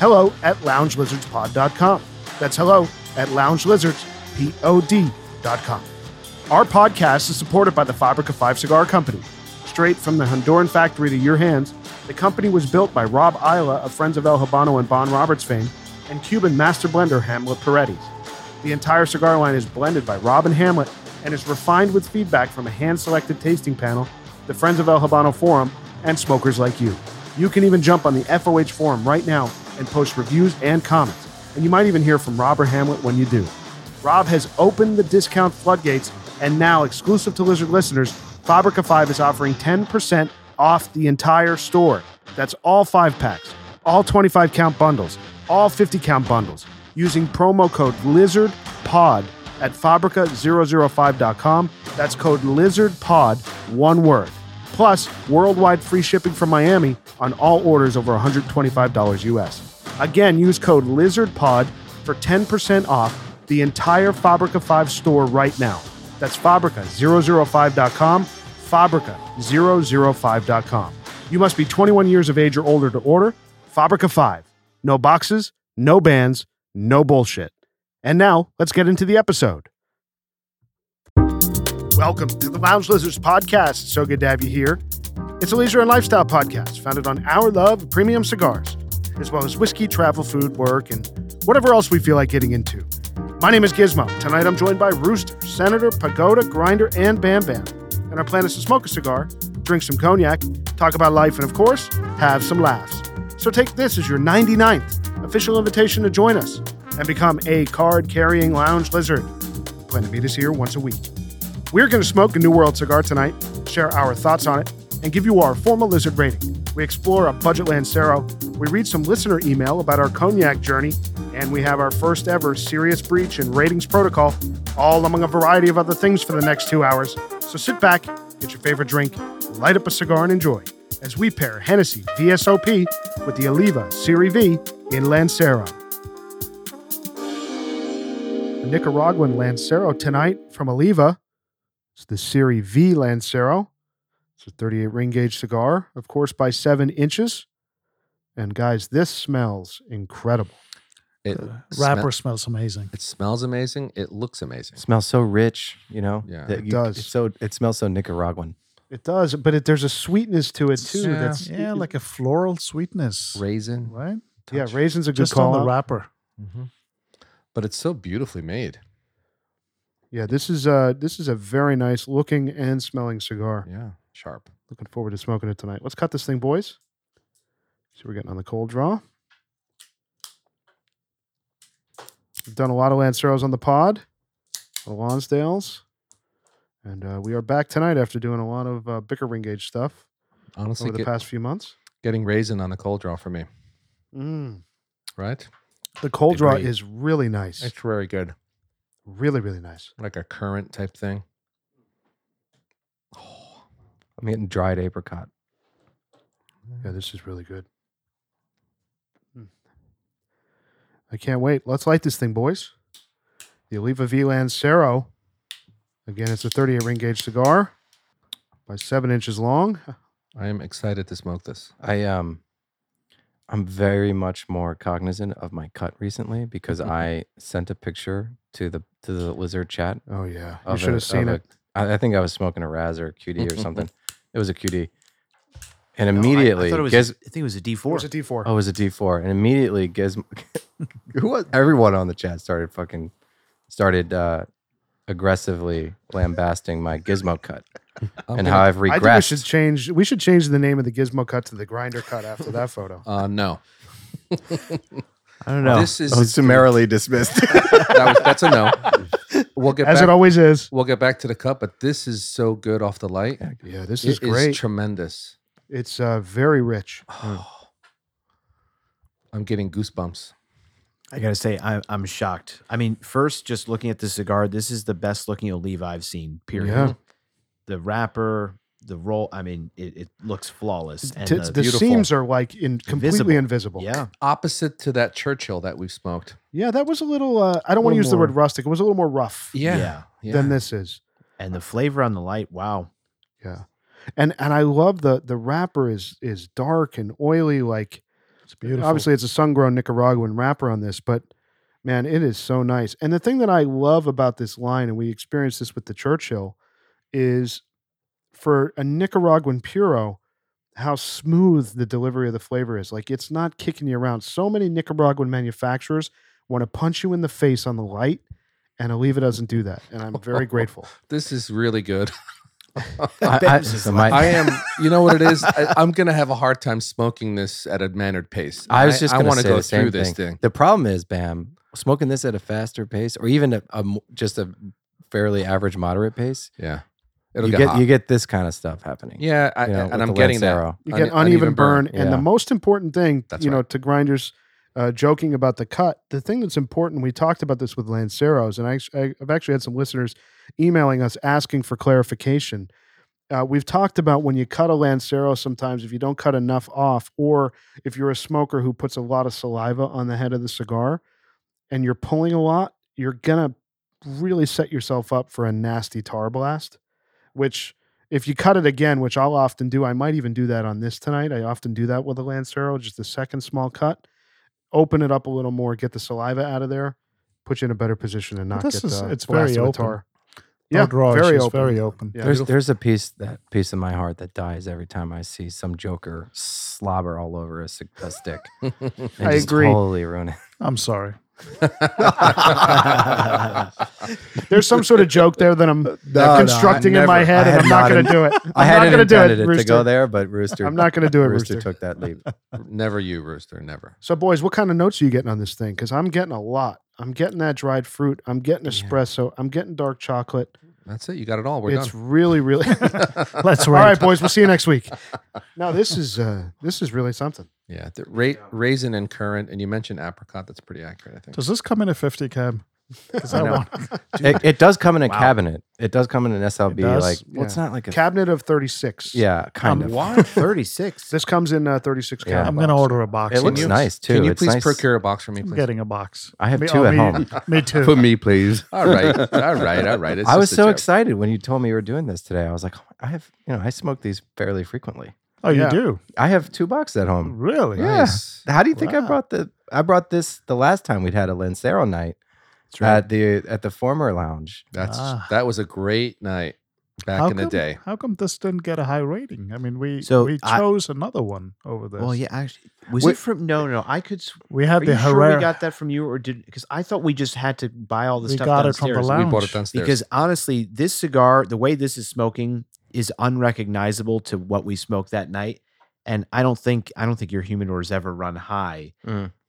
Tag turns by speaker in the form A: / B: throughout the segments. A: hello at loungelizardspod.com. That's hello at loungelizardspod.com. Our podcast is supported by the Fabrica 5 Cigar Company. Straight from the Honduran factory to your hands, the company was built by Rob Isla of Friends of El Habano and Bon Roberts fame and Cuban master blender Hamlet Paredes. The entire cigar line is blended by Rob and Hamlet and is refined with feedback from a hand selected tasting panel, the Friends of El Habano Forum, and smokers like you. You can even jump on the FOH forum right now and post reviews and comments. And you might even hear from Rob or Hamlet when you do. Rob has opened the discount floodgates, and now, exclusive to Lizard listeners, Fabrica 5 is offering 10% off the entire store. That's all five packs, all 25 count bundles, all 50 count bundles, using promo code LIZARDPOD at Fabrica005.com. That's code LIZARDPOD, one word. Plus, worldwide free shipping from Miami on all orders over $125 US. Again, use code LIZARDPOD for 10% off the entire Fabrica 5 store right now. That's Fabrica005.com, Fabrica005.com. You must be 21 years of age or older to order. Fabrica 5. No boxes, no bands, no bullshit. And now, let's get into the episode. Welcome to the Lounge Lizards podcast. So good to have you here. It's a leisure and lifestyle podcast founded on our love of premium cigars, as well as whiskey, travel, food, work, and whatever else we feel like getting into. My name is Gizmo. Tonight I'm joined by Rooster, Senator, Pagoda, Grinder, and Bam Bam. And our plan is to smoke a cigar, drink some cognac, talk about life, and of course, have some laughs. So take this as your 99th official invitation to join us and become a card carrying lounge lizard. Plan to meet us here once a week. We're going to smoke a New World cigar tonight, share our thoughts on it, and give you our formal lizard rating. We explore a budget Lancero, we read some listener email about our cognac journey, and we have our first ever serious breach in ratings protocol, all among a variety of other things for the next two hours. So sit back, get your favorite drink, light up a cigar, and enjoy as we pair Hennessy VSOP with the Oliva Siri V in Lancero. The Nicaraguan Lancero tonight from Oliva. It's the Siri V Lancero. It's a 38 ring gauge cigar, of course, by seven inches. And guys, this smells incredible.
B: It
C: The
B: smel-
C: wrapper smells amazing.
B: it smells amazing. It looks amazing.
D: smells so rich, you know.
B: Yeah.
D: that
A: It
D: you-
A: does.
D: It's so it smells so Nicaraguan.
A: It does, but it, there's a sweetness to it too.
B: Yeah.
A: That's
C: Yeah, like a floral sweetness,
B: Raisin,
C: right?
A: yeah, raisin's a good
C: Just
A: call.
C: on the
A: out.
C: wrapper.
B: Mhm. but it's so beautifully made.
A: Yeah, this is uh this is a very nice looking and smelling cigar.
B: Yeah, sharp.
A: Looking forward to smoking it tonight. Let's cut this thing, boys. So we're getting on the cold draw. We've done a lot of Lanceros on the pod, the Lonsdales, and uh, we are back tonight after doing a lot of uh, bicker ring gauge stuff
B: Honestly,
A: over the
B: get-
A: past few months.
B: getting raisin on a cold draw for me, right?
A: The cold draw
B: Agreed.
A: is really nice,
B: It's very good,
A: really really nice.
B: like a currant type thing.
D: I'm getting dried apricot.
A: Yeah, this is really good. Mm. I can't wait. Let's light this thing, boys. The Oliva V Lancero. Again, it's a 38 ring gauge cigar by seven inches long.
B: I am excited to smoke this.
D: I um I'm very much more cognizant of my cut recently because
A: Mm-hmm.
D: I sent a picture to the to the lizard chat.
A: Oh, yeah. You
D: of
A: should
D: a-
A: have seen
D: of
A: it.
D: a- I I think I was smoking a Raz or a QD or something. it was a QD. And immediately
E: I, thought it was,
D: Giz-
E: I think it was a D
A: It
E: four.
A: was a D4.
D: oh, it was a D4. And immediately Gizmo who was everyone on the chat started fucking started uh aggressively lambasting my gizmo cut
B: I'm
D: and
B: gonna-
D: how I've
A: I think we
D: regressed.
A: should change. We should change the name of the Gizmo cut to the Grinder cut after that photo.
B: Uh, no,
D: I don't know.
B: This is-
D: I was summarily dismissed.
B: that was, that's a no. We'll get
A: As
B: back.
A: it always is.
B: we'll get back to the cup, but this is so good off the light.
A: Yeah, this
B: It
A: is
B: is
A: great.
B: tremendous.
A: it's uh, very rich.
B: I'm getting goosebumps.
E: I gotta say, I, I'm shocked. I mean, first, just looking at the cigar, this is the best looking Olive I've seen. Period.
D: Yeah.
E: The wrapper, the roll. I mean, it, it looks flawless. And
A: T-
E: the-
A: the
D: beautiful.
A: seams are like in completely invisible.
E: yeah,
B: Opposite to that Churchill that we smoked.
A: yeah, that was a little. Uh, I don't want to
D: Little
A: use the word
D: more-
A: rustic. It was a little more rough
E: yeah,
A: than this is.
E: And the flavor on the light. Wow.
A: Yeah, and and I love the the wrapper is is dark and oily. Like uh,
C: It's beautiful.
A: obviously it's a sun grown Nicaraguan wrapper on this, but man, it is so nice. And the thing that I love about this line, and we experienced this with the Churchill, is for a Nicaraguan puro, how smooth the delivery of the flavor is. Like it's not kicking you around. So many Nicaraguan manufacturers want to punch you in the face on the light, and Oliva doesn't do that. And I'm very grateful.
B: This is really good.
D: I, I,
E: Babs is
D: so
E: like-
D: my-
B: I am. You know what it is? I, I'm gonna have a hard time smoking this at a mannered pace.
D: I was just
B: I,
D: going
B: want
D: to
B: to
D: say
B: go
D: the same
B: through
D: thing.
B: this thing.
D: The problem is, Bam, smoking this at a faster pace, or even a, a m- just a fairly average moderate pace,
B: Yeah, it'll
D: you
B: get,
D: get
B: hot.
D: you get this kind of stuff happening.
B: yeah, I,
D: you know, with
B: and I'm
D: the
B: getting that.
D: Lancero.
A: You
B: Une-
A: get uneven, burn, and the
D: yeah.
A: most important thing,
B: That's
A: you know,
B: right.
A: to grinders uh, joking about the cut. The thing that's important, we talked about this with Lanceros, and I, act- I- I've actually had some listeners emailing us asking for clarification. Uh, we've talked about when you cut a Lancero, sometimes if you don't cut enough off, or if you're a smoker who puts a lot of saliva on the head of the cigar, and you're pulling a lot, you're gonna really set yourself up for a nasty tar blast, which if you cut it again, which I'll often do, I might even do that on this tonight. I often do that with a Lancero, just a second small cut. Open it up a little more, get the saliva out of there, put you in a better position and
C: But
A: not
C: this
A: get
C: is-
A: uh,
C: it's
A: blasted
C: very
A: with
C: open.
A: tar.
C: No
D: Oh,
A: Yeah,
C: drawish,
A: very
C: it's
A: open.
C: very open.
A: Yeah.
D: There's there's a piece that piece of my heart that dies every time I see some joker slobber all over a, cig- a stick. And
A: I
D: just
A: agree.
D: Totally ruin it.
C: I'm sorry.
A: There's some sort of joke there that I'm
D: no, I
A: constructing in my
D: never-
A: head, and
D: I had
A: I'm not
D: not
A: going
D: in-
A: to do it. I'm
D: I
A: not
D: had
A: going to
D: not
A: do it,
D: intended it to
A: Rooster.
D: go there, but Rooster.
A: I'm not going to do it,
D: Rooster,
A: Rooster.
D: took that leap.
B: never you, Rooster. Never.
A: So, boys, what kind of notes are you getting on this thing? Because I'm getting a lot. I'm getting that dried fruit. I'm getting
D: Yeah.
A: espresso. I'm getting dark chocolate.
B: That's it. You got it all. We're
A: it's really, really.
B: done.
C: Let's wait.
A: All right, boys. We'll see you next week. No, this is uh, this is really something.
B: yeah, the ra- raisin and currant, and you mentioned apricot. That's pretty accurate, I think.
C: Does this come in a 50 cab? 'Cause I
D: I know.
C: want-
D: It, it does come in a cabinet. It does come in an SLB.
C: does?
D: Like well, it's not like a
A: Cabinet of thirty six.
D: yeah,
C: Um,
D: kind of.
E: What? Thirty six.
A: This comes in uh, thirty six.
D: Yeah.
A: Yeah.
C: I'm going to order a box.
D: It
C: of
D: looks
C: those.
D: nice too.
B: Can you
D: It's
B: please
D: nice.
B: procure a box for me,
C: I'm
B: please?
C: getting a box.
D: I have
C: Me-
D: two
C: oh,
D: at
C: me-
D: home.
C: Me too.
F: For me, please.
B: All right, all right, all right. It's
D: I was
B: just a
D: so
B: joke.
D: excited when you told me you were doing this today. I was like, "Oh I have, you know, I smoke these fairly frequently.
C: Oh, you
A: Yeah.
C: do?
D: I have two boxes at home.
C: Really?
D: Mm. Yeah.
B: Nice.
D: How do you think I
C: Wow.
D: brought the? I brought this the last time we'd had a Lancero night at the at the former lounge.
B: That's
C: Ah.
B: that was a great night back
C: How
B: in the
C: come-
B: day.
C: How come this didn't get a high rating? I mean, we
E: So
C: we
E: I-
C: chose another one over this.
E: Well, yeah. Actually, was
C: Wait-
E: it from? No, no. I could. s-
C: we had
E: Are
C: the
E: you sure
C: Herrera.
E: we got that from you, or did? Because I thought we just had to buy all the
C: We
E: stuff
C: got it from the
E: downstairs.
C: lounge.
B: We bought it downstairs.
E: Because honestly, this cigar, the way this is smoking, is unrecognizable to what we smoked that night. And I don't think I don't think your humidor's ever run high.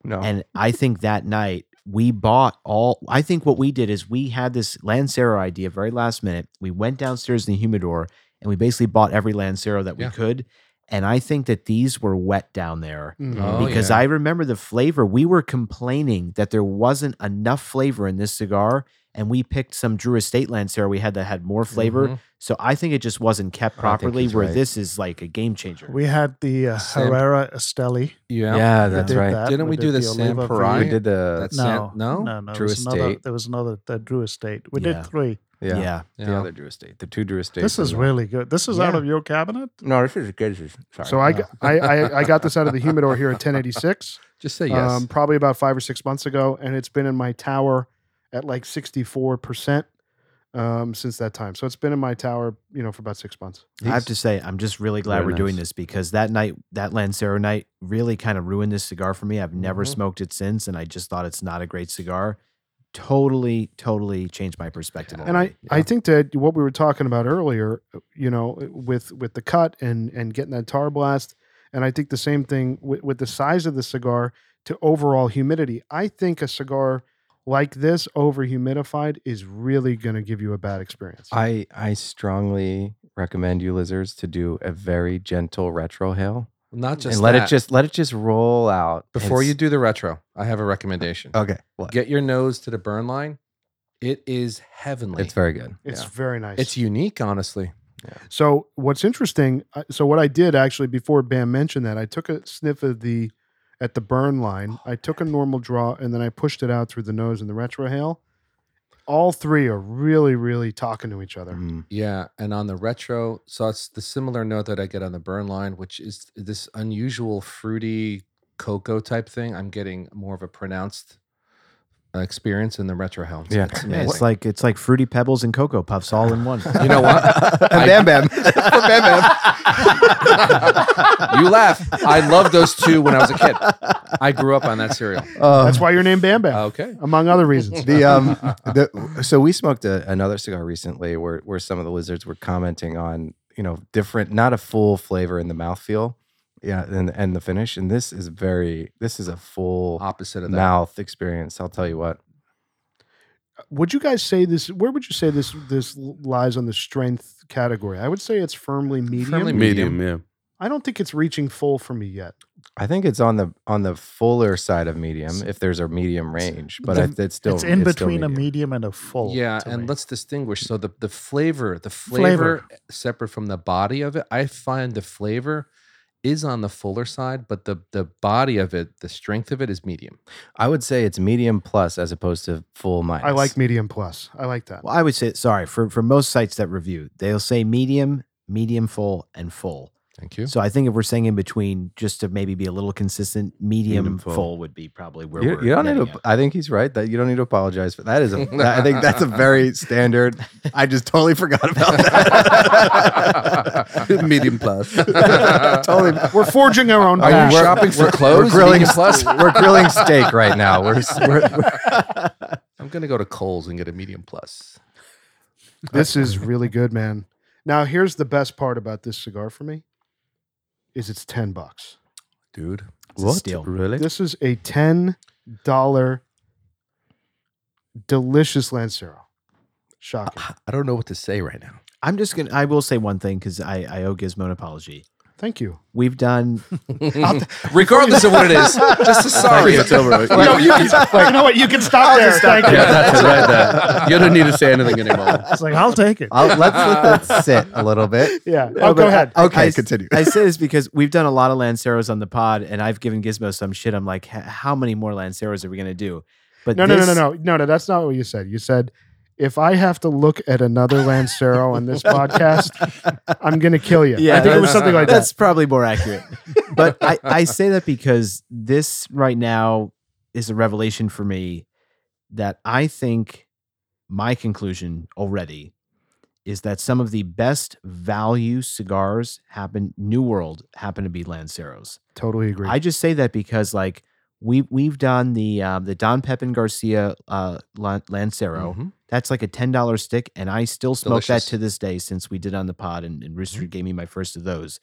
D: No,
E: And I think that night we bought all. I think what we did is we had this Lancero idea very last minute. We went downstairs in the humidor and we basically bought every Lancero that we
B: Yeah.
E: could. And I think that these were wet down there
B: Oh,
E: because
B: yeah.
E: I remember the flavor. We were complaining that there wasn't enough flavor in this cigar, and we picked some Drew Estate Lancero we had that had more flavor.
B: Mhm.
E: So I think it just wasn't kept
D: Mm-hmm. I think
E: properly.
D: he's
E: Where
D: right.
E: this is like a game changer.
C: We had the uh,
B: Sam-
C: Herrera Esteli.
B: yeah.
D: yeah,
C: We
D: that's
C: did
D: right.
C: that.
B: Didn't we do
C: did
B: the Sam
C: Oliva
B: Perai?
D: We
C: Verde.
D: did the
B: That's
C: No,
B: Sam- no?
C: no, no.
D: Drew
C: there was another.
D: Estate.
C: There was another that Drew Estate. We
E: Yeah.
C: did three.
D: yeah,
E: yeah.
B: yeah.
D: the other Drew Estate, the two Drew Estates.
C: This is
D: and the-
C: really good. This is out
E: Yeah.
C: of your cabinet.
D: no, this is good. this is- Sorry.
A: So I, g- I, I I got this out of the humidor here at ten eighty six.
B: Just say yes.
A: Um, probably about five or six months ago, and it's been in my tower at like sixty four percent um since that time. So it's been in my tower, you know, for about six months.
E: I have to say, I'm just really glad
D: Very
E: we're doing
D: nice.
E: this because that night, that Lancero night, really kind of ruined this cigar for me. I've never
D: Mm-hmm.
B: Mhm.
E: smoked it since, and I just thought it's not a great cigar. Totally, totally changed my perspective. on
A: and I,
E: it.
A: I think that what we were talking about earlier, you know, with with the cut and and getting that tar blast, and I think the same thing with, with the size of the cigar to overall humidity. I think a cigar like this over humidified is really going to give you a bad experience.
D: I I strongly recommend you lizards to do a very gentle retrohale
B: Not just
D: and let it
B: that.
D: just let it just roll out
B: before
D: It's- Oh.
B: you do the retro. I have a recommendation.
D: Okay, what?
B: Get your nose to the burn line. It is heavenly.
D: It's very good.
A: It's
B: Yeah.
A: very nice.
B: It's unique, honestly.
A: So what's interesting? uh, So what I did actually before Bam mentioned that, I took a sniff of the at the burn line. I took a normal draw and then I pushed it out through the nose and the retrohale. All three are really, really talking to each other.
E: Mm-hmm.
D: Mm.
B: Yeah, and on the retro, so it's the similar note that I get on the burn line, which is this unusual fruity cocoa type thing. I'm getting more of a pronounced uh, experience in the retro hell.
D: Yeah.
B: it's
E: Yeah,
B: amazing.
E: it's like it's like fruity pebbles and cocoa puffs all in one.
B: you know what? I-
D: Bam Bam. For Bam Bam.
B: you laugh. I loved those two when I was a kid. I grew up on that cereal.
D: Uh,
A: That's why you're named Bam Bam,
B: Okay.
A: among other reasons.
D: the um the so we smoked a, another cigar recently where where some of the lizards were commenting on you know different not a full flavor in the mouthfeel yeah and and the finish and this is very this is a full
B: Opposite of that.
D: mouth experience I'll tell you what
A: Would you guys say this? Where would you say this this lies on the strength category? I would say it's firmly medium.
B: Firmly
F: Medium,
A: I don't think it's reaching full for me yet.
D: I think it's on the on the fuller side of medium if there's a medium range but
C: The-
D: I, it's still
C: it's in
D: still
C: between a medium and a full.
B: yeah,
C: to
B: and
C: me.
B: let's distinguish. So the the flavor, the flavor,
C: Flavor.
B: separate from the body of it, I find the flavor is on the fuller side, but the the body of it, the strength of it is medium.
D: I would say it's medium plus as opposed to full minus
A: I like medium plus. I like that.
E: Well, I would say sorry for for most sites that review, they'll say medium, medium full, and full.
B: Thank you.
E: So I think if we're saying in between, just to maybe be a little consistent, medium,
F: Medium full.
E: full. would be probably where
D: You,
E: we're.
D: you don't need
E: netting
D: to.
E: out.
D: I think he's right that you don't need to apologize for that. Is a, that- I think that's a very standard. I just totally forgot about that.
F: medium plus.
D: totally.
A: We're forging our own
D: Are you
A: path.
D: we're-
B: shopping for
D: we're-
B: clothes,
D: We're grilling,
B: medium plus?
D: we're grilling steak right now. We're, s- we're,
B: I'm gonna go to Cole's and get a medium plus.
A: This is really good, man. Now, here's the best part about this cigar for me is it's 10 bucks.
B: Dude.
E: It's a steal.
F: Really?
A: This is a $10 delicious Lancero. Shocking.
B: I don't know what to say right now.
E: I'm just gonna. I will say one thing because I I owe Gizmo an apology.
A: Thank you.
E: We've done
B: Regardless of what it is, just a sorry.
F: It's over. with. You, don't- you,
A: you know what? You can stop there. Thank you.
F: yeah, that's right, that. you don't need to say anything anymore.
C: It's like I'll take it.
D: I'll, let's let that sit a little bit.
A: Yeah. Oh, go ahead.
D: Okay,
E: I-
D: continue.
E: I say this because we've done a lot of Lanceros on the pod, and I've given Gizmo some shit. I'm like, "H- how many more Lanceros are we gonna do? But
A: No, no, no,
E: this-
A: no, no. No, no, that's not what you said. You said, if I have to look at another Lancero on this podcast, I'm going to kill you. I think it was
E: that's-
A: something like that.
E: That's probably more accurate. but I, I say that because this right now is a revelation for me that I think my conclusion already is that some of the best value cigars happen New World happen to be Lanceros.
A: Totally agree.
E: I just say that because like we we've done the um, the Don Pepin Garcia uh, Lan- Lancero.
B: Mhm.
E: That's like a ten dollar stick, and I still smoke
B: Delicious.
E: that to this day since we did on the pod, and, and Rooster gave me my first of those.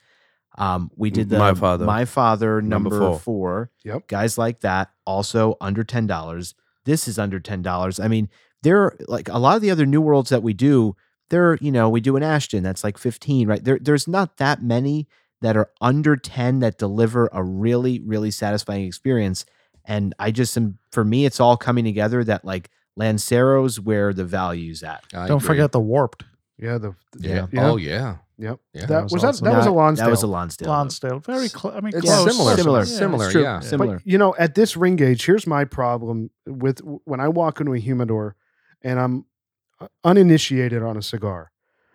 E: Um, we did the
F: Mm-hmm. My Father.
E: my father
F: Number
E: number,
F: four.
E: four.
A: Yep.
E: guys like that also under ten dollars. This is under ten dollars. I mean, there are like a lot of the other new worlds that we do. There, you know, we do an Ashton that's like fifteen, right? There, there's not that many that are under ten that deliver a really, really satisfying experience. And I just am for me, it's all coming together that like Lancero's where the value's at.
B: I
C: Don't
B: agree.
C: forget the warped
A: yeah, the
B: Yeah.
A: Yeah.
B: Oh yeah.
A: Yep.
B: Yeah.
A: that was,
C: was
A: that,
C: awesome.
A: that was a
E: Not-
A: Lonsdale.
E: That was a Lonsdale.
C: Lonsdale. Very close. I mean,
B: It's
C: close.
B: similar. Similar.
E: Similar.
C: Yeah,
B: Similar.
E: it's true.
B: Yeah.
E: Sim-
A: But
E: similar.
A: you know, at this ring gauge, here's my problem with when I walk into a humidor and I'm uh, uninitiated on a cigar.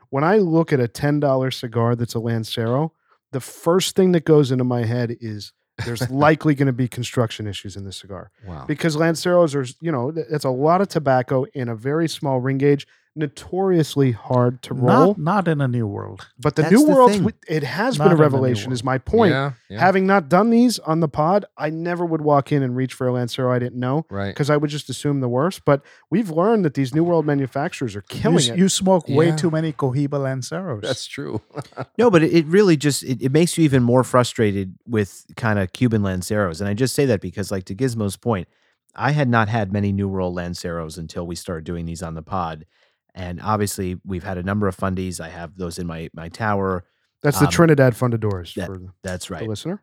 A: When I look at a ten dollar cigar that's a Lancero, the first thing that goes into my head is there's likely going to be construction issues in this cigar
C: Oh.
B: Wow.
A: because Lanceros are, you know, th- it's a lot of tobacco in a very small ring gauge, notoriously hard to roll.
C: Not, not in a new world.
A: but the
E: That's
A: new
E: the
A: world,
E: thing.
A: it has
C: Not
A: been a
C: in the new
A: revelation,
C: world.
A: is my point.
B: Yeah. yeah.
A: Having not done these on the pod, I never would walk in and reach for a Lancero I didn't know
B: right.
A: because I would just assume the worst. But we've learned that these New World manufacturers are
C: You,
A: killing
C: s-
A: it.
C: you smoke
B: Yeah.
C: way too many Cohiba Lanceros.
B: That's true.
E: No, but it, it really just it, it makes you even more frustrated with kind of Cuban Lanceros. And I just say that because like to Gizmo's point, I had not had many New World Lanceros until we started doing these on the pod. And obviously we've had a number of fundies. I have those in my my tower.
A: That's the
E: um,
A: Trinidad Fundadores
E: that-
A: for the
E: That's right.
A: listener.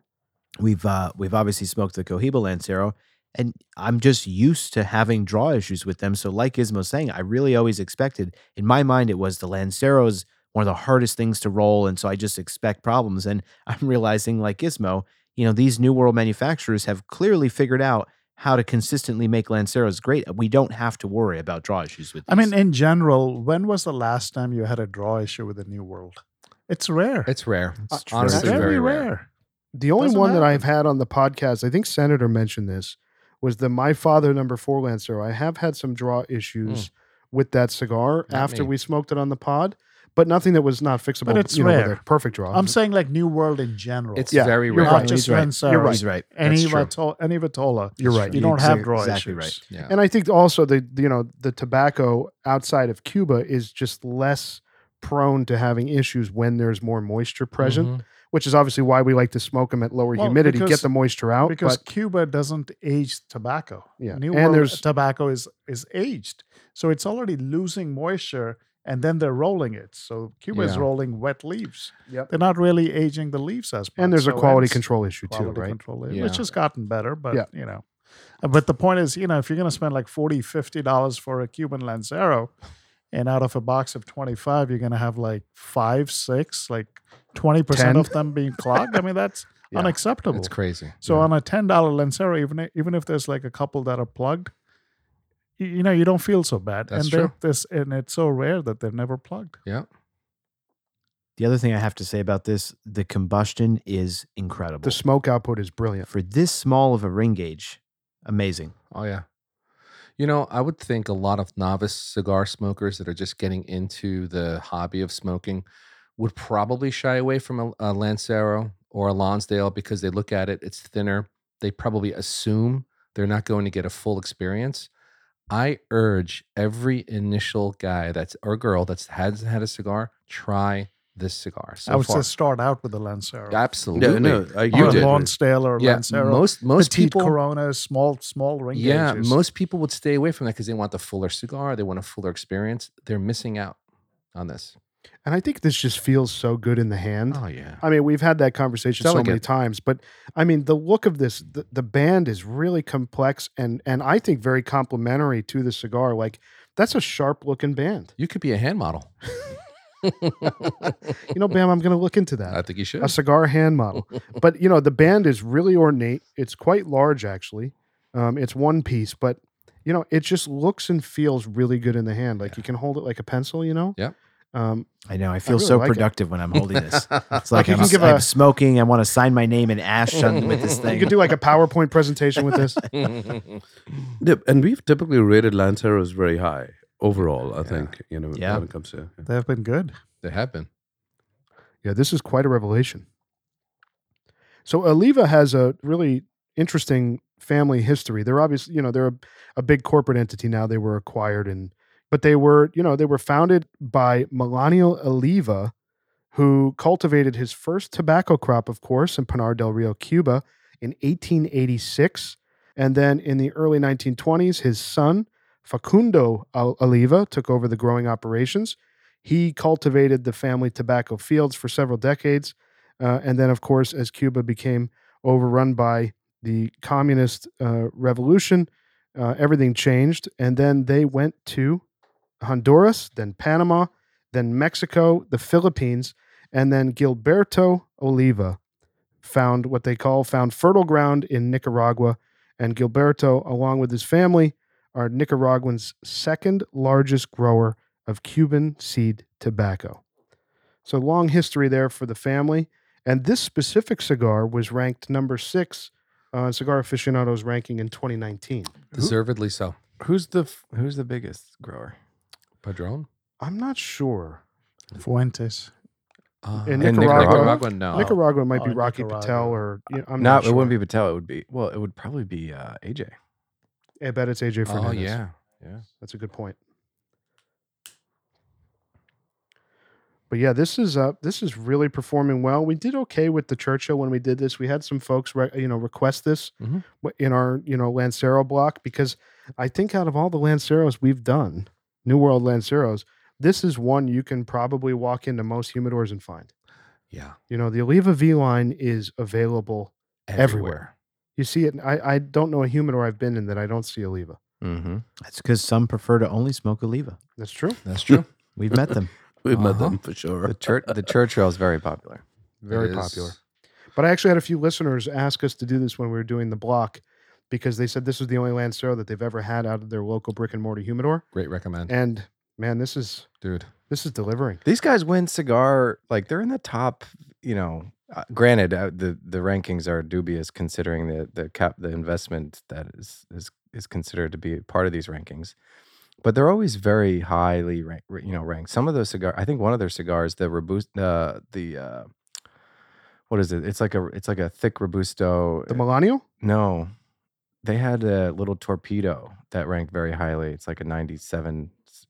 E: we've uh, we've obviously smoked the Cohiba Lancero, and I'm just used to having draw issues with them. So, like Gizmo's saying, I really always expected. In my mind, it was the Lancero's one of the hardest things to roll, and so I just expect problems. And I'm realizing, like Gizmo, you know, these new world manufacturers have clearly figured out how to consistently make Lanceros great. We don't have to worry about draw issues with. These.
C: I mean, in general, when was the last time you had a draw issue with the New World? It's rare.
B: It's rare.
D: It's true.
B: honestly
C: It's very, rare.
A: The only
C: Doesn't
A: one that
C: matter.
A: I've had on the podcast, I think Senator mentioned this, was the My Father Number Four Lancer. I have had some draw
C: Mm.
A: issues with that cigar
B: Not
A: after
B: me.
A: we smoked it on the pod, but nothing that was not fixable.
C: But it's
A: you know, with
C: rare.
A: a perfect draw.
C: I'm saying like New World in general.
B: It's
A: Yeah,
B: very
A: you're
B: rare.
C: not
A: right.
C: just
E: He's right.
C: Lanceros.
A: You're right.
E: he's right.
C: Any,
E: That's true.
C: Vito- any Vitola.
A: You're right.
C: You don't have draw
E: exactly
C: issues.
E: right.
B: Yeah.
A: and I think also the you know the tobacco outside of Cuba is just less prone to having issues when there's more moisture present,
B: Mhm.
A: which is obviously why we like to smoke them at lower
C: Mm-hmm. Well,
A: humidity, get
C: because-
A: the moisture out.
C: because
A: but
C: Cuba doesn't age tobacco.
A: Yeah.
C: New
A: And
C: World
A: there's-
C: tobacco is is aged, so it's already losing moisture, and then they're rolling it. So Cuba is
B: Yeah.
C: rolling wet leaves.
A: Yep.
C: They're not really aging the leaves as much.
A: and there's a
C: so
A: quality
C: hence
A: control issue
C: quality
A: too, right?
C: control,
B: Yeah.
C: which has gotten better, but
A: Yeah.
C: you know. Uh, But the point is, you know, if you're going to spend like 40 dollars for a Cuban Lancero, and out of a box of twenty five, you're going to have like five, six, like twenty percent
A: Ten.
C: of them being clogged. I mean, that's
A: Yeah.
C: unacceptable.
B: Mm-hmm. It's crazy.
C: So
B: Yeah.
C: on a ten dollar Lancero, even i- even if there's like a couple that are plugged, you, you know you don't feel so bad.
B: That's
C: and they're-
B: true.
C: This and it's so rare that they're never plugged.
E: The other thing I have to say about this, the combustion is incredible.
A: The smoke output is brilliant.
E: for this small of a ring gauge, amazing.
B: Oh yeah. You know, I would think a lot of novice cigar smokers that are just getting into the hobby of smoking would probably shy away from a, a Lancero or a Lonsdale because they look at it, it's thinner. They probably assume they're not going to get a full experience. I urge every initial guy that's or girl that's hasn't had a cigar, try this cigar. So
C: I would
B: far.
C: say start out with a Lancero.
B: absolutely.
F: I,
C: or
B: you
C: a
B: did.
C: Lonsdale or a
B: yeah,
C: Lancero.
B: most most
C: petite
B: people
C: Corona, small small ring
B: yeah,
C: gauges.
B: most people would stay away from that because they want the fuller cigar, they want a fuller experience. They're missing out on this.
A: And I think this just feels so good in the hand.
B: Oh yeah,
A: I mean, we've had that conversation so many
B: Delicate.
A: times, but I mean, the look of this, the, the band is really complex and and I think very complementary to the cigar. Like that's a sharp looking band.
B: you could be a hand model.
A: You know, Bam, I'm going to look into that.
B: I think you should.
A: a cigar hand model. but you know, the band is really ornate. It's quite large, actually. Um, it's one piece, but you know, it just looks and feels really good in the hand. Like you can hold it like a pencil. You know.
B: Yep.
A: Um,
E: I know. I feel
A: really
E: so
A: like it.
E: productive when I'm holding this.
A: Like,
E: It's like,
A: you
E: I'm,
A: can give
E: I'm
A: a-
E: smoking. I want to sign my name in ash on, with this
A: you
E: thing.
A: could do like a PowerPoint presentation with this.
F: Dip- and we've typically rated Lanceros very high overall. I think you know
E: Yeah.
F: when it comes to.
C: they have been good.
B: they have been.
A: Yeah, this is quite a revelation. So Oliva has a really interesting family history. They're obviously, you know, they're a, a big corporate entity now. They were acquired and but they were, you know, they were founded by Melanio Oliva, who cultivated his first tobacco crop, of course, in Pinar del Rio, Cuba, in 1886. And then in the early 1920s, his son, Facundo Al- Oliva, took over the growing operations. He cultivated the family tobacco fields for several decades. Uh, and then, of course, as Cuba became overrun by the communist uh, revolution, uh, everything changed. And then they went to Honduras, then Panama, then Mexico, the Philippines, and then Gilberto Oliva found what they call found fertile ground in Nicaragua. And Gilberto, along with his family, are Nicaraguan's second largest grower of Cuban seed tobacco. So, long history there for the family. And this specific cigar was ranked number six on Cigar Aficionado's ranking in 2019.
B: Deservedly so.
D: Who's the f- Who's the biggest grower?
B: Padron
A: I'm not sure.
C: Fuentes.
B: uh,
A: In
D: In
A: Nicaragua.
D: Nicaragua?
B: No,
A: Nicaragua might be
C: Oh,
A: Rocky
C: Nicaragua.
A: Patel or you know, I'm
D: no,
A: not sure.
D: it wouldn't be Patel. It would be well. It would probably be uh, AJ.
A: I bet it's AJ
B: oh
A: Fernandez.
B: yeah,
A: That's a good point. But yeah, this is uh this is really performing well. We did okay with the Churchill when we did this. We had some folks re- you know request this
B: Mhm.
A: w- in our you know Lancero block because I think out of all the Lanceros we've done, New World Lanceros, this is one you can probably walk into most humidors and find.
B: yeah.
A: You know, the Oliva V line is available
B: everywhere.
A: You see it. I, I don't know a human where I've been in that I don't see Oliva.
D: Mm-hmm.
E: That's because some prefer to only smoke Oliva.
A: That's true.
B: That's true.
E: We've met them.
F: We've met
B: Uh-huh.
F: them for sure.
D: The church, the church trail is very popular.
A: Very
B: It is.
A: popular. But I actually had a few listeners ask us to do this when we were doing the block because they said this was the only Lancero that they've ever had out of their local brick and mortar humidor.
B: Great recommend,
A: And man, this is
B: dude.
A: this is delivering.
D: These guys win cigar like they're in the top. You know, uh, granted, uh, the the rankings are dubious considering the the cap the investment that is is is considered to be part of these rankings. But they're always very highly rank, ra- you know ranked. Some of those cigar, I think one of their cigars, the robusto, uh, the uh, what is it? It's like a it's like a thick robusto. uh,
A: The Milano?
D: No, they had a little torpedo that ranked very highly. It's like a 97 s-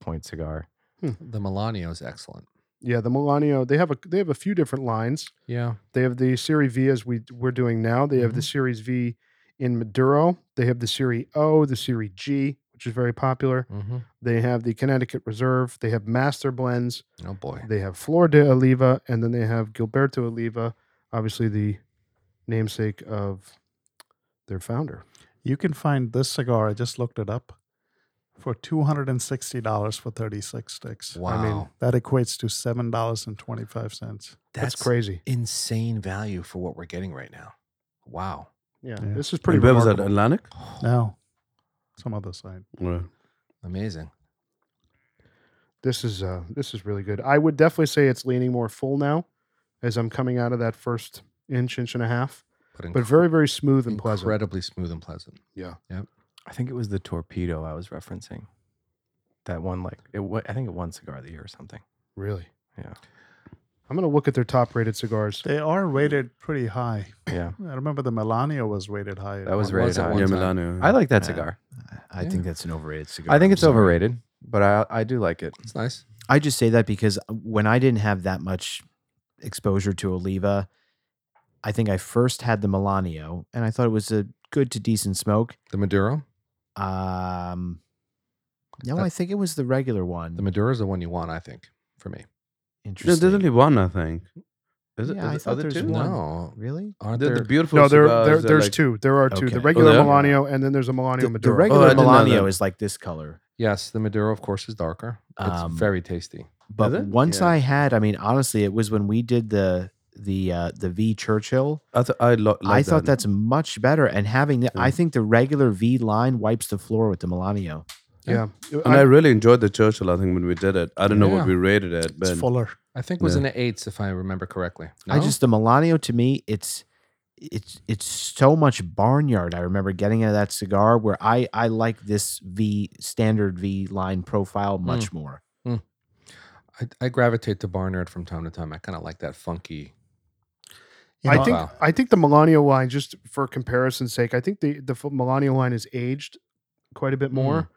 D: point cigar.
B: The Milanio is excellent.
A: Yeah, the Milano. They have a they have a few different lines.
B: Yeah,
A: They have the Series V as we we're doing now. They have the Series V in Maduro. They have the Series O, the Series G, which is very popular.
B: hmm
A: They have the Connecticut Reserve. They have Master Blends.
B: oh boy,
A: They have Flor de Oliva, and then they have Gilberto Oliva, obviously the namesake of their founder.
C: You can find this cigar. I just looked it up for two hundred and sixty dollars for thirty six sticks.
B: wow,
C: That equates to seven dollars and twenty five cents.
A: That's, crazy.
B: Insane value for what we're getting right now. Wow,
A: Yeah,
C: Yeah.
A: this is pretty
F: And where was that?
A: remarkable.
F: Atlantic?
C: Now, some other side.
F: Or-
B: amazing.
A: This is uh, this is really good. I would definitely say it's leaning more full now, as I'm coming out of that first inch, inch and a half,
B: But,
A: but very, very smooth and pleasant.
B: incredibly smooth and pleasant.
D: I think it was the torpedo I was referencing. That one, like, it, wa- I think it won cigar of the year or something.
A: Really.
D: Yeah.
A: I'm gonna look at their top rated cigars.
F: Oh,
C: They are rated pretty high.
D: Yeah.
C: I remember the Melania was rated high.
D: That was
B: What
D: rated
B: was it?
D: high.
B: One
F: Yeah,
B: time.
F: Milano.
D: I like that
E: Yeah.
D: cigar.
E: I
B: Yeah.
E: think that's an overrated cigar.
D: I think it's
E: I'm sorry.
D: overrated, but I, I do like it.
B: It's nice.
E: I just say that because uh, when I didn't have that much exposure to Oliva, I think I first had the Milanio and I thought it was a good to decent smoke.
B: The Maduro,
E: Um, no,
B: That-
E: I think it was the regular one.
B: the Maduro is the one you want, I think, for me.
F: No,
E: Interesting.
F: there's only one, I think. Is it?
E: Yeah, I
F: is it
E: thought
F: other
E: there's
F: two?
E: one.
B: No,
E: Really?
B: aren't
F: The,
B: there?
F: the beautiful.
A: No, there,
D: uh,
F: cigars
A: there
F: are
A: there's
F: like-
A: two. There are two.
E: Okay.
A: The
E: Oh,
A: regular
F: there are?
A: Milano, and then there's a Milano
E: The, Oh, the
A: Maduro.
E: regular
F: I didn't know
E: Milanio
F: that.
E: is like this color.
B: yes, the Maduro, of course, is darker. It's
E: Um,
B: very tasty.
E: But
F: it?
E: once
F: Yeah.
E: I had, I mean, honestly, it was when we did the the uh, the V Churchill.
F: I, th- I, lo-
E: I
F: like
E: thought
F: that.
E: that's much better. And having the, I
A: Mm.
F: Yeah.
E: think the regular V line wipes the floor with the Milanio.
A: yeah,
F: And I, really enjoyed the Churchill. I think when we did it, I don't know
B: Yeah.
F: what we rated it,
C: It's
F: but
C: fuller.
B: I think it was
F: Yeah.
B: in the eights, if I remember correctly.
E: I
A: Oh.
B: No?
E: just the Milanio to me, it's it's it's so much barnyard. I remember getting out of that cigar where I I like this V standard V line
A: Mm.
E: profile much more.
B: I, I gravitate to Barnard from time to time. I kind of like that funky.
C: You
A: I
C: know,
A: think
B: Wow.
A: I think the Melania line, just for comparison's sake, I think the the f- Melania line is aged quite a bit more.
E: Mm.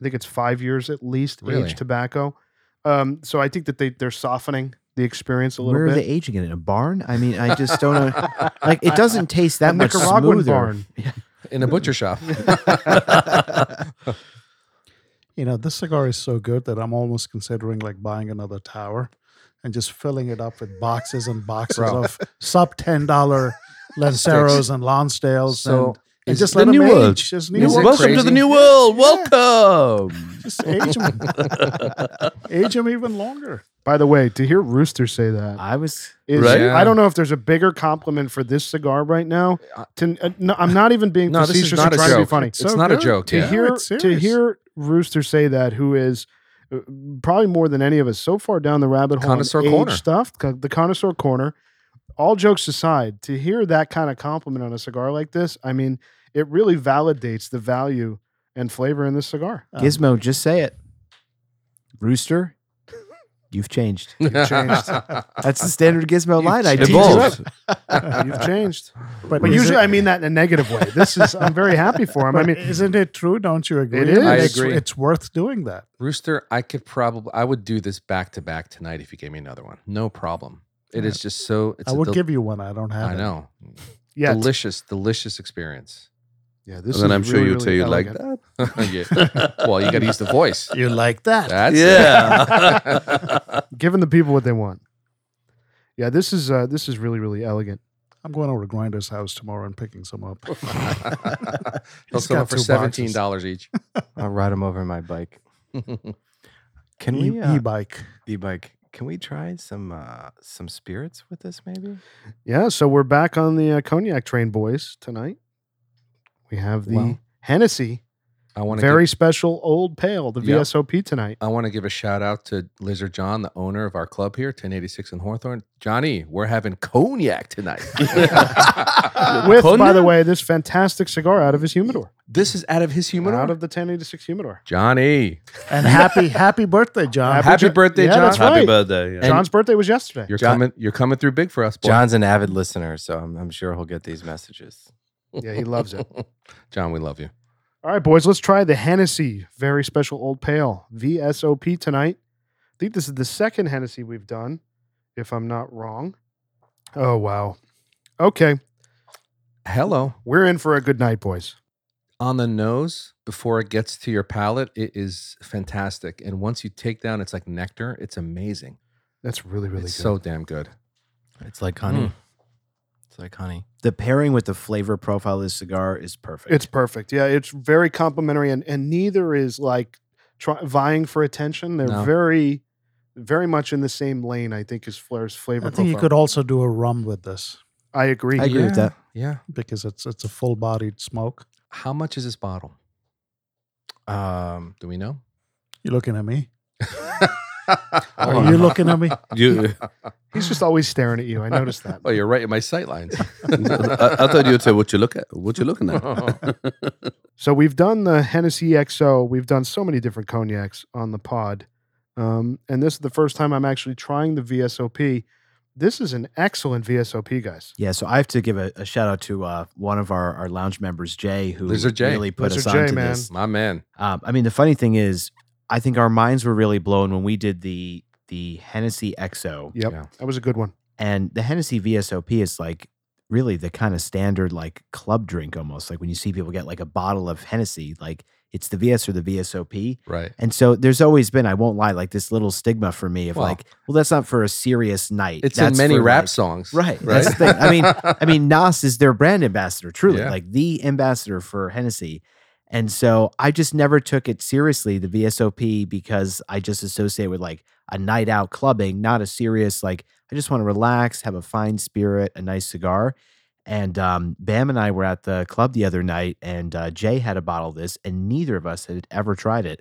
A: I think it's five years at least
B: Really?
A: aged tobacco. Um, so I think that they they're softening the experience a little
E: Where are
A: bit.
E: they aging it in a barn? I mean, I just don't know. Like it doesn't taste that
A: A
E: much
A: Nicaraguan
E: smoother.
A: barn.
B: in a butcher shop.
C: you know, this cigar is so good that I'm almost considering like buying another tower and just filling it up with boxes and boxes
B: Bro.
C: of sub ten dollar Lanceros and Lonsdales
B: So,
C: and, and
B: is
C: just
F: the
C: let them
F: New
C: age.
F: World.
C: Just
B: New
C: age
B: World.
C: them.
F: welcome to the
B: crazy?
F: new world. Welcome.
C: Just age them. age them even longer.
A: By the way, to hear Rooster say that
E: I was
A: is
F: Right?
A: I don't know if there's a bigger compliment for this cigar right now. To, uh, no, I'm not even being
B: no, this
A: facetious
B: is not
A: and
B: a
A: trying to be
B: joke.
A: funny.
B: It's not a joke.
A: to
B: Yeah.
A: hear
C: it's
A: to
C: serious.
A: hear Rooster say that, who is uh, probably more than any of us so far down the rabbit hole, on
B: Connoisseur
A: age
B: corner.
A: stuff, co- the connoisseur corner. All jokes aside, to hear that kind of compliment on a cigar like this, I mean, it really validates the value and flavor in this cigar.
C: Um,
E: Gizmo. Just say it, Rooster. You've changed.
A: changed.
E: That's the standard Gizmo line. I teed you up.
F: Evolved.
A: You've changed,
C: Um, but
A: but
C: is
A: usually
C: it-
A: I mean that in a negative way. This is I'm very happy for him. I
C: but
A: mean,
C: isn't it true? Don't you agree?
A: It is.
B: I
C: It's-
B: agree.
C: It's worth doing that.
B: Rooster, I could probably, I would do this back to back tonight if you gave me another one. No problem. It is just so. It's a
C: I would
B: del-
C: give you one. I don't have.
B: I
C: it.
B: know.
A: yeah, t-
B: Delicious, delicious experience.
A: yeah. This
F: and then
A: is
F: I'm sure
A: really,
F: you'd
A: really
F: say you like
A: elegant.
F: that.
B: "Ah." Yeah. Well, you got to use the voice.
C: You like that?
B: That's
F: yeah.
A: giving the people what they want. Yeah, this is uh, this is really really elegant.
C: I'm going over to Grinder's house tomorrow and picking some up.
B: They'll
C: He's
B: sell it
C: got
B: for
C: two
B: seventeen
C: boxes.
B: dollars each.
D: I'll ride him over in my bike. Can
C: E-
D: we uh,
C: e-bike.
D: e-bike? Can we try some uh, some spirits with this? Maybe.
A: Yeah, so we're back on the uh, cognac train, boys. Tonight we have the
B: Well,
A: Hennessy,
B: I want to
A: very special old pale, the
B: Yep.
A: VSOP tonight.
B: I want to give a shout out to Lizard John, the owner of our club here, 1086 in Hawthorne. Johnny, we're having cognac tonight. Ah,
A: With, by the way, this fantastic cigar out of his humidor,
B: this is out of his humidor.
A: out of the 1086 humidor.
B: Johnny,
C: And happy, happy birthday, John.
B: Uh, happy
A: Jo-
B: birthday,
A: yeah,
B: John.
A: that's
F: Happy
A: right.
F: birthday. yeah.
A: John's birthday was yesterday.
B: You're
D: John-
B: coming. You're coming through big for us, boy.
D: John's an avid listener, so I'm, I'm sure he'll get these messages.
A: yeah, he loves it.
B: John, we love you.
A: All right, boys, let's try the Hennessy, very special old pale, VSOP tonight. I think this is the second Hennessy we've done, if I'm not wrong. Oh, wow. Okay,
B: Hello.
A: we're in for a good night, boys.
B: on the nose before it gets to your palate it is fantastic and once you take down it's like nectar it's amazing
A: That's really, really
B: it's
A: good.
B: so damn good
D: It's like
B: honey.
A: Hmm.
D: It's like honey.
E: The pairing with the flavor profile of this cigar is perfect.
A: It's perfect. Yeah, it's very complimentary, and and neither is like try, vying for attention. They're
B: No.
A: very, very much in the same lane. I think as Flair's flavor.
C: I think you
A: profile.
C: could also do a rum with this
A: I agree.
E: I agree with that.
B: yeah
C: because it's it's a full bodied smoke.
B: how much is this bottle
D: Um,
B: do we know
C: You're looking at me.
B: oh,
C: Are you looking at me?
F: You,
A: He's just always staring at you. I noticed that.
B: oh you're right in my sight lines
F: I, I thought you'd say what you look at. What you looking at?
A: So we've done the Hennessy XO. We've done so many different cognacs on the pod, um, and this is the first time I'm actually trying the VSOP. This is an excellent VSOP, guys.
E: Yeah, so I have to give a, a shout out to uh, one of our, our lounge members, Jay, who
B: Lizard Jay.
E: really put
A: Lizard
E: us
A: Jay,
E: onto
A: man.
E: this.
B: my man
E: Um, I mean, the funny thing is, I think our minds were really blown when we did the the Hennessy XO,
A: Yep,
B: Yeah.
A: that was a good one.
E: and the Hennessy VSOP is like really the kind of standard like club drink almost. Like when you see people get like a bottle of Hennessy, like it's the VS or the VSOP.
B: right
E: And so there's always been, I won't lie, like this little stigma for me of
B: Well-
E: like, well, that's not for a serious night.
B: it's in
E: That's
B: many
E: for,
B: rap
E: like-
B: songs
E: Right. That's the thing. I mean, I mean, Nas is their brand ambassador, truly,
B: Yeah.
E: like the ambassador for Hennessy. And so I just never took it seriously, the VSOP, because I just associate with like a night out clubbing, not a serious, like, I just want to relax, have a fine spirit, a nice cigar. And um, Bam and I were at the club the other night, and uh, Jay had a bottle of this, and neither of us had ever tried it.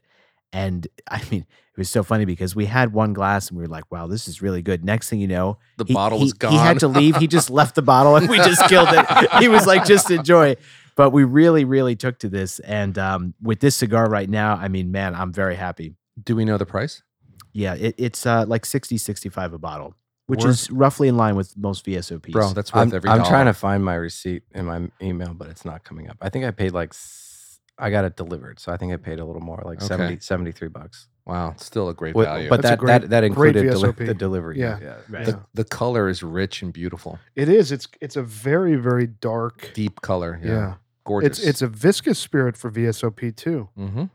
E: And I mean, it was so funny because we had one glass and we were like, wow, this is really good. Next thing you know,
B: the
E: he-
B: bottle
E: he,
B: was gone
E: He had to leave. He just left the bottle and we just killed it. He was like, just enjoy. But we really, really took to this. And um, with this cigar right now, I mean, man, I'm very happy.
B: do we know the price
E: Yeah, it, it's uh, like 60, 65 a bottle, which
B: Worth-
E: is roughly in line with most VSOPs.
B: bro that's worth
D: I'm,
B: every
D: I'm
B: dollar.
D: trying to find my receipt in my email, but it's not coming up. I think I paid like s- I got it delivered, so I think I paid a little more, like
B: Okay.
D: seventy seventy three 73 bucks.
B: wow it's still a great
D: With-
B: value
D: But
A: That's a
D: that,
A: great-
D: that that
A: great
D: included deli-
A: VSOP.
D: the delivery.
A: Yeah.
E: Right.
A: Yeah.
B: the color is rich and beautiful
A: It is. It's it's a very very dark.
B: deep color yeah,
A: yeah.
B: gorgeous
A: It's it's a viscous spirit for VSOP too,
B: mm-hmm.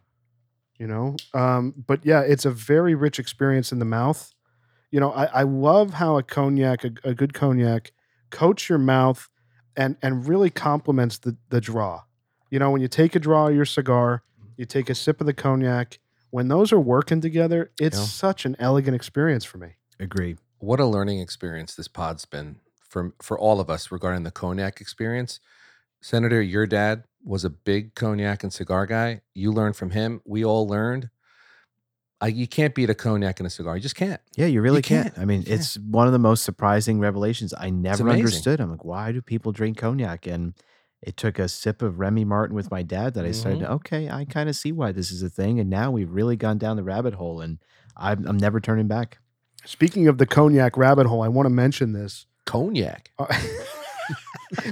A: you know. Um, but yeah, it's a very rich experience in the mouth. You know, I, I love how a cognac, a, a good cognac, coats your mouth and and really complements the the draw. You know, when you take a draw of your cigar, you take a sip of the cognac. When those are working together, it's
B: Yeah.
A: such an elegant experience for me.
E: Agree.
B: what a learning experience this pod's been for for all of us regarding the cognac experience. Senator, your dad was a big cognac and cigar guy. You learned from him. We all learned. I, you can't beat a cognac and a cigar. You just can't.
E: Yeah, you really
B: can't.
E: can't. I mean,
B: Yeah.
E: it's one of the most surprising revelations I never
B: amazing.
E: understood. I'm like, why do people drink cognac? And it took a sip of Remy Martin with my dad that I started to, okay, I kind of see why this is a thing. And now we've really gone down the rabbit hole and I'm, I'm never turning back.
A: Speaking of the cognac rabbit hole, I want to mention this.
B: Cognac.
A: Uh,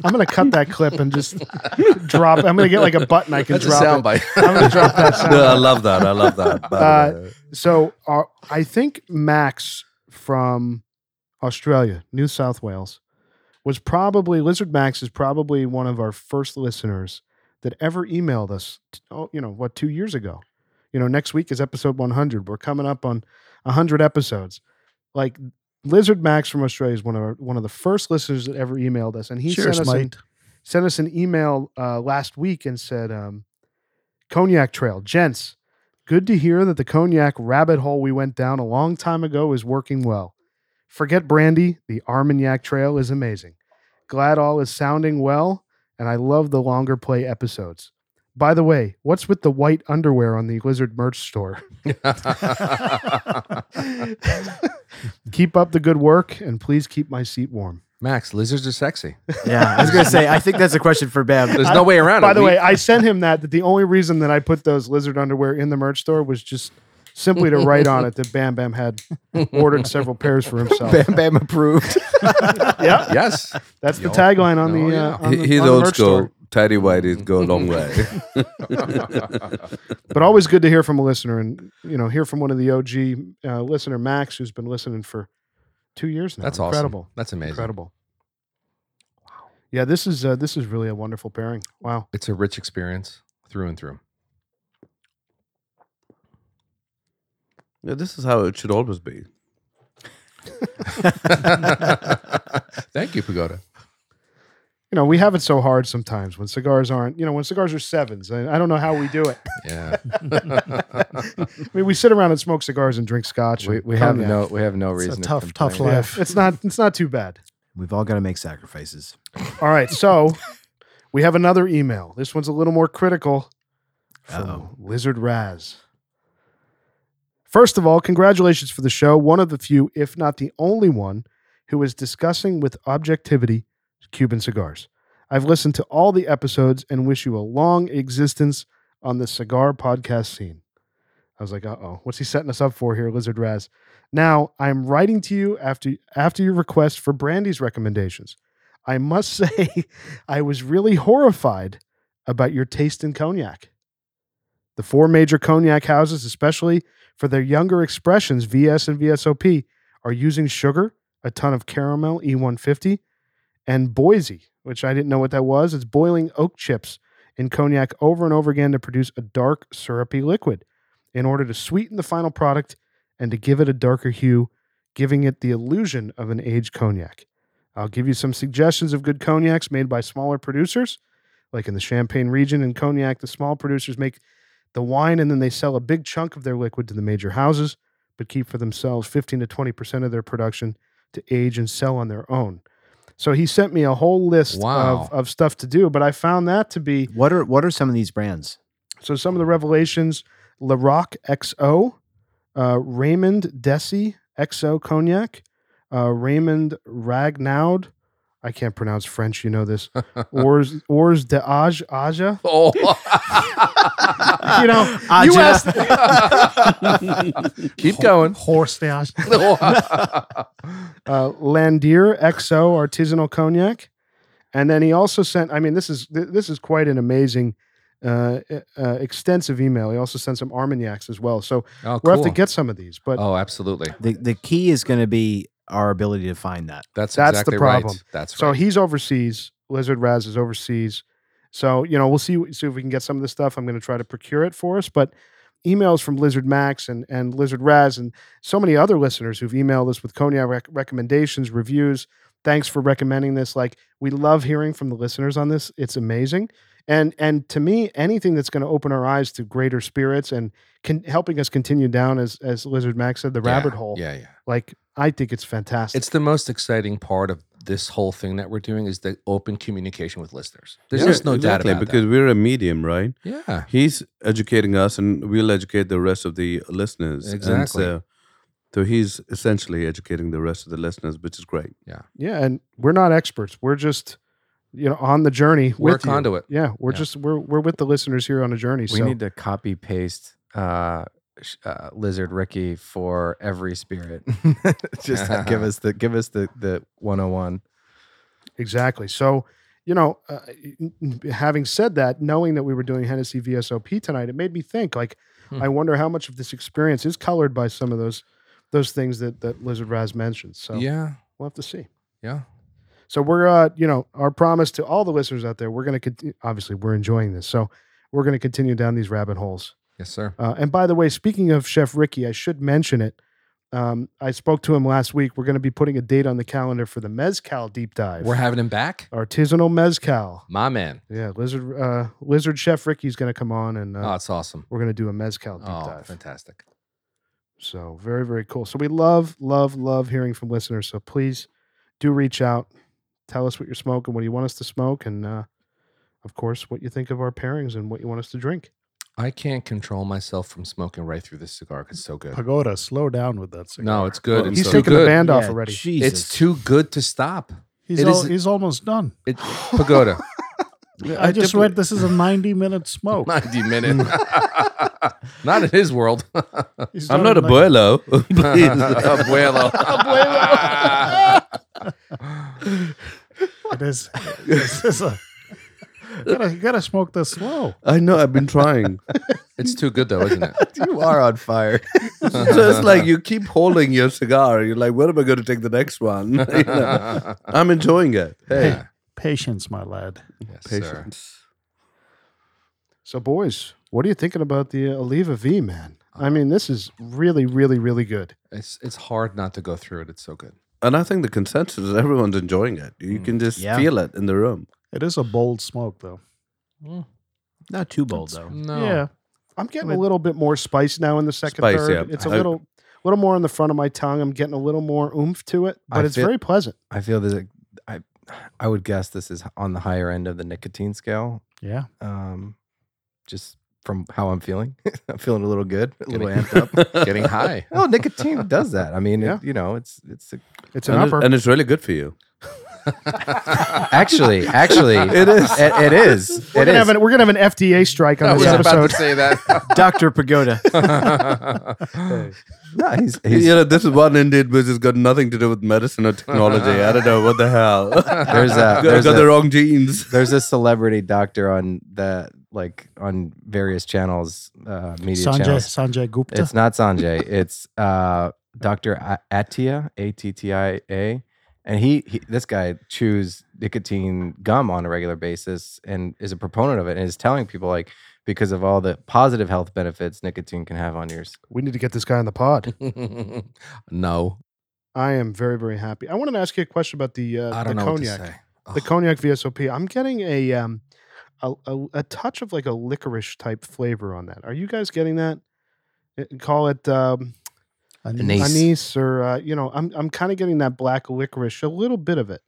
A: I'm gonna cut that clip and just drop. I'm gonna get like a button I can
B: That's a
A: drop. it.
B: soundbite.
A: I'm gonna drop that sound.
F: No, I love that. I love that. by the
A: Uh,
F: way.
A: So uh, I think Max from Australia, New South Wales, was probably Lizard Max is probably one of our first listeners that ever emailed us. t- Oh, you know what, two years ago. You know, next week is episode 100. We're coming up on 100 episodes. Like Lizard Max from Australia is one of our, one of the first listeners that ever emailed us, and he sent us a- sent us an email uh, last week and said, um, Cognac Trail, gents, good to hear that the cognac rabbit hole we went down a long time ago is working well. Forget brandy, the Armagnac Trail is amazing. Glad all is sounding well, and I love the longer play episodes. By the way, what's with the white underwear on the Lizard merch store? keep up the good work, and please keep my seat warm.
B: Max, lizards are sexy.
E: Yeah, I was gonna say. I think that's a question for Bev.
B: There's no way around
A: By
B: it.
A: the
B: We-
A: way, I sent him that. That the only reason that I put those lizard underwear in the merch store was just simply to write on it that Bam Bam had ordered several pairs for himself.
D: Bam Bam approved.
A: Yeah,
B: yes.
A: that's the
B: Yo.
A: tagline on
B: Oh,
A: the.
B: yeah.
A: Uh, on the-
F: He- He's
A: on the
F: old
A: merch
F: school.
A: store.
F: Tidy whities go a long way.
A: But always good to hear from a listener, and you know, hear from one of the OG uh, listener Max, who's been listening for two years now.
B: That's awesome.
A: incredible.
B: That's amazing.
A: Incredible. Wow. Yeah, this is uh, this is really a wonderful pairing. Wow.
B: It's a rich experience through and through.
F: Yeah, this is how it should always be.
B: Thank you, Pagoda.
A: You know, we have it so hard sometimes when cigars aren't. You know, when cigars are sevens. I, I don't know how we do it.
B: Yeah.
A: I mean, we sit around and smoke cigars and drink scotch.
D: we
A: and
D: we have
A: cognac.
D: no we have no
C: It's a
D: reason. to
C: tough, tough
D: complain.
A: Yeah,
C: life.
A: it's not it's not too bad.
E: We've all got to make sacrifices.
A: All right, so we have another email. This one's a little more critical from
E: Uh-oh.
A: Lizard Raz. First of all, congratulations for the show. One of the few, if not the only one, who is discussing with objectivity Cuban cigars. I've listened to all the episodes and wish you a long existence on the cigar podcast scene. I was like, uh oh, what's he setting us up for here, Lizard Raz? Now I'm writing to you after after your request for Brandy's recommendations. I must say, I was really horrified about your taste in cognac. The four major cognac houses, especially for their younger expressions, VS and VSOP, are using sugar, a ton of caramel E150, and Boise, which I didn't know what that was. It's boiling oak chips in cognac over and over again to produce a dark, syrupy liquid in order to sweeten the final product and to give it a darker hue, giving it the illusion of an aged cognac. I'll give you some suggestions of good cognacs made by smaller producers, like in the Champagne region in cognac. The small producers make the wine and then they sell a big chunk of their liquid to the major houses, but keep for themselves 15 to 20% of their production to age and sell on their own. So he sent me a whole list
B: Wow.
A: of, of stuff to do, but I found that to be
E: What are what are some of these brands?
A: so some of the revelations: Laroque XO, uh, Raymond Desi XO Cognac, uh, Raymond Ragnaud. I can't pronounce French. You know this. Ors Ors de Aj Aja.
B: oh.
A: You know,
E: Ah,
A: you asked.
B: Keep going. Oh,
C: Horse the ass.
A: uh, Landier XO artisanal cognac, and then he also sent. I mean, this is th- this is quite an amazing, uh, uh, extensive email. He also sent some Armagnacs as well. So
B: oh,
A: we'll
B: cool.
A: have to get some of these. But
B: Oh, absolutely.
E: The the key is going to be our ability to find that.
B: That's,
A: That's the
B: exactly
A: problem.
B: right. That's
A: So
B: right.
A: he's overseas. Lizard Raz is overseas. So you know, we'll see see if we can get some of this stuff. I'm going to try to procure it for us. But emails from Lizard Max and and Lizard Raz and so many other listeners who've emailed us with cognac rec- recommendations, reviews. Thanks for recommending this. Like we love hearing from the listeners on this. It's amazing. And and to me, anything that's going to open our eyes to greater spirits and can, helping us continue down as as Lizard Max said, the
B: Yeah,
A: rabbit hole.
B: Yeah, yeah.
A: Like I think it's fantastic.
B: It's the most exciting part of this whole thing that we're doing is the open communication with listeners. There's
F: Yeah,
B: just no
F: exactly,
B: doubt about
F: because we're a medium, right?
B: that. Yeah.
F: He's educating us, and we'll educate the rest of the listeners. And
B: Exactly.
F: so, so he's essentially educating the rest of the listeners, which is great.
A: Yeah, and we're not experts. We're just you know on the journey
B: We're a
A: with you.
B: conduit.
A: Yeah, we're
B: Yeah.
A: just we're we're with the listeners here on a journey.
D: We
A: so
D: need to copy paste uh, sh- uh, Lizard Ricky for every spirit. Just to give us the give us the the 101.
A: exactly. So you know, uh, n- n- having said that, knowing that we were doing Hennessy VSOP tonight, it made me think. Like,
B: Hmm.
A: I wonder how much of this experience is colored by some of those those things that that Lizard Raz mentioned. So
B: Yeah.
A: we'll have to see.
B: Yeah.
A: So we're, uh, you know, our promise to all the listeners out there, we're going to continue. Obviously, we're enjoying this, so we're going to continue down these rabbit holes.
B: Yes, sir.
A: Uh, and by the way, speaking of Chef Ricky, I should mention it. Um, I spoke to him last week. We're going to be putting a date on the calendar for the mezcal deep dive.
B: We're Mm. having him back.
A: artisanal mezcal.
B: My man.
A: Yeah, lizard uh, lizard chef Ricky's going to come on, and
B: Oh,
A: uh,
B: it's awesome.
A: we're going to do a mezcal deep
B: Oh,
A: dive.
B: fantastic.
A: So very, very cool. So we love, love, love hearing from listeners. So please do reach out. Tell us what you're smoking, what you want us to smoke, and uh, of course, what you think of our pairings and what you want us to drink.
B: I can't control myself from smoking right through this cigar. 'cause It's so good.
C: Pagoda, slow down with that cigar.
B: No, it's good.
F: Well,
B: it's
A: He's
B: too
A: taking
B: good.
A: the band off
E: Yeah,
A: already.
E: Jesus.
B: It's too good to stop.
C: he's
B: it
C: al-
B: is-
C: he's almost done.
B: It, pagoda.
C: I just read this is a 90 minute smoke.
B: 90 minute. Not in his world.
C: He's
F: I'm
C: done
F: not a
C: in like-
F: boilo. Please.
B: Abuelo.
C: It is. This is a. You gotta, you gotta smoke this slow.
F: I know. I've been trying.
B: it's too good though, isn't it?
D: you are on fire.
F: so it's like you keep holding your cigar. You're like, when am I going to take the next one? You know? I'm enjoying it. Hey,
B: Yeah.
C: Patience, my lad.
B: Yes, sir.
F: patience.
A: So, boys, what are you thinking about the uh, Oliva V, man? I mean, this is really, really, really good.
B: It's it's hard not to go through it. It's so good.
F: And I think the consensus is everyone's enjoying it. You can just
E: Yeah.
F: feel it in the room.
C: It is a bold smoke, though.
E: not too bold though.
B: No.
C: Yeah,
A: I'm getting
C: I
A: a
C: mean-
A: little bit more spice now in the second
F: Spice,
A: third.
F: yeah.
A: It's a
F: I-
A: little, little more on the front of my tongue. I'm getting a little more oomph to it, but
D: I
A: it's
D: feel-
A: very pleasant.
D: I feel that I I would guess this is on the higher end of the nicotine scale.
C: yeah.
D: Um, just from how I'm feeling, I'm feeling a little good, a little
B: Getting-
D: amped up.
B: Getting high.
D: Oh, nicotine does that. I mean,
A: Yeah.
D: it, you know, it's it's a,
A: It's an
F: And, it-
A: upper.
F: and it's really good for you.
D: actually actually it is it, it is
A: we're
D: it
A: gonna,
D: is.
A: have an, we're gonna have an FDA strike
B: I
A: on
B: was
A: this
B: about
A: episode.
B: to say that.
E: Dr. Pagoda.
D: no, he's, he's,
F: you know, this is one indeed which has got nothing to do with medicine or technology. I don't know what the hell.
D: there's a
F: got,
D: there's
F: got
D: a,
F: the wrong genes.
D: there's a celebrity doctor on the like on various channels uh media
C: Sanjay
D: channels
C: Sanjay Gupta.
D: it's not sanjay it's uh dr A- atia a-t-t-i-a and he, he this guy chews nicotine gum on a regular basis and is a proponent of it and is telling people like because of all the positive health benefits nicotine can have on yours
A: We need to get this guy on the pod.
B: no.
A: I am very, very happy. I wanted to ask you a question about the uh,
B: I don't
A: the
B: know
A: cognac,
B: what to say.
A: the cognac VSOP. I'm getting a um a, a, a touch of like a licorice type flavor on that. Are you guys getting that? Uh, Call it um,
D: Anise.
A: anise or uh, you know, I'm I'm kind of getting that black licorice, a little bit of it.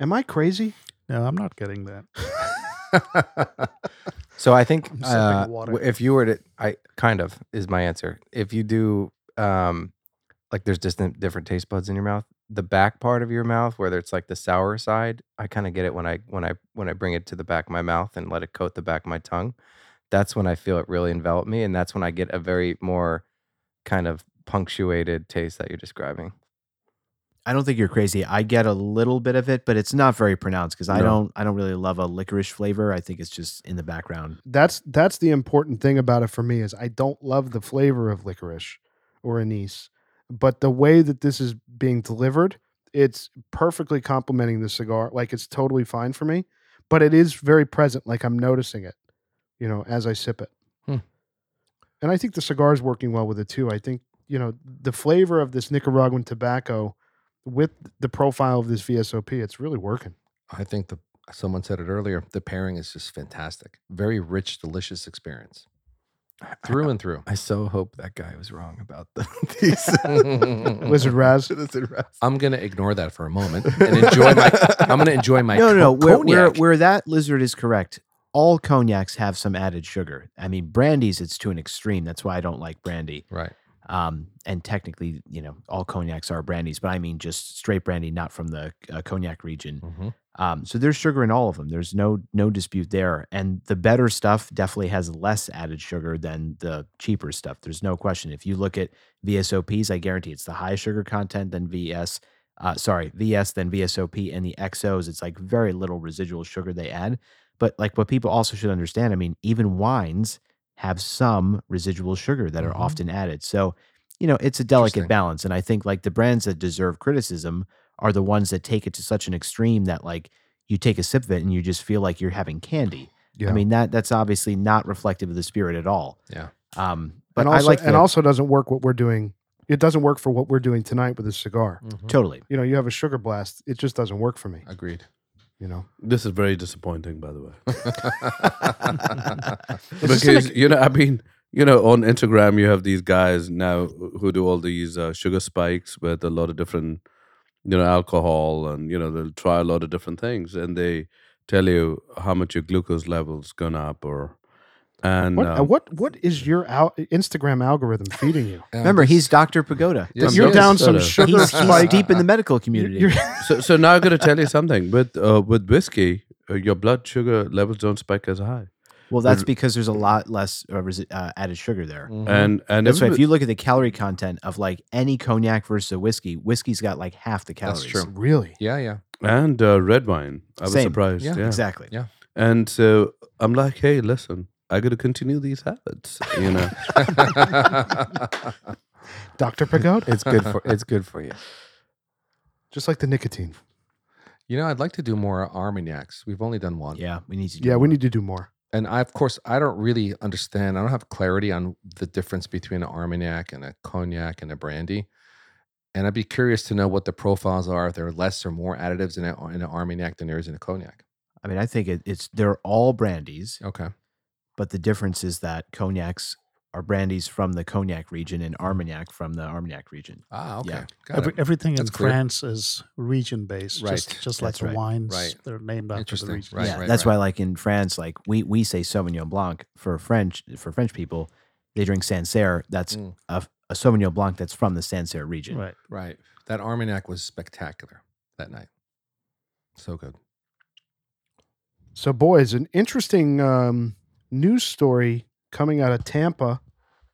A: Am I crazy?
C: No, I'm not getting that.
D: So I think
C: I'm sipping
D: uh,
C: water.
D: w- if you were to, I kind of is my answer. If you do, um, like there's distant different taste buds in your mouth. The back part of your mouth, whether it's like the sour side, I kind of get it when I when I when I bring it to the back of my mouth and let it coat the back of my tongue. That's when I feel it really envelop me, and that's when I get a very more kind of punctuated taste that you're describing.
E: I don't think you're crazy. I get a little bit of it, but it's not very pronounced because I
F: No.
E: don't I don't really love a licorice flavor. I think it's just in the background.
A: that's that's the important thing about it for me is I don't love the flavor of licorice or anise, but the way that this is being delivered, it's perfectly complementing the cigar. Like it's totally fine for me, but it is very present. Like I'm noticing it, you know, as I sip it.
B: Hmm.
A: And I think the cigar is working well with it too. I think you know the flavor of this Nicaraguan tobacco with the profile of this VSOP, it's really working.
B: I think the someone said it earlier. The pairing is just fantastic. Very rich, delicious experience. Through and through.
D: I so hope that guy was wrong about the thesis.
A: Wizard Raz,
D: Lizard rest.
B: I'm gonna ignore that for a moment and enjoy my. I'm gonna enjoy my.
E: no, no, no.
B: co-
E: Where, where,
B: cognac.
E: where that lizard is correct, all cognacs have some added sugar. I mean, brandies, it's to an extreme. That's why I don't like brandy.
B: Right.
E: Um, and technically, you know, all cognacs are brandies, but I mean just straight brandy, not from the uh, cognac region.
B: Mhm.
E: Um, so there's sugar in all of them. There's no no dispute there. And the better stuff definitely has less added sugar than the cheaper stuff. There's no question. If you look at VSOPs, I guarantee it's the high sugar content than VS. Uh, sorry, VS then VSOP and the XOs. It's like very little residual sugar they add. But like what people also should understand, I mean, even wines have some residual sugar that are
B: Mhm.
E: often added. So you know, it's a delicate
B: Interesting.
E: balance. And I think like the brands that deserve criticism are the ones that take it to such an extreme that like you take a sip of it and you just feel like you're having candy.
A: yeah.
E: I mean that that's obviously not reflective of the spirit at all.
B: Yeah.
E: Um, but
A: and also,
E: I like
A: and
E: the-
A: also doesn't work what we're doing it doesn't work for what we're doing tonight with a cigar.
B: Mhm.
E: Totally.
A: You know, you have a sugar blast, it just doesn't work for me,
B: Agreed.
A: you know.
F: This is very disappointing, by the way.
A: It's just an
F: because you know, I mean, you know, on Instagram you have these guys now who do all these uh, sugar spikes with a lot of different, you know, alcohol, and you know they'll try a lot of different things, and they tell you how much your glucose levels gone up, or and
A: What, uh,
F: um,
A: what what is your al- Instagram algorithm feeding you?
B: Yeah,
E: Remember,
B: this-
E: he's Dr. Pagoda.
B: Yeah,
A: You're
B: this-
A: down some
F: soda.
A: sugar
E: He's, he's
A: spike.
E: deep in the medical community.
A: You're-
F: so, so now I'm going to tell you something with uh, with whiskey, uh, your blood sugar levels don't spike as high,
E: well, that's because there's a lot less uh, resi- uh, added sugar there.
B: Mhm.
F: and and
E: That's why if
F: everybody-
E: you look at the calorie content of like any cognac versus a whiskey, whiskey's got like half the calories.
B: That's true.
A: really?
B: Yeah, yeah.
F: and uh, red wine, I was
E: Same.
F: surprised.
B: Yeah.
F: yeah.
E: Exactly.
B: Yeah.
F: And so I'm like, hey, listen, I got to continue these habits, you know.
A: Dr. Pagoda?
D: It's good for it's good for you.
A: just like the nicotine.
B: you know, I'd like to do more Armagnacs. We've only done one.
E: Yeah, we need to. Do
A: Yeah, we
E: more.
A: need to do more.
B: and I, of course, I don't really understand. I don't have clarity on the difference between an Armagnac and a cognac and a brandy. And I'd be curious to know what the profiles are. If there are less or more additives in, a, in an Armagnac than there is in a cognac.
E: I mean, I think it, it's they're all brandies,
B: Okay.
E: but the difference is that cognacs are brandies from the cognac region and
B: Mm-hmm.
E: Armagnac from the Armagnac region.
B: Ah, okay.
E: Yeah.
B: Got
C: Every-
B: it.
C: everything
B: That's
C: in
B: clear.
C: France is region based,
B: Right.
C: just, just like
E: That's
C: the
E: right.
C: wines.
B: Right.
C: They're named after
B: Interesting.
C: the region.
B: Right,
E: yeah,
B: right,
E: that's
B: right.
E: why, like in France, like we we say Sauvignon Blanc for French for French people, they drink Sancerre. That's
B: Mm.
E: a, a Sauvignon Blanc that's from the Sancerre region.
C: Right.
B: Right. That Armagnac was spectacular that night. So good.
A: So, boys, an interesting um, news story coming out of Tampa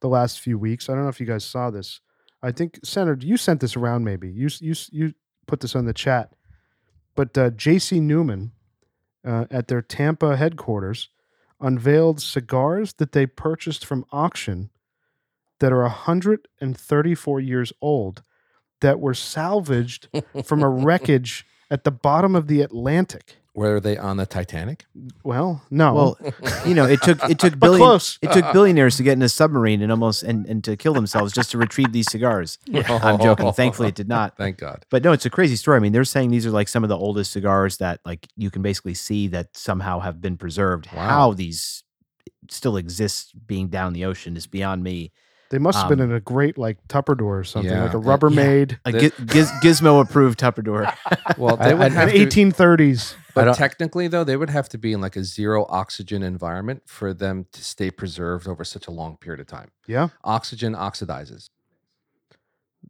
A: the last few weeks. I don't know if you guys saw this. I think Senator, you sent this around. Maybe you s- you s- you put this on the chat. But uh, J.C. Newman uh, at their Tampa headquarters unveiled cigars that they purchased from auction that are 134 years old that were salvaged from a wreckage at the bottom of the Atlantic.
B: Were they on the Titanic?
A: Well, no.
E: Well,
B: Oh.
E: you know, it took it took
A: but
E: billion,
A: close.
E: it took billionaires to get in a submarine and almost and, and to kill themselves just to retrieve these cigars. I'm joking. Thankfully, it did not.
B: Thank God.
E: But no, it's a crazy story. I mean, they're saying these are like some of the oldest cigars that like you can basically see that somehow have been preserved.
B: Wow.
E: How these still exist being down the ocean is beyond me.
A: They must have been
E: Um,
A: in a great like Tupperware or something, like
B: Yeah.
A: a
B: Uh, yeah.
A: Rubbermaid,
E: A
B: The-
E: giz- giz- gizmo approved Tupperware.
B: Well,
D: I-
B: they would
D: I'd-
A: an
B: have to,
A: 1830s.
D: I
B: But
D: don't-
B: technically, though, they would have to be in like a zero oxygen environment for them to stay preserved over such a long period of time.
A: Yeah.
B: Oxygen oxidizes.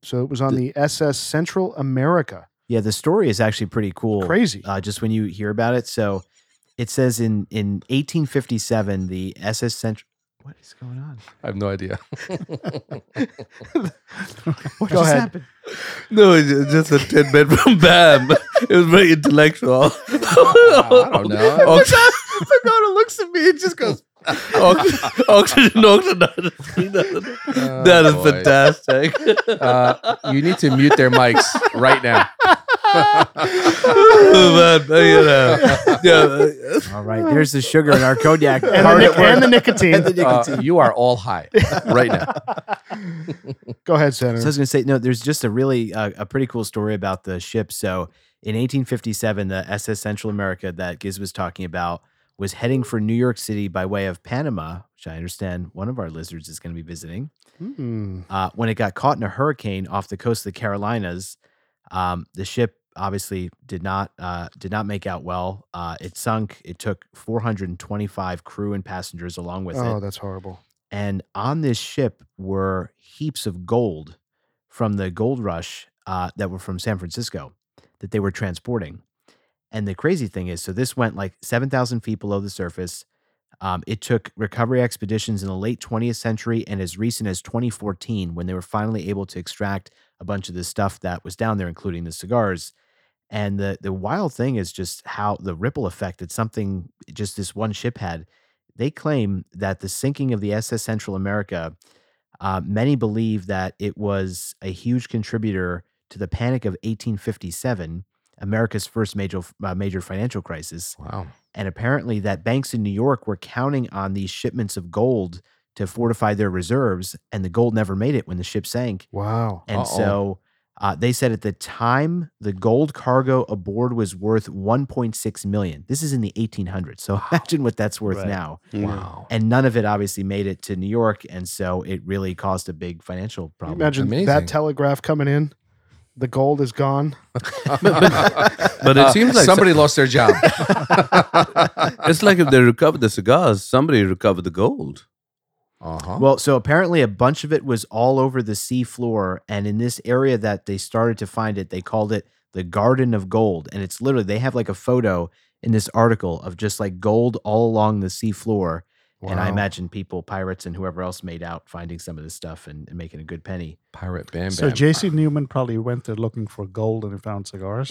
A: So it was on the SS Central America.
E: Yeah, the story is actually pretty cool.
A: Crazy.
E: uh, just when you hear about it. So it says in in 1857 the SS Central. What is going on?
B: I have no idea.
E: What
A: Go
E: just
A: ahead.
E: happened?
F: no, it's just a tidbit from Bam. it was very intellectual.
B: I don't know.
F: Ox-
E: Pagoda looks at me and just goes.
F: ox- oxygen, oxygen. that is
B: Oh, boy.
F: fantastic.
B: Uh, you need to mute their mics right now.
F: oh, man, you know. Yeah, uh,
B: Uh,
E: All right, there's the sugar in our cognac.
A: And the,
E: Hard
A: nic-
E: at work.
A: and the nicotine.
B: Uh, you are all high right now.
A: Go ahead,
E: So I
A: Senator.
E: was going to say, no, there's just a really uh, a pretty cool story about the ship. So in 1857, the SS Central America that Giz was talking about was heading for New York City by way of Panama, which I understand one of our lizards is going to be visiting.
A: Hmm.
E: Uh, when it got caught in a hurricane off the coast of the Carolinas, um, the ship obviously did not uh, did not make out well. Uh, it sunk. It took 425 crew and passengers along with it.
A: Oh, that's horrible.
E: And on this ship were heaps of gold from the gold rush uh, that were from San Francisco that they were transporting. And the crazy thing is, so this went like 7,000 feet below the surface. Um, it took recovery expeditions in the late 20th century and as recent as 2014 when they were finally able to extract a bunch of the stuff that was down there, including the cigars. And the, the wild thing is just how the ripple effect that something, just this one ship had they claim that the sinking of the SS Central America, uh, many believe that it was a huge contributor to the Panic of 1857, America's first major uh, major financial crisis.
B: Wow.
E: And apparently, that banks in New York were counting on these shipments of gold to fortify their reserves, and the gold never made it when the ship sank.
C: Wow.
E: And
B: Uh-oh.
E: so uh, they said at the time the gold cargo aboard was worth 1.6 million. This is in the 1800s. So imagine what that's worth
C: Right.
E: now.
B: Wow.
E: And none of it obviously made it to New York. And so it really caused a big financial
A: Can you
E: problem.
A: imagine
B: Amazing.
A: that telegraph coming in. The gold is gone.
B: but
F: it seems like-
B: Uh, somebody lost their job.
F: it's like if they recovered the cigars, somebody recovered the gold.
B: Uh-huh.
E: Well, so apparently a bunch of it was all over the sea floor. And in this area that they started to find it, they called it the Garden of Gold. And it's literally, they have like a photo in this article of just like gold all along the sea floor. And I
C: Wow.
E: imagine people, pirates, and whoever else made out finding some of this stuff and, and making a good penny.
B: pirate Bam Bam.
C: So J.C. Newman probably went there looking for gold and he found cigars.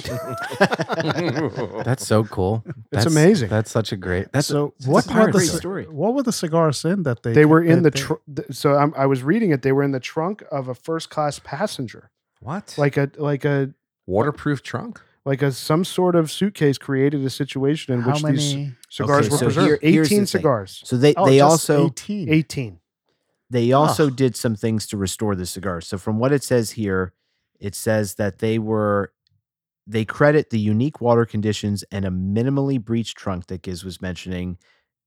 D: That's so cool. That's
A: amazing.
D: That's such a great. That's
C: so
D: that's a
C: what were
D: pirate
C: the
D: great
C: ci-
D: story.
C: What were the cigars in that they
A: They were in the
C: that they-
A: tr- th- so I'm, I was reading it. They were in the trunk of a first class passenger,
B: what?
A: like a like a
B: waterproof trunk?
A: like a some sort of suitcase created a situation in
C: how
A: which these
C: many?
A: cigars
E: Okay,
A: were
E: so
A: preserved.
E: here- here's the
A: Eighteen
E: thing. Hmm.
A: cigars.
E: So they,
C: Oh,
E: they
C: just
E: also
C: 18.
A: Eighteen.
E: They also did some things to restore the cigars. So from what it says here, it says that they were they credit the unique water conditions and a minimally breached trunk that Giz was mentioning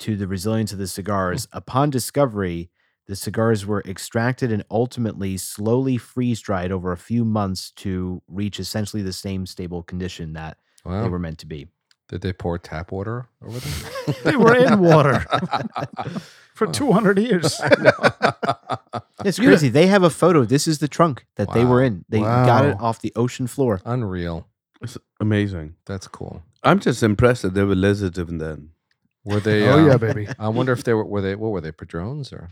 E: to the resilience of the cigars. Upon discovery, the cigars were extracted and ultimately slowly freeze dried over a few months to reach essentially the same stable condition that
B: Wow.
E: they were meant to be.
B: Did they pour tap water over them?
C: They were in water. for 200 years.
E: It's crazy. They have a photo. This is the trunk that they were
B: Wow.
E: in. They got it
A: Wow.
E: off the ocean floor.
B: Unreal.
F: It's amazing.
B: That's cool.
F: I'm just impressed that they were lizards even then.
B: Were they?
A: Oh
B: uh,
A: yeah, baby.
B: I wonder if they were. Were they? What were they? Padrones or?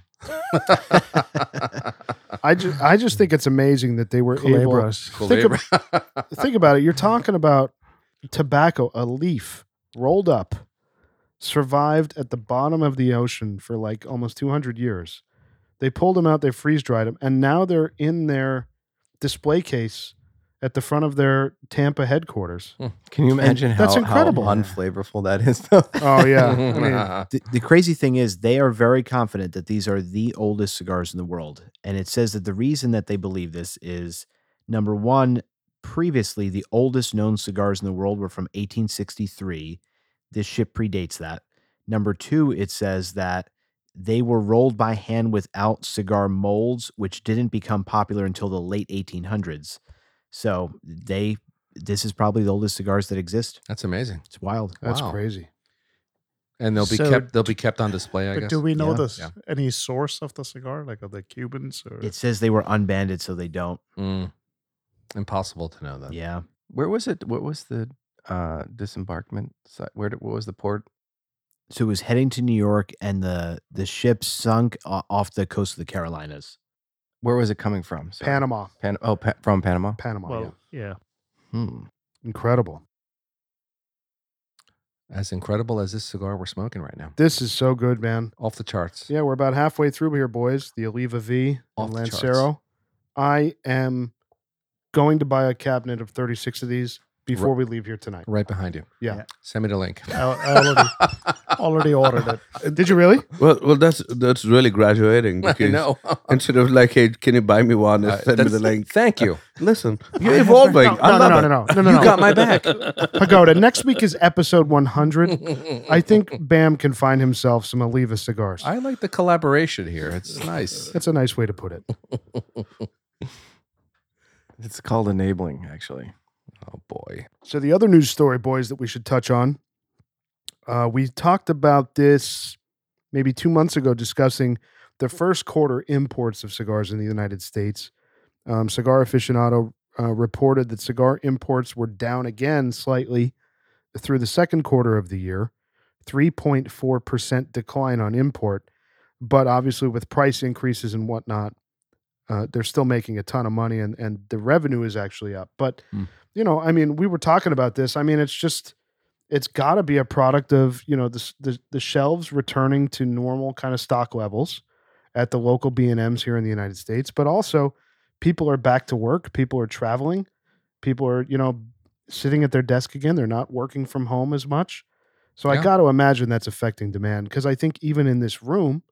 A: I just I just think it's amazing that they were able.
C: Culebras.
A: Think ab- think about it. You're talking about tobacco, a leaf rolled up, survived at the bottom of the ocean for like almost 200 years. They pulled them out, they freeze dried them, and now they're in their display case at the front of their Tampa headquarters.
E: Hmm,
D: Can you imagine how,
A: that's incredible.
D: how unflavorful that is? Though?
A: Oh yeah, I mean,
E: the, the crazy thing is they are very confident that these are the oldest cigars in the world and it says that the reason that they believe this is number one previously the oldest known cigars in the world were from 1863 this ship predates that number two it says that they were rolled by hand without cigar molds which didn't become popular until the late 1800s so they this is probably the oldest cigars that exist
B: That's amazing.
E: it's wild
A: that's
B: Wow.
A: crazy.
B: And they'll be
C: So-
B: kept. They'll be kept on display. I
C: But
B: guess.
C: do we know
E: Yeah.
C: this?
B: Yeah.
C: Any source of the cigar? Like are they Cubans or
E: it says they were unbanded so they don't
B: Mm. Impossible to know that.
E: yeah
D: Where was it? What was the uh, disembarkment site? Where? Did, what was the port?
E: so it was heading to New York, and the the ship sunk o- off the coast of the Carolinas.
D: Where was it coming from? Sorry.
A: Panama,
D: Pan- oh, pa- from Panama.
A: Panama,
C: well, yeah.
D: Hmm.
A: yeah. incredible.
B: As incredible as this cigar we're smoking right now,
A: This is so good, man.
B: off the charts.
A: Yeah, we're about halfway through here, boys. The Oliva V
B: Off
A: and
B: the charts.
A: Lancero. I am going to buy a cabinet of 36 of these before we leave here tonight.
B: Right behind you.
A: Yeah.
C: Yeah.
B: Send me the link.
C: I, I already, already ordered it.
A: Did you really?
F: Well, well, that's that's really graduating because
B: no.
F: instead of like, hey, can you buy me one? and send me the link.
B: Thank you.
F: Listen, you're evolving.
A: No,
F: I
A: no, no,
F: love
A: no,
F: it.
A: no, no, no, no,
F: You
A: no.
F: got my back.
A: Pagoda. Next week is episode 100. I think Bam can find himself some Oliva cigars.
B: I like the collaboration here. It's nice.
A: That's a nice way to put it.
D: It's called enabling, actually.
B: Oh boy.
A: So the other news story, boys, that we should touch on. Uh, we talked about this maybe two months ago, discussing the first quarter imports of cigars in the United States. Um, Cigar aficionado uh, reported that cigar imports were down again slightly through the second quarter of the year, three point four percent decline on import. But obviously, with price increases and whatnot, uh, they're still making a ton of money, and and the revenue is actually up. But you know, I mean, we were talking about this. I mean, it's just, it's got to be a product of you know the, s- the the shelves returning to normal kind of stock levels at the local B and M's here in the United States, but also people are back to work, people are traveling, people are you know sitting at their desk again. They're not working from home as much, so I
B: Yeah.
A: got to imagine that's affecting demand because I think even in this room,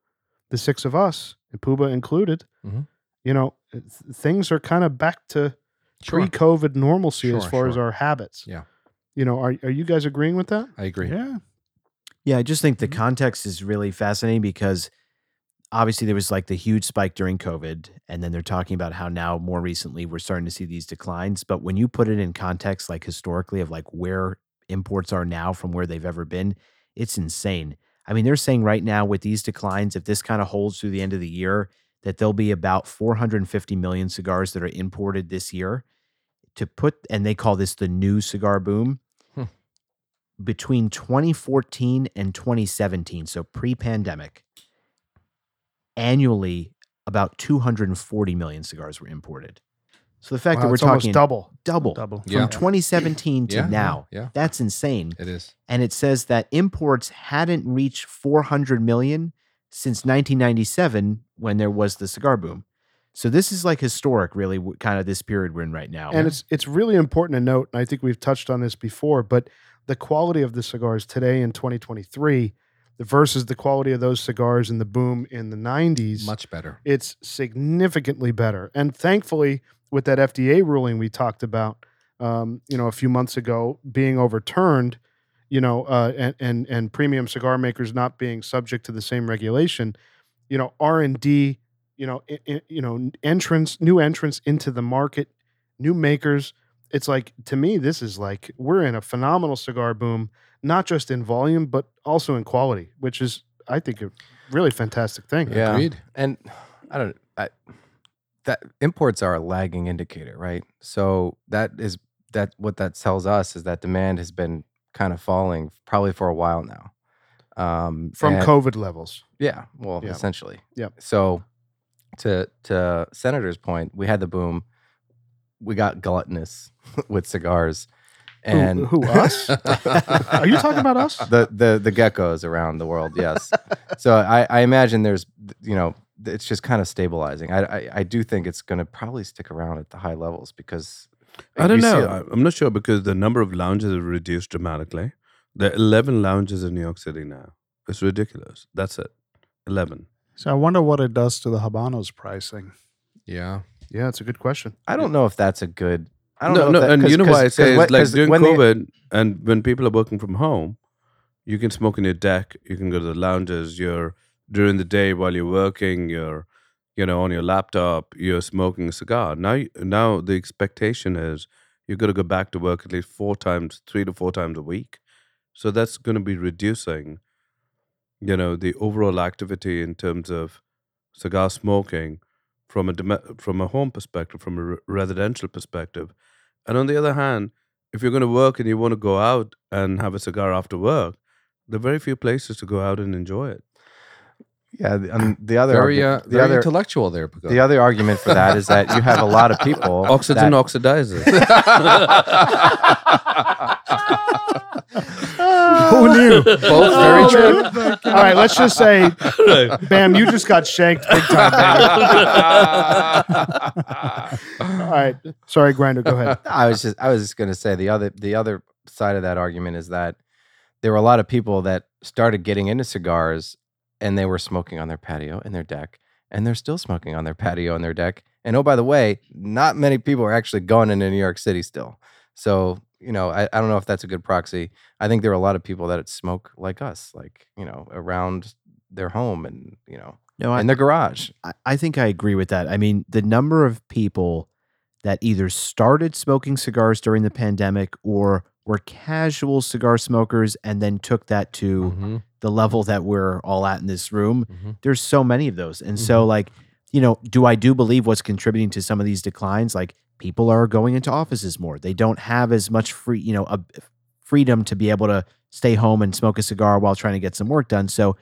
A: the six of us, and Puba included,
B: Mhm.
A: you know, eh, th- things are kind of back to
B: Sure.
A: pre-COVID normalcy as
B: Sure,
A: far as
B: sure.
A: our habits.
B: Yeah.
A: You know, are are you guys agreeing with that?
B: I agree.
C: Yeah.
E: Yeah, I just think the
C: Mhm.
E: context is really fascinating because obviously there was like the huge spike during COVID, and then they're talking about how now more recently we're starting to see these declines. But when you put it in context, like historically, of like where imports are now from where they've ever been, it's insane. I mean, they're saying right now with these declines, if this kind of holds through the end of the year, that there'll be about 450 million cigars that are imported this year to put, and they call this the new cigar boom between 2014 and 2017, so pre pandemic, annually about 240 million cigars were imported. So the fact
A: Wow,
E: that we're
A: it's almost
E: talking
A: double.
E: double,
A: Double.
B: Yeah.
E: from 2017 to
B: Yeah, yeah,
E: now,
B: Oh, yeah.
E: that's insane.
B: It is.
E: And it says that imports hadn't reached 400 million since 1997 when there was the cigar boom. So this is like historic, really, w- kind of this period we're in right now.
A: And it's it's really important to note, and I think we've touched on this before, but the quality of the cigars today in 2023 versus the quality of those cigars in the boom in the 90s,
B: Much better.
A: it's significantly better. And thankfully, with that FDA ruling we talked about, um, you know, a few months ago being overturned, you know, uh, and, and and premium cigar makers not being subject to the same regulation, you know, R and D, you know, i- i- you know, entrance, new entrants into the market, new makers. It's like to me, this is like we're in a phenomenal cigar boom, not just in volume but also in quality, which is I think a really fantastic thing.
D: Yeah.
B: Agreed.
D: and I don't I, that imports are a lagging indicator, right? So that is that what that tells us is that demand has been kind of falling probably for a while now. Um,
A: from
D: and-
A: COVID levels.
D: yeah, well,
A: Yeah.
D: essentially,
A: Yep.
D: So to to Senator's point, we had the boom, we got gluttonous with cigars, and
A: who, who us? Are you talking about us?
D: the the the geckos around the world. Yes. so I, I imagine there's you know it's just kind of stabilizing. I I, I do think it's going to probably stick around at the high levels because
F: I don't
D: you see
F: know.
D: it-
F: I- I'm not sure because the number of lounges have reduced dramatically. There are 11 lounges in New York City now. It's ridiculous. That's it. 11.
C: So I wonder what it does to the Habanos pricing.
B: Yeah.
A: Yeah, it's a good question.
D: I don't know if that's a good. I don't
F: no,
D: know.
F: no,
D: if that-
F: and
D: 'cause-
F: you know
D: 'cause-
F: why I
D: 'cause
F: say
D: what-
F: it's like
D: 'cause
F: during
D: when the-
F: COVID, and when people are working from home, you can smoke on your deck. You can go to the lounges. You're during the day while you're working. You're, you know, on your laptop. You're smoking a cigar. Now, you- now the expectation is you're going to go back to work at least four times, three to four times a week. So that's going to be reducing, you know, the overall activity in terms of cigar smoking from a dom- from a home perspective, from a re- residential perspective. And on the other hand, if you're going to work and you want to go out and have a cigar after work, there are very few places to go out and enjoy it.
D: yeah, the, um, the other
B: Very,
D: argu-
B: uh,
D: the
B: very
D: other
B: intellectual there. Pagoda.
D: the other argument for that is that you have a lot of people
F: Oxygen
D: that-
F: oxidizes.
A: Who knew?
B: Both very
A: Oh,
B: true.
A: man. All right, let's just say, Bam, you just got shanked big time. Bam. All right, sorry, Grinder, go ahead.
D: I was just I was just gonna say the other the other side of that argument is that there were a lot of people that started getting into cigars and they were smoking on their patio and their deck and they're still smoking on their patio and their deck and oh by the way not many people are actually going into New York City still so you know I, I don't know if that's a good proxy I think there are a lot of people that smoke like us like you know around their home and you know
E: no,
D: in their garage
E: I- I think I agree with that. I mean, the number of people that either started smoking cigars during the pandemic or were casual cigar smokers and then took that to
B: Mhm,
E: the level that we're all at in this room,
B: mhm.
E: there's so many of those. And so, like, you know, do I do believe what's contributing to some of these declines? Like, people are going into offices more. They don't have as much free, you know, a freedom to be able to stay home and smoke a cigar while trying to get some work done. So,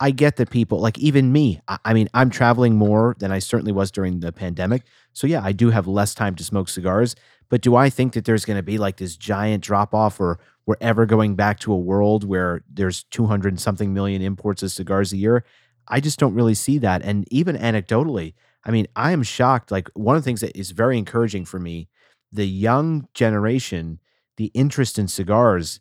E: I get that people, like even me, I, I mean, I'm traveling more than I certainly was during the pandemic. So, yeah, I do have less time to smoke cigars. But do I think that there's going to be like this giant drop off or we're ever going back to a world where there's 200 and something million imports of cigars a year? I just don't really see that. And even anecdotally, I mean, I am shocked. Like, one of the things that is very encouraging for me, the young generation, the interest in cigars,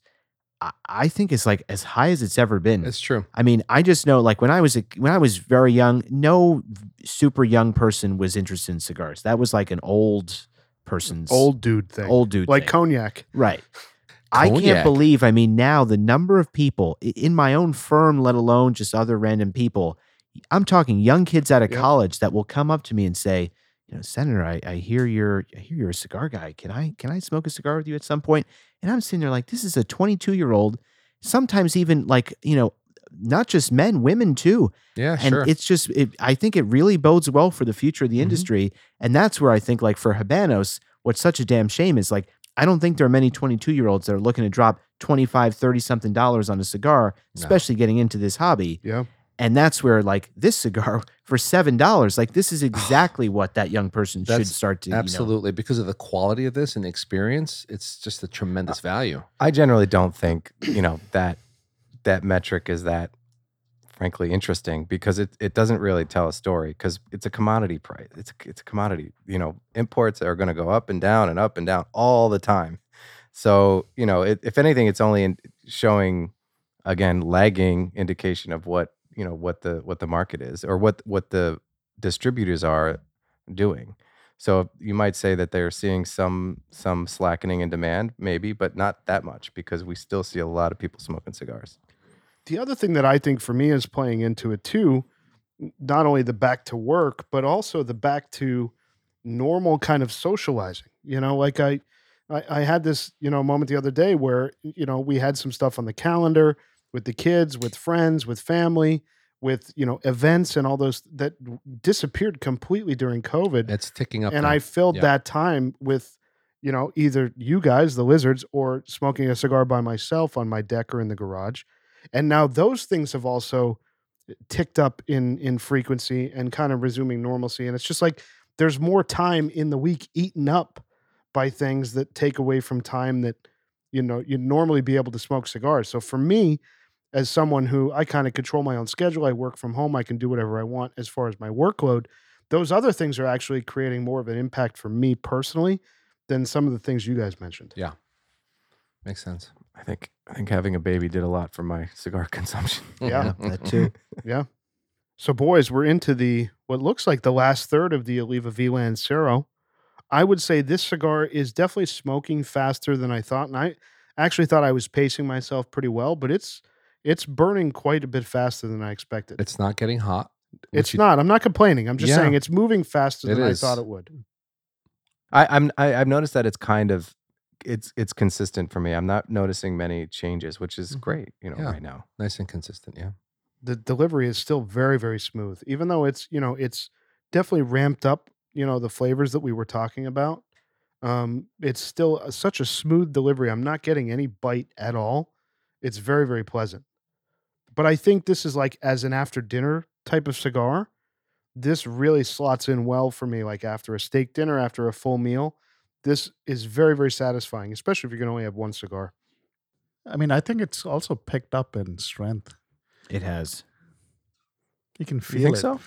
E: I- I think it's like as high as it's ever been.
B: It's true.
E: I mean, I just know like when I was a, when I was very young, no super young person was interested in cigars. That was like an old person's
A: Old dude thing.
E: old dude
A: like
E: thing.
A: cognac.
E: right. I can't
B: Cognac.
E: believe. I mean, now the number of people i- in my own firm, let alone just other random people, I'm talking young kids out of
A: Yep.
E: college that will come up to me and say, "You know, Senator, I, I hear you're I hear you're a cigar guy. Can I can I smoke a cigar with you at some point?" And I'm sitting there like, "This is a 22 year old. Sometimes even like you know, not just men, women too
B: Yeah,
E: and
B: sure.
E: it's just it, i think it really bodes well for the future of the
A: Mm-hmm.
B: Mhm.
E: industry and that's where i think like for habanos what's such a damn shame is like i don't think there are many 22 year olds that are looking to drop 25 30 something dollars on a cigar
B: No.
E: especially getting into this hobby
A: Yeah.
E: and that's where like this cigar for seven dollars like this is exactly what that young person should
B: That's
E: start to you know.
B: Absolutely, because of the quality of this and the experience, it's just a tremendous value.
D: I generally don't think you know that that metric is that frankly interesting because it, it doesn't really tell a story because it's a commodity price. It's a- it's a commodity. You know, imports are going to go up and down and up and down all the time. So you know, it, if anything, it's only in showing again lagging indication of what you know what the what the market is or what what the distributors are doing. So you might say that they're seeing some some slackening in demand, maybe, but not that much because we still see a lot of people smoking cigars.
A: The other thing that I think for me is playing into it too, not only the back to work, but also the back to normal kind of socializing. You know, like I, I, I had this you know moment the other day where you know we had some stuff on the calendar with the kids, with friends, with family, with you know events and all those that disappeared completely during COVID.
B: It's ticking up.
A: and
B: now.
A: I filled
B: Yeah.
A: that time with, you know, either you guys, the lizards, or smoking a cigar by myself on my deck or in the garage. And now those things have also eh, ticked up in in frequency and kind of resuming normalcy. And it's just like there's more time in the week eaten up by things that take away from time that you know you'd normally be able to smoke cigars. So for me, as someone who I kind of control my own schedule, I work from home, I can do whatever I want as far as my workload. Those other things are actually creating more of an impact for me personally than some of the things you guys mentioned.
B: Makes sense.
D: I think I think having a baby did a lot for my cigar consumption.
A: Yeah.
E: that too
A: So, boys, we're into the what looks like the last third of the Oliva V Lancero. I would say this cigar is definitely smoking faster than I thought, and I actually thought I was pacing myself pretty well, but it's it's burning quite a bit faster than I expected. It's,
B: It's not getting hot. which you-
A: not. I'm not complaining. I'm just
B: Yeah.
A: saying it's moving faster
B: It
A: than
B: is.
A: I thought it would.
D: I, I'm I, I've noticed that it's kind of it's it's consistent for me. I'm not noticing many changes, which is
B: Mhm.
D: great, you know,
B: Yeah.
D: right now.
B: nice and consistent. Yeah.
A: the delivery is still very very smooth even though it's you know it's definitely ramped up you know the flavors that we were talking about um it's still a- such a smooth delivery i'm not getting any bite at all it's very very pleasant but i think this is like as an after dinner type of cigar this really slots in well for me like after a steak dinner after a full meal this is very very satisfying especially if you can only have one cigar
C: I mean, I think it's also picked up in strength.
E: it has
C: You can feel
D: think
C: it.
D: so?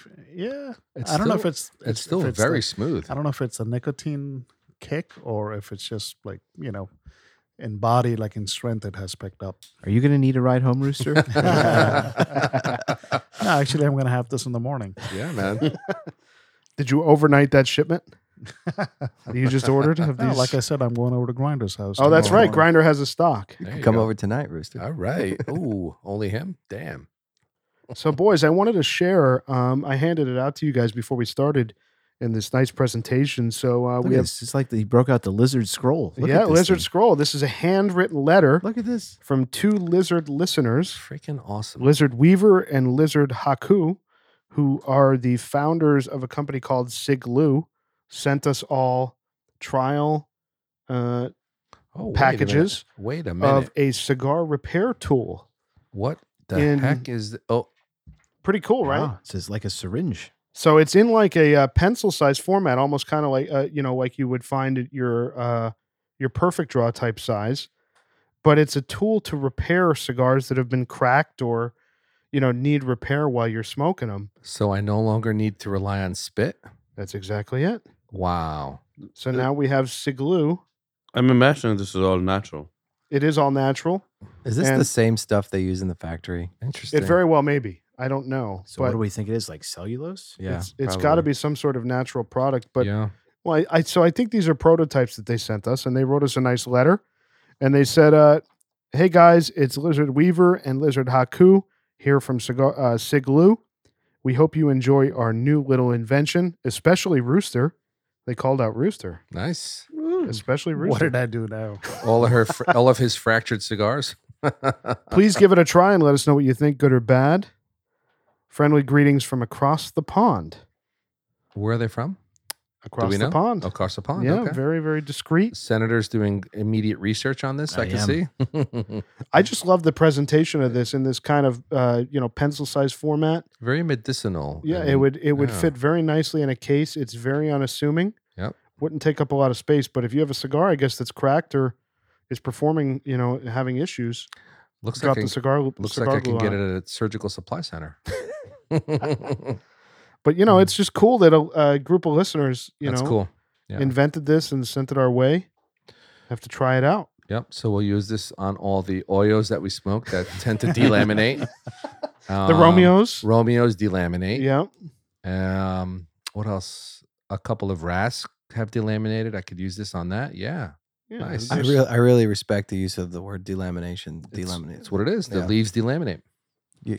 C: Yeah.
B: It's
C: I don't know
B: still-
C: if it's
B: It's, still
C: if
B: very
C: the-
B: smooth.
C: I don't know if it's a nicotine kick or if it's just like you know, in body like in strength it has picked up.
E: are you gonna need a ride home rooster
C: No, actually, I'm gonna have this in the morning.
B: yeah, man.
A: did you overnight that shipment that you just ordered of
C: No,
A: these
C: like I said, I'm going over to Grinder's house.
A: Oh, that's
C: tomorrow
A: right.
C: morning.
A: Grinder has a stock.
B: There you
D: Come
B: go.
D: over tonight, Rooster.
B: All right. Ooh, only him. Damn.
A: So, boys, I wanted to share. Um, I handed it out to you guys before we started in this nice presentation. So uh,
E: Look
A: we
E: at
A: have,
E: this. it's like the, he broke out the lizard scroll Look at
A: yeah,
E: this
A: Lizard
E: thing.
A: Scroll. This is a handwritten letter
E: look at this
A: from two lizard listeners,
B: Freaking awesome.
A: Lizard Weaver and Lizard Haku, who are the founders of a company called Siglu, sent us all trial uh,
B: Oh, wait a minute.
A: packages
B: Wait a minute.
A: of a cigar repair tool.
B: what the
A: in-
B: heck is? th- oh,
A: Pretty cool, right?
E: Wow, it's just like a syringe
A: So it's in like a uh, pencil size format, almost kind of like uh, you know, like you would find at your uh, your perfect draw type size. But it's a tool to repair cigars that have been cracked or you know need repair while you're smoking them.
B: so I no longer need to rely on spit.
A: That's exactly it.
B: Wow.
A: So now we have Siglu.
F: I'm imagining this is all natural.
A: It is all natural.
D: Is this the
A: And-
D: same stuff they use in the factory?
B: Interesting.
A: It very well may be. I don't know.
E: So what do we think it is? Like cellulose?
D: Yeah,
A: it's, it's got to
D: probably.
A: be some sort of natural product. But
B: yeah.
A: Well, I, I so I think these are prototypes that they sent us, and they wrote us a nice letter, and they said, uh, "Hey guys, it's Lizard Weaver and Lizard Haku here from Cigar, uh, Siglu. We hope you enjoy our new little invention, especially Rooster. They called out Rooster,
B: Nice.
A: especially
C: Hmm. What
A: Rooster.
C: did I do now?
B: All of her, fr- all of his fractured cigars.
A: Please give it a try and let us know what you think, good or bad. Friendly greetings from across the pond.
B: Where are they from?
A: Across
B: we
A: the
B: know?
A: pond.
B: Across the pond.
A: Yeah,
B: okay.
A: very very discreet.
B: Senators doing immediate research on this. I,
E: I
B: can
E: am.
B: see.
A: I just love the presentation of this in this kind of uh, you know pencil size format.
B: Very medicinal.
A: Yeah, it
B: and-
A: would it would
B: Mm-hmm. yeah.
A: fit very nicely in a case. It's very unassuming.
B: Yep.
A: Wouldn't take up a lot of space, but if you have a cigar, I guess that's cracked or is performing, you know, having issues.
B: Looks
A: drop
B: like I,
A: the cigar.
B: looks
A: cigar
B: like I can
A: glue
B: get
A: on
B: it at a surgical supply center. That's
A: But you know, it's just cool that a, a group of listeners, you know,
B: Mm-hmm. cool. yeah.
A: invented this and sent it our way. Have to try it out.
B: Yep. So we'll use this on all the Oyos that we smoke that tend to delaminate.
A: The
B: Um,
A: Romeos.
B: Romeos delaminate.
A: yeah.
B: Um, what else? A couple of Rask have delaminated. I could use this on that. Yeah.
A: yeah
B: nice.
D: I
A: there's-
D: really, I really respect the use of the word delamination. Delaminate.
B: It's what it is. The
D: Yeah.
B: leaves delaminate.
D: You-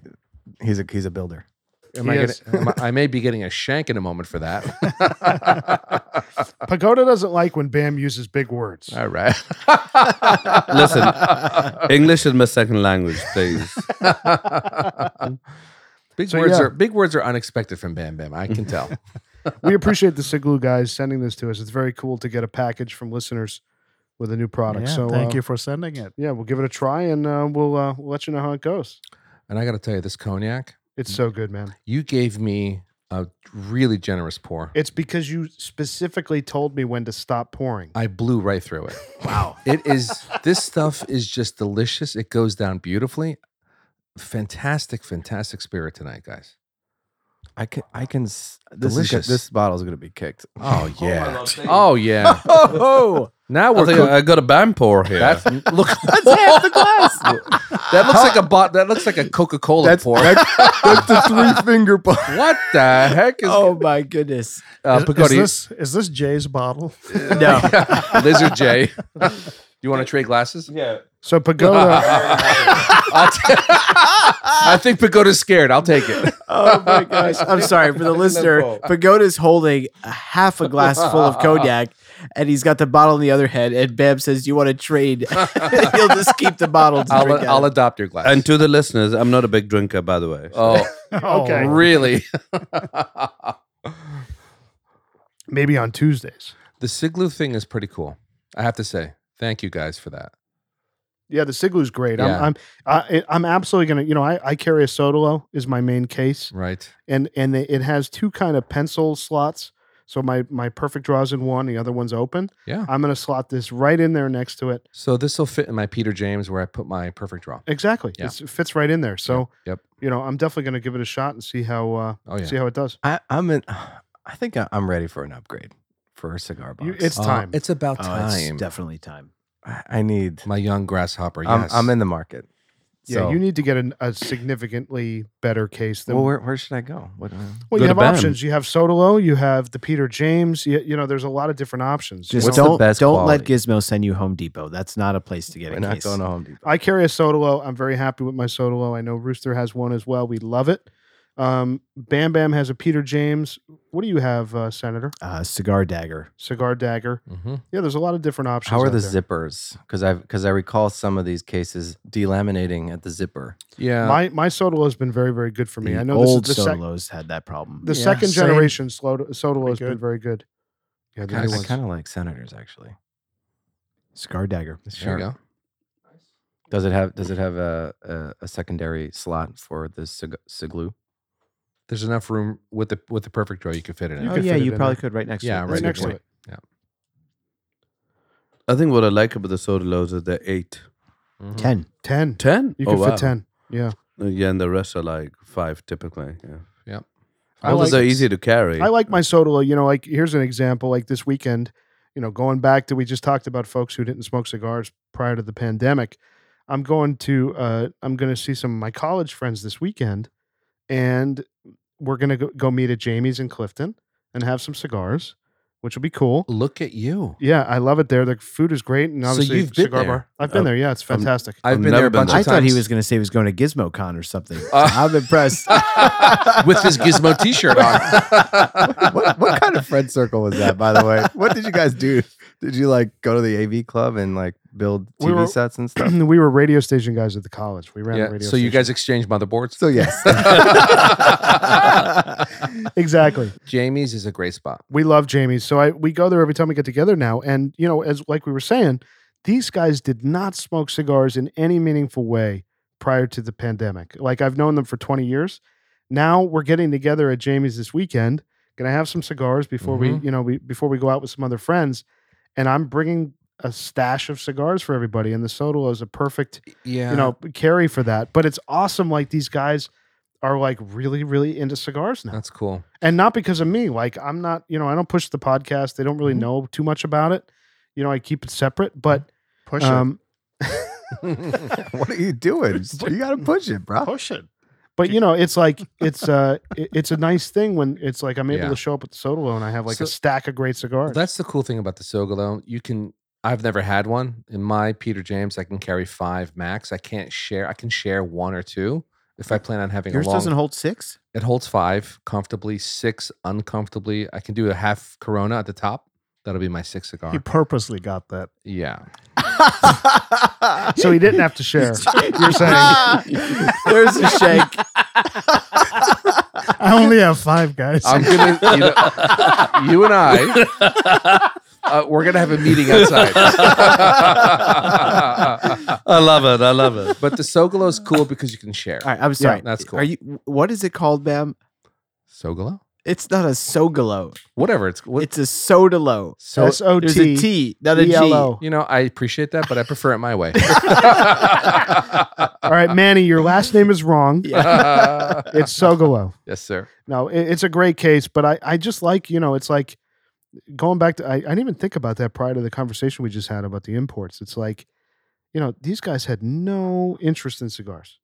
D: he's a he's a builder.
B: Am
A: He
B: I,
A: is.
B: gonna, am I, I may be getting a shank in a moment for that.
A: Pagoda doesn't like when Bam uses big words.
B: all right.
F: Listen, English is my second language, please.
B: big
A: So,
B: words
A: yeah.
B: are big words are unexpected from Bam Bam. I can tell.
A: we appreciate the Siglu guys sending this to us. It's very cool to get a package from listeners with a new product.
C: Yeah,
A: so
C: thank
A: uh,
C: you for sending it.
A: Yeah, we'll give it a try and uh, we'll, uh, we'll let you know how it goes.
B: and I got to tell you, this cognac
A: It's so good, man.
B: you gave me a really generous pour.
A: It's because you specifically told me when to stop pouring.
B: I blew right through it. Wow. It is this stuff is just delicious. It goes down beautifully. Fantastic, fantastic spirit tonight, guys.
D: I can I can. s- This is go-
B: Delicious.
D: this bottle's gonna be kicked.
B: Oh yeah. Oh yeah.
E: Oh,
B: Now
F: I,
B: we're
F: think
B: cook-
F: I got a band pour here.
B: that's look that's half the glass. That looks like a bot that looks like a Coca-Cola pour.
D: that's the three finger bottle.
B: what the heck is
E: oh my goodness!
B: uh,
C: Is- is,
B: Picotti-
C: this is this Jay's bottle?
E: No,
B: Lizard J. you want to trade glasses? Yeah.
A: So Pagoda,
B: I think Pagoda's scared. I'll take it.
E: oh my gosh! I'm sorry for the listener. Pagoda's holding a half a glass full of Kodak, and he's got the bottle in the other hand. And Bab says, "You want to trade? He'll just keep the bottle." To
B: I'll,
E: drink out
B: I'll
E: of.
B: adopt your glass.
F: and to the listeners, I'm not a big drinker, by the way.
B: oh,
A: okay,
B: really?
A: maybe on Tuesdays.
B: The Siglu thing is pretty cool. I have to say, thank you guys for that.
A: Yeah, the Siglu's great.
B: Yeah.
A: I'm I'm I, I'm absolutely gonna. You know, I, I carry a Sodalo is my main case,
B: Right?
A: and and they, it has two kind of pencil slots. So my my perfect draws in one, the other one's open.
B: Yeah.
A: I'm gonna slot this right in there next to it.
B: So this will fit in my Peter James where I put my perfect draw.
A: Exactly,
B: Yeah.
A: It's, it fits right in there. So
B: Yep.
A: you know, I'm definitely gonna give it a shot and see how uh,
B: Oh yeah.
A: see how it does.
D: I, I'm in. I think I, I'm ready for an upgrade for a cigar box.
A: You- it's
B: Uh,
A: time.
B: it's about
E: Oh, it's
B: time.
E: definitely time.
D: I I need.
B: my young grasshopper.
D: I'm,
B: Yes.
D: I'm in the market.
A: Yeah,
D: So-
A: you need to get an, a significantly better case than.
D: Well,
A: Well,
D: where, where should I go? What, uh,
F: go
A: you
F: to
A: have
F: Bam.
A: options. You have Sodalo. You have the Peter James. You, you know, there's a lot of different options.
E: Just
D: What's the
E: don't
D: best
E: don't let
D: quality?
E: Gizmo send you Home Depot. That's not a place to get
D: we're
E: a
D: not
E: case.
D: going to Home Depot.
A: I carry a Sodalo. I'm very happy with my Sodalo. I know Rooster has one as well. We love it. Um, Bam Bam has a Peter James. What do you have, uh, Senator?
E: uh, cigar dagger.
A: Cigar Dagger.
B: hmm
A: Yeah, there's a lot of different options.
D: How are
A: out
D: the
A: there.
D: zippers? Because I because I recall some of these cases delaminating at the zipper.
B: Yeah.
A: My my Sodalo has been very very good for me.
E: The
A: I know
E: old
A: this is the, sec-
E: Solos had that problem.
A: the
C: Yeah,
A: second
C: same.
A: generation Sodalo has
C: Pretty
A: been
C: good.
A: very good. Yeah, the
B: Kinda
D: I
A: new
B: Nice.
A: ones.
D: kind of like senators actually.
E: cigar dagger.
D: It's
B: there you
D: sharp.
B: go.
D: Does it have Does it have a a, a secondary slot for the sig- siglu?
B: There's enough room with the with the perfect draw. You could fit it in.
A: You
E: oh
A: could
E: yeah,
A: fit it
E: you
A: in
E: probably
A: there.
E: could right next.
B: Yeah,
E: to it.
A: It's
B: right
A: next to
B: point.
A: it.
F: I think what I like about the soda loads is they're eight.
B: Mhm.
E: Ten.
A: Ten.
F: Ten?
A: You can
F: oh,
A: fit
F: wow.
A: ten. Yeah.
F: Uh, Yeah, and the rest are like five typically. Yeah.
B: Yep.
A: I
F: Well,
A: like
F: they're
B: uh,
A: it.
F: easy to carry.
A: I like my Sodalo. You know, like here's an example. Like this weekend, you know, going back to we just talked about folks who didn't smoke cigars prior to the pandemic. I'm going to uh, I'm going to see some of my college friends this weekend, and we're going to go, go meet at Jamie's in Clifton and have some cigars, which will be cool.
B: Look at you.
A: Yeah, I love it there. The food is great, and
B: So
A: obviously
B: you've been
A: cigar
B: there. Oh,
A: bar. I've been
F: Um,
A: there. Yeah, it's
F: um,
A: fantastic.
B: I've,
F: I've
B: been there
F: never
B: a
F: been
B: bunch
F: there.
E: I
B: of times.
E: thought he was going to say he was going to GizmoCon or something.
B: Uh,
E: I'm impressed.
B: with his Gizmo T-shirt on.
D: what, what kind of friend circle was that, by the way? What did you guys do? Did you like go to the AV club and like build TV
A: We were-
D: sets and stuff?
A: we were radio station guys at the college. We ran the
B: Yeah.
A: radio.
B: So you
A: station.
B: guys exchange motherboards.
D: So yes,
A: exactly.
B: Jamie's is a great spot.
A: We love Jamie's. So I we go there every time we get together now. And you know, as like we were saying, these guys did not smoke cigars in any meaningful way prior to the pandemic. Like I've known them for 20 years. Now we're getting together at Jamie's this weekend. Gonna have some cigars before
B: Mhm.
A: we, you know, we before we go out with some other friends. And I'm bringing a stash of cigars for everybody. And the Sodal is a perfect
B: Yeah.
A: you know carry for that but it's awesome like these guys are like really really into cigars now
B: that's cool.
A: and not because of me like i'm not you know i don't push the podcast they don't really know too much about it you know i keep it separate but
C: Push
A: um
D: what are you doing? You gotta push it,
C: it.
D: bro.
C: Push it.
A: but you know it's like it's uh it- it's a nice thing when it's like i'm able
B: Yeah.
A: to show up at the sodalo and i have like
B: So-
A: a stack of great cigars
B: That's the cool thing about the Sogalo. You can. I've never had one in my Peter James. I can carry five max. I can't share. I can share one or two if I plan on having
E: Yours
B: a long.
E: doesn't hold six.
B: It holds five comfortably, six uncomfortably. I can do a half Corona at the top. That'll be my sixth cigar.
C: He purposely got that.
B: yeah.
A: so he didn't have to share you're saying
E: saying there's a shake.
C: I only have five guys.
B: I'm gonna. You, know, you and I. Uh, we're gonna have a meeting outside.
F: I love it. I love it.
B: but the Sogalo is cool because you can share.
E: All right, I'm sorry.
B: that's cool.
E: Are you? What is it called, ma'am?
B: Sogalo,
E: It's not a sogalo.
B: whatever it's. What,
E: It's a sodalo.
B: so
E: There's a
A: s-o-t
E: T, E not a G.
A: E-L-O.
B: you know, I appreciate that, but I prefer it my way.
A: all right manny your last name is wrong it's sogolo
B: yes, sir.
A: No, it, it's a great case, but I, I just like, you know, it's like going back to, I, I didn't even think about that prior to the conversation we just had about the imports. It's like, you know, these guys had no interest in cigars.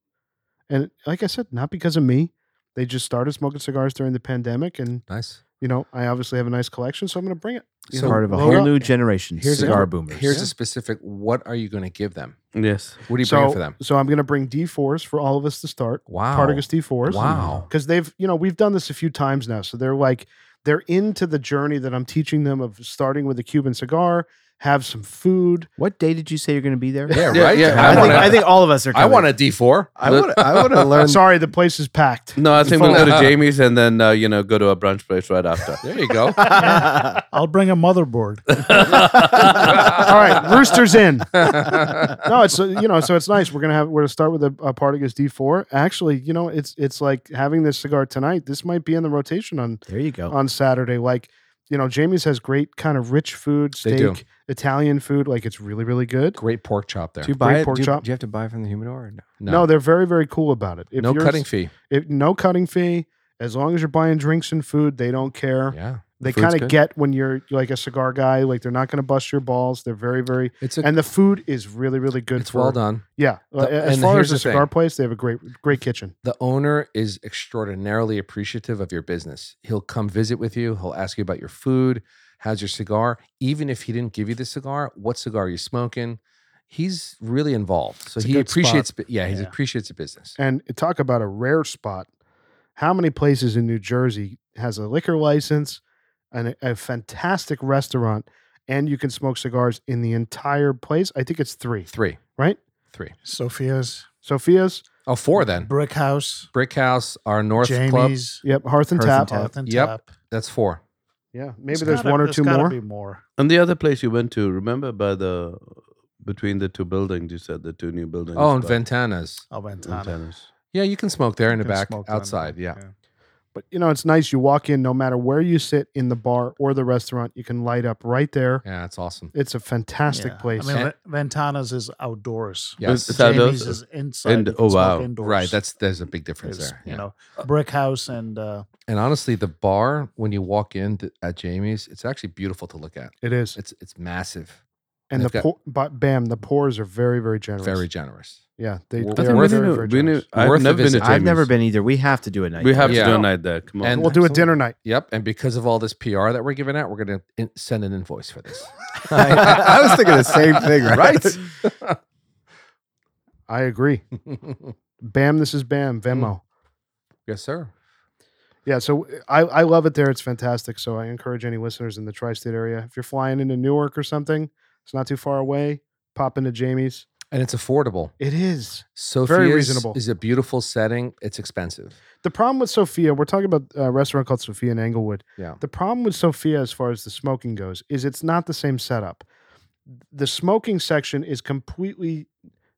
A: And like I said, not because of me. They just started smoking cigars during the pandemic. And,
B: Nice.
A: you know, I obviously have a nice collection, so I'm going to bring it. You
B: So
A: know,
E: Part of a
A: load
E: whole
A: up.
E: new generation.
B: Here's a-
E: cigar boomers.
B: Here's a specific. What are you going to give them?
F: Yes.
B: What are you
A: so,
B: bringing for them?
A: So I'm going to bring D4s for all of us to start.
B: Wow.
A: Partagas D4s.
B: Wow.
A: because they've you know we've done this a few times now so they're like they're into the journey that i'm teaching them of starting with a cuban cigar have some food
E: what day did you say you're going to be there?
B: Yeah.
F: Yeah,
B: Right.
F: yeah,
E: I,
F: I
E: think,
F: wanna-
E: I think all of us are.
B: I
E: coming.
B: want a D four.
D: I would I would have learned
A: Uh, sorry the place is packed
F: No, I think we'll
B: full.
F: go to Jamie's and then uh, you know go to a brunch place right after.
B: There you go.
C: I'll bring a motherboard.
A: all right roosters in no it's uh, you know so it's nice we're gonna have we're gonna start with a, a partagas d4 actually you know it's it's like having this cigar tonight this might be in the rotation on
E: There you
D: Oh.
E: go.
A: on saturday like you know jamie's has great kind of rich food
B: They do.
A: steak italian food like it's really really good
B: Great pork chop there.
D: Do you buy
A: Great
D: it?
A: pork
D: do, you,
A: chop.
D: do you have to buy from the humidor or no?
A: no. they're very very cool about it if
B: no
A: you're-
B: cutting fee.
A: It, no cutting fee. As long as you're buying drinks and food, they don't care.
B: Yeah.
A: They
F: Food's
A: kind of
F: good.
A: get when you're like a cigar guy. Like they're not going to bust your balls. They're very, very,
B: It's a.
A: and the food is really, really good.
B: it's well done.
A: Yeah. Uh,
B: The-
A: as
B: and
A: far
B: here's
A: as the
B: the thing.
A: cigar place, they have a great, great kitchen.
B: The owner is extraordinarily appreciative of your business. He'll come visit with you. He'll ask you about your food. How's your cigar? Even if he didn't give you the cigar, what cigar are you smoking? He's really involved. So
C: It's a
B: he
C: good spot.
B: appreciates. bu- Yeah, he
C: Yeah.
B: appreciates the business.
A: And talk about a rare spot. How many places in New Jersey has a liquor license and a, a fantastic restaurant, and you can smoke cigars in the entire place? I think it's three,
B: Three,
A: right?
B: three.
C: Sophia's
A: Sophia's,
B: Oh, four then.
C: Brick House,
B: Brick House, our North Club.
C: Jamie's,
A: yep, Hearth and
E: Hearth
A: Tap.
E: and Tap.
C: Hearth and
B: Yep.
C: Tap.
B: That's four.
A: Yeah, maybe
C: It's
A: there's
C: gotta-
A: one or
C: there's
A: two
C: gotta
A: more.
C: Be more.
F: And the other place you went to, remember by the between the two buildings, you said the two new buildings.
B: Oh, and
F: by-
B: Ventanas.
C: I'll
F: Ventanas.
B: Yeah, you can smoke there in
C: You
B: the
C: can
B: back
C: smoke them.
B: outside. Yeah.
A: But you know, it's nice. You walk in, no matter where you sit in the bar or the restaurant, you can light up right there.
B: Yeah, that's awesome.
A: It's a fantastic
C: Yeah.
A: place.
C: I mean,
B: And-
C: Ve- Ventana's is outdoors.
B: Yes.
F: It's outdoors?
C: Jamie's is inside.
F: And-
C: you can
F: oh,
C: smoke
F: wow.
C: indoors.
B: Right. That's there's a big difference
C: It's,
B: there.
C: you
B: Yeah.
C: know brick house and uh,
B: And honestly, the bar when you walk in th- at Jamie's, it's actually beautiful to look at.
A: it is,
B: It's it's massive,
A: and the
B: they've got-
A: pour, but bam, the pours are very, very generous.
B: very generous.
A: yeah, they,
B: Worth-
A: they are
B: I think
A: very,
B: we
A: very,
F: we need,
A: generous.
F: I've
B: Worth a
F: never been to
B: visit.
F: Jamie's.
E: I've never been either. We have to do a night.
F: We have
E: there.
B: Yeah.
F: to do a night there. Come on.
B: And-
A: We'll do a
B: Absolutely.
A: dinner night.
B: Yep. And because of all this PR that we're giving out, we're going to in- send an invoice for this.
D: I, I was thinking the same thing, right?
B: right?
A: I agree. Bam, this is
B: Mm.
A: Bam Venmo.
B: yes, sir.
A: Yeah, so I, I love it there. It's fantastic. So I encourage any listeners in the tri-state area, if you're flying into Newark or something, it's not too far away. Pop into Jamie's.
B: And it's affordable.
A: It is.
B: Sophia's
A: reasonable.
B: is a beautiful setting. It's expensive.
A: The problem with Sophia, we're talking about a restaurant called Sophia in Englewood.
B: Yeah.
A: The problem with Sophia, as far as the smoking goes, is it's not the same setup. The smoking section is completely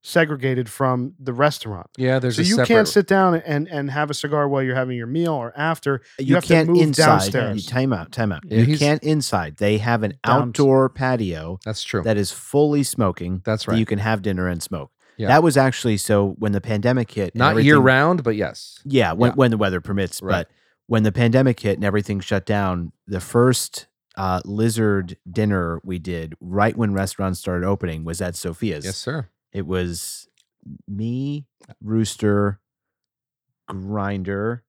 A: segregated from the restaurant.
B: Yeah, there's
A: So
B: a
A: you
B: separate,
A: can't sit down and, and have a cigar while you're having your meal or after.
E: You,
A: have to
E: can't
A: move
E: inside.
A: downstairs.
E: You- Time out. Time out.
B: Yeah,
E: you
B: he's-
E: can't inside. They have an
C: Down-
E: outdoor patio
B: That's true.
E: that is fully smoking.
B: That's
E: That
B: right.
E: you can have dinner and smoke.
B: Yeah.
E: That was actually so when the pandemic hit. and
B: Not
E: everything-
B: year round, but yes.
E: Yeah, when,
B: Yeah.
E: when the weather permits.
B: Right.
E: But when the pandemic hit and everything shut down, the first uh, lizard dinner we did right when restaurants started opening was at Sophia's.
B: Yes, sir.
E: It was me, Rooster, Grinder,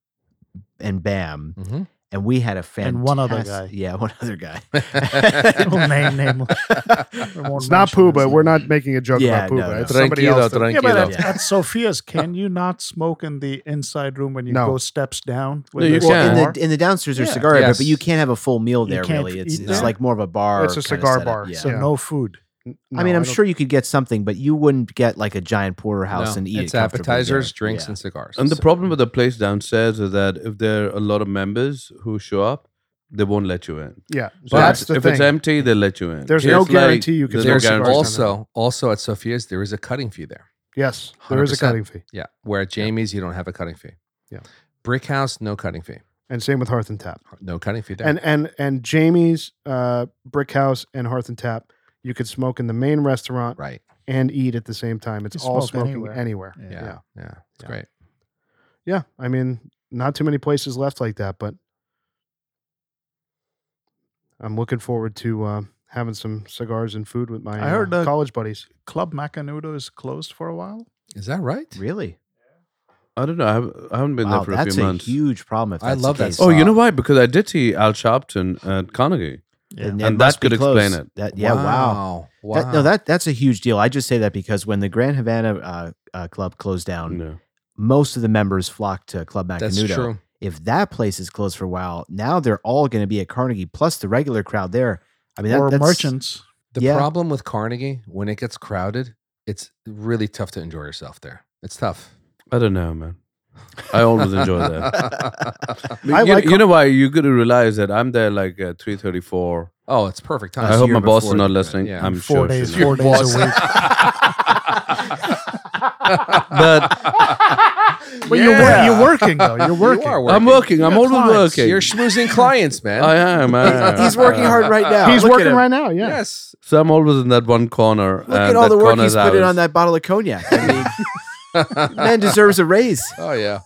E: and Bam.
B: Mhm.
E: And we had a fantastic.
C: And one other guy.
E: Yeah, one other guy. Oh,
C: We'll name- name-
A: It's not Pooba. We're
C: not.
A: not making a joke
E: Yeah,
A: about Pooba.
E: no, no.
A: It's somebody
F: Tranquilo,
A: else. that-
F: tranquilo.
C: Yeah, but at,
E: Yeah.
C: at Sophia's, can you not smoke in the inside room when you
A: No.
C: go steps down?
F: No, you
C: the
F: can.
E: In
C: cigar?
E: the, in the downstairs there's
F: Yeah.
E: cigar, area, but, but you
B: Yes.
E: can't have a full meal
C: You
E: there,
C: can't
E: really. It's,
C: eat
E: it's
C: there.
E: like more of a bar.
A: It's a
E: kinda
A: cigar
E: setup.
A: bar,
E: Yeah.
C: so
A: yeah.
C: no food.
E: I mean,
A: No,
E: I'm
A: don't-
E: sure you could get something, but you wouldn't get like a giant porterhouse
B: No,
E: and eat
B: it's
E: it comfortably there.
B: appetizers, drinks,
E: Yeah.
B: and cigars.
F: And the
B: So-
F: problem with the place downstairs is that if there are a lot of members who show up, they won't let you in.
A: Yeah,
F: So
A: that's the
F: if
A: thing.
F: it's empty, they let you in.
A: There's
F: Here
A: no
F: it's like-
A: guarantee you can
F: there's
B: there's
A: no cigars down
B: also also at Sophia's there is a cutting fee there.
A: yes, there is a
B: 100%.
A: cutting fee,
B: Yeah, where at Jamie's you don't have a cutting fee.
A: Yeah.
B: Brick House no cutting fee.
A: and same with Hearth and Tap.
B: No cutting fee there.
A: And and and Jamie's uh, Brick House and Hearth and Tap, you could smoke in the main restaurant
B: right.
A: and eat at the same time. It's
C: You
A: all
C: smoke
A: smoking
C: anywhere.
A: anywhere.
B: Yeah.
A: Yeah.
B: Yeah. It's
A: Yeah.
B: great.
A: Yeah, I mean, not too many places left like that, but I'm looking forward to uh, having some cigars and food with my
C: I heard
A: uh,
C: that-
A: college buddies.
C: Club Macanudo is closed for a while.
B: Is that right?
E: Really?
F: I don't know. I haven't, I haven't been
E: Wow,
F: there for
E: that's
F: a few
E: a
F: months.
E: huge problem. If
B: I
E: that's the
B: love that
E: case.
F: oh, you know
B: Uh,
F: why? Because I did see Al Sharpton at Carnegie.
E: And,
F: And
E: must
F: that could
E: be close.
F: explain it.
E: That, yeah, wow.
B: Wow.
E: That- no, that that's a huge deal. I just say that because when the Grand Havana uh, uh, Club closed down,
F: No.
E: most of the members flocked to Club
B: that's
E: Macanudo.
B: true.
E: If that place is closed for a while, now they're all going to be at Carnegie, plus the regular crowd there. I mean, that,
C: or
E: that's,
C: merchants.
B: The
E: Yeah.
B: problem with Carnegie when it gets crowded, it's really tough to enjoy yourself there. It's tough.
F: I don't know, man. I always enjoy that.
B: that.
A: I
F: you,
A: like
F: you know why? You got to realize that I'm there like at 3:34.
B: oh, it's perfect
A: Uh,
B: time.
F: I hope my boss is not listening. I'm
C: Four
F: sure
C: days,
F: she's
C: four
F: not.
C: days a week.
B: but
C: But Uh-huh. you're, wor- you're working though. You're working.
B: are
F: I'm working. I'm
C: got
F: always
C: clients.
F: working.
B: You're schmoozing clients, man.
F: I am. I am.
E: He's working hard right now.
A: He's
E: Look at
A: working
E: him.
A: right now. Yeah.
B: Yes.
F: So I'm always in that one corner.
E: Look
F: and
E: at all
F: that
E: the work
F: corner's
E: he's put in
F: ours.
E: on that bottle of cognac. I mean,
B: oh
E: man deserves a raise.
B: yeah.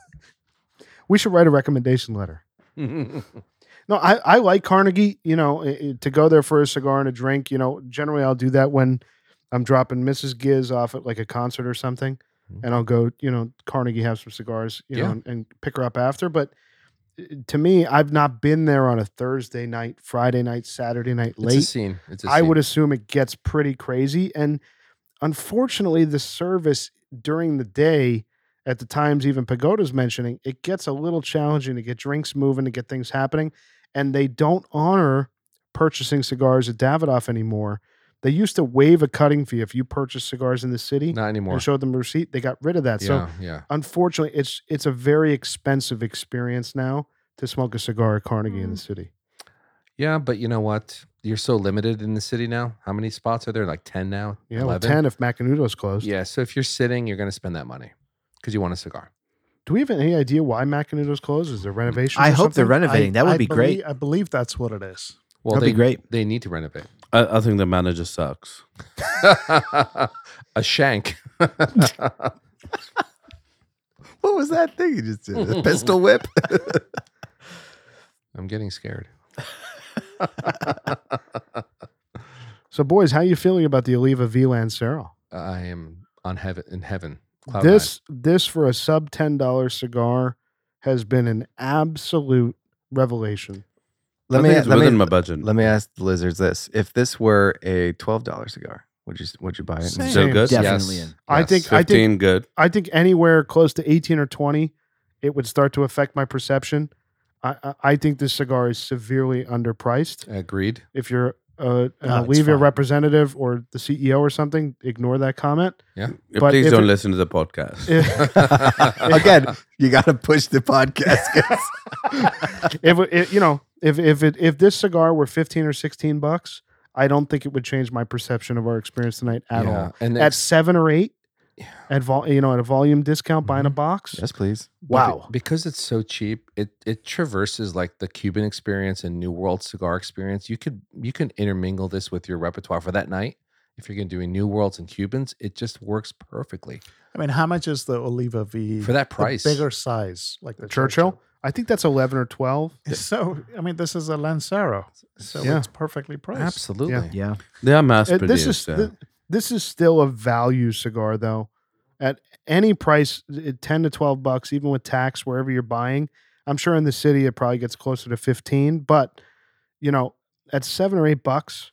A: We should write a recommendation letter. No, I, I like Carnegie, you know, i- i- to go there for a cigar and a drink. You know, generally I'll do that when I'm dropping Mrs. Giz off at like a concert or something.
B: Mhm.
A: And I'll go, you know, Carnegie, have some cigars, you
B: Yeah.
A: know, and, and pick her up after. But uh, to me, I've not been there on a Thursday night, Friday night, Saturday night
B: It's a
A: late.
B: scene. It's a
A: I
B: scene.
A: would assume it gets pretty crazy. And unfortunately, the service during the day, at the times even Pagoda's mentioning, it gets a little challenging to get drinks moving, to get things happening. And they don't honor purchasing cigars at Davidoff anymore. They used to waive a cutting fee if you purchased cigars in the city
B: not anymore.
A: and showed them a receipt. They got rid of that. So
B: yeah, yeah.
A: unfortunately, it's it's a very expensive experience now to smoke a cigar at Carnegie in the
B: Mm.
A: city.
B: Yeah, but you know what? You're so limited in the city now. How many spots are there? Like 10 now?
A: Yeah, well, ten if Macanudo's closed.
B: Yeah, so if you're sitting, you're going to spend that money because you want a cigar.
A: Do we have any idea why Macanudo's closed? Is there renovation?
E: I hope they're renovating. That would be
C: believe-
E: great.
C: I believe that's what it is.
B: Well,
E: That'd
B: they,
E: be great.
B: They need to renovate.
F: I, I think the manager sucks.
B: a shank.
D: What was that thing you just did? A pistol whip?
B: I'm getting scared.
A: So, boys, how you feeling about the Oliva V Lancero?
B: I am on heaven in heaven. Cloud
A: this this for a sub ten dollar cigar has been an absolute revelation.
F: I
D: Let
F: think
D: me
F: it's
D: let
F: within
D: me
F: my budget.
D: let me ask the lizards this: If this were a twelve dollar cigar, would you would you buy it?
A: Same.
F: Still good.
B: nine.
E: Yeah. definitely in.
A: I think I think
F: Fifteen good.
A: I think anywhere close to eighteen or twenty, it would start to affect my perception. I I, I think this cigar is severely underpriced.
B: Agreed.
A: If you're uh, an
E: No, it's
A: Oliva
E: fine.
A: representative or the CEO or something, ignore that comment.
F: Yeah,
A: But
F: Please
A: if
F: don't
A: it-
F: listen to the podcast.
D: Again, you got to push the podcast. guys.
A: if it, you know if if it if this cigar were 15 or 16 bucks i don't think it would change my perception of our experience tonight at
B: Yeah.
A: all
B: And
A: at
B: that's
A: seven or eight
B: Yeah. Mm-hmm.
A: at vol you know at a volume discount buying a box
D: yes, please.
E: Wow.
B: because it's so cheap, it it traverses like the Cuban experience and New World cigar experience. You could you can intermingle this with your repertoire for that night. If you're gonna do New Worlds and Cubans, it just works perfectly
C: I mean, how much is the Oliva V
B: for that
C: the
B: price.
C: bigger size, like the
A: churchill i think that's 11 or 12
C: Churchill? So, I mean, this is a Lancero, so
A: Yeah.
C: it's perfectly priced.
B: Absolutely.
E: Yeah.
F: They are mass
A: Uh,
F: produced.
A: this is
F: yeah.
A: th- this is still a value cigar though at any price it- 10 to 12 bucks even with tax wherever you're buying i'm sure in the city it probably gets closer to 15 but you know at 7 or 8 bucks